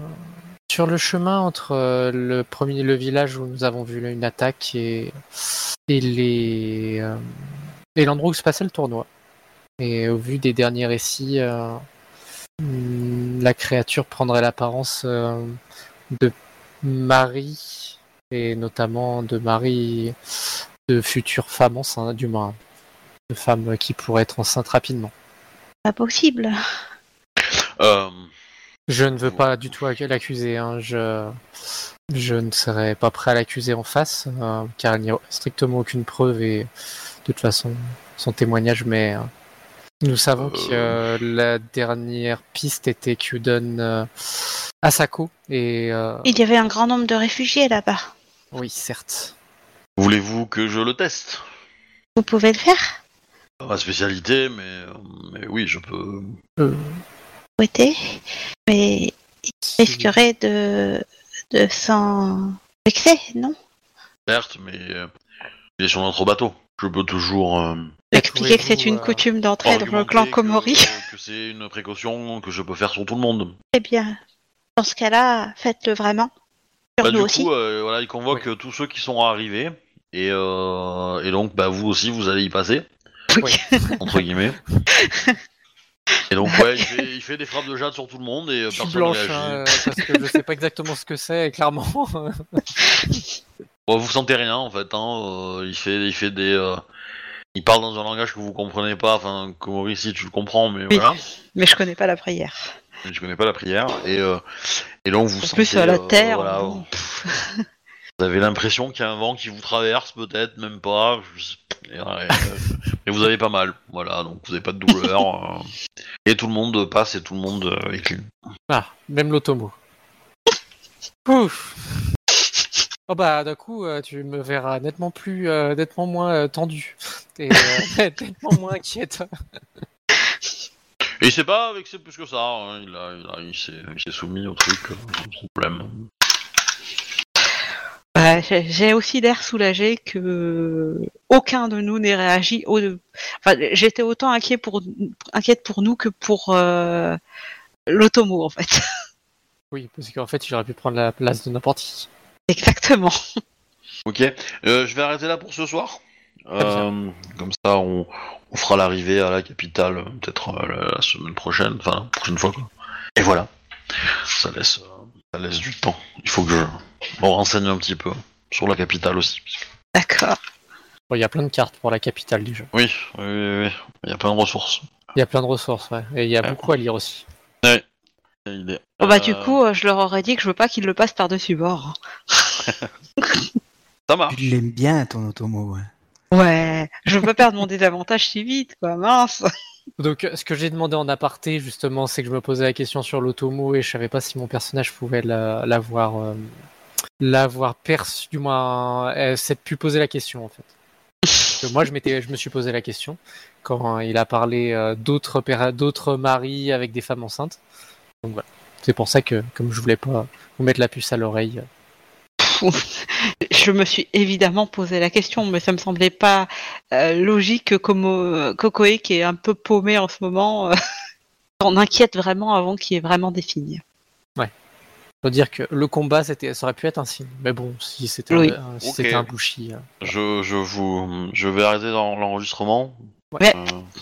S3: sur le chemin entre euh, le premier le village où nous avons vu une attaque et, et les euh, et l'endroit où se passait le tournoi. Et au vu des derniers récits, euh, hmm, la créature prendrait l'apparence euh, de Marie et notamment de Marie de futures femmes enceintes, du moins, de femmes qui pourraient être enceintes rapidement.
S5: Pas possible.
S1: Euh,
S3: Je ne veux pas du tout acc- l'accuser, hein, je... je ne serais pas prêt à l'accuser en face, euh, car il n'y a strictement aucune preuve et de toute façon, son témoignage, mais euh, nous savons que euh, la dernière piste était Kyudon euh, Asako, et euh,
S5: Il y avait un grand nombre de réfugiés là-bas.
S3: oui, certes.
S1: Voulez-vous que je le teste
S5: Vous pouvez le faire
S1: Pas ma spécialité, mais, euh, mais oui, je peux.
S5: Souhaitez. Mais il risquerait de, de s'en vexer, non
S1: Certes, mais euh, il est sur notre bateau. Je peux toujours. euh,
S5: Expliquer que c'est
S3: Pouvez-vous,
S5: une
S3: euh,
S5: coutume d'entrée dans le
S1: argumenter
S5: clan
S1: que-
S5: Komori.
S1: Que, c'est une précaution que je peux faire sur tout le monde.
S5: Eh bien, dans ce cas-là, faites-le vraiment. Sur
S1: Bah,
S5: nous
S1: du
S5: aussi.
S1: coup, euh, voilà, il convoque euh, tous ceux qui sont arrivés. Et, euh, et donc, bah, vous aussi, vous allez y passer,
S3: Oui.
S1: entre guillemets. et donc, ouais, il fait, il fait des frappes de jade sur tout le monde et euh,
S3: Je suis
S1: personne
S3: blanche,
S1: réagit.
S3: hein, euh, parce que je sais pas exactement ce que c'est, et clairement.
S1: Bon, vous sentez rien en fait. Hein. euh, il fait, il fait des, euh, il parle dans un langage que vous comprenez pas. Enfin, Komori si tu le comprends, mais
S5: Oui.
S1: voilà.
S5: Mais je connais pas la prière.
S1: Je connais pas la prière et euh, et donc vous
S5: En
S1: sentez.
S5: plus, à la
S1: euh,
S5: terre.
S1: voilà,
S5: bon,
S1: vous avez l'impression qu'il y a un vent qui vous traverse, peut-être même pas. je sais- Et, euh, et vous avez pas mal, voilà. Donc vous avez pas de douleur. euh, et tout le monde passe et tout le monde euh, est clean.
S3: Ah, même l'automo. Ouf. Oh bah d'un coup euh, tu me verras nettement plus euh, nettement moins euh, tendu et euh, nettement moins inquiète.
S1: Et il s'est pas vexé plus que ça. hein, Il a, il, a- il s'est, il s'est soumis au truc euh, sans problème.
S2: Bah, j'ai- J'ai aussi l'air soulagé que aucun de nous n'ait réagi. Au... Enfin, j'étais autant inquiet pour... inquiète pour nous que pour euh, l'automo en fait.
S3: Oui parce qu'en fait j'aurais pu prendre la place de n'importe qui.
S2: Exactement.
S1: Ok, euh, je vais arrêter là pour ce soir. Euh, comme ça, on, on fera l'arrivée à la capitale euh, peut-être euh, la- la semaine prochaine, enfin la prochaine fois. Quoi. Et voilà, ça laisse, euh, ça laisse du temps. Il faut que je m'en renseigne un petit peu sur la capitale aussi. parce que-
S2: D'accord.
S3: Bon il y a plein de cartes pour la capitale déjà.
S1: Oui, oui, oui, oui, il y a plein de ressources.
S3: Il y a plein de ressources ouais et il y a
S1: Ouais.
S3: beaucoup à lire aussi.
S1: Et il est-
S2: Bon, bah, du
S1: Euh,
S2: coup, euh, je leur aurais dit que je veux pas qu'ils le passent par-dessus bord.
S1: ça marche.
S4: Tu l'aimes bien, ton automo. hein.
S2: Ouais, je veux pas perdre mon désavantage si vite, quoi, mince.
S3: Donc euh, ce que j'ai demandé en aparté justement c'est que je me posais la question sur l'automo et je savais pas si mon personnage pouvait la- l'avoir euh, l'avoir perçu du moins euh, s'être pu poser la question en fait. Parce que moi, je, m'étais, je me suis posé la question quand il a parlé euh, d'autres, péra- d'autres maris avec des femmes enceintes. Donc voilà. C'est pour ça que, comme je voulais pas vous mettre la puce à l'oreille. euh,
S2: Je me suis évidemment posé la question, mais ça me semblait pas euh, logique que comme euh, Kokoe, qui est un peu paumé en ce moment, euh, s'en inquiète vraiment avant qu'il y ait vraiment des signes.
S3: Faut dire que le combat, c'était, ça aurait pu être un signe. Mais bon, si c'était,
S2: Oui.
S3: un, si
S1: Ok.
S3: c'était un bushi. euh,
S1: Je, je vous, je vais arrêter dans l'enregistrement.
S2: Ouais.
S1: Euh,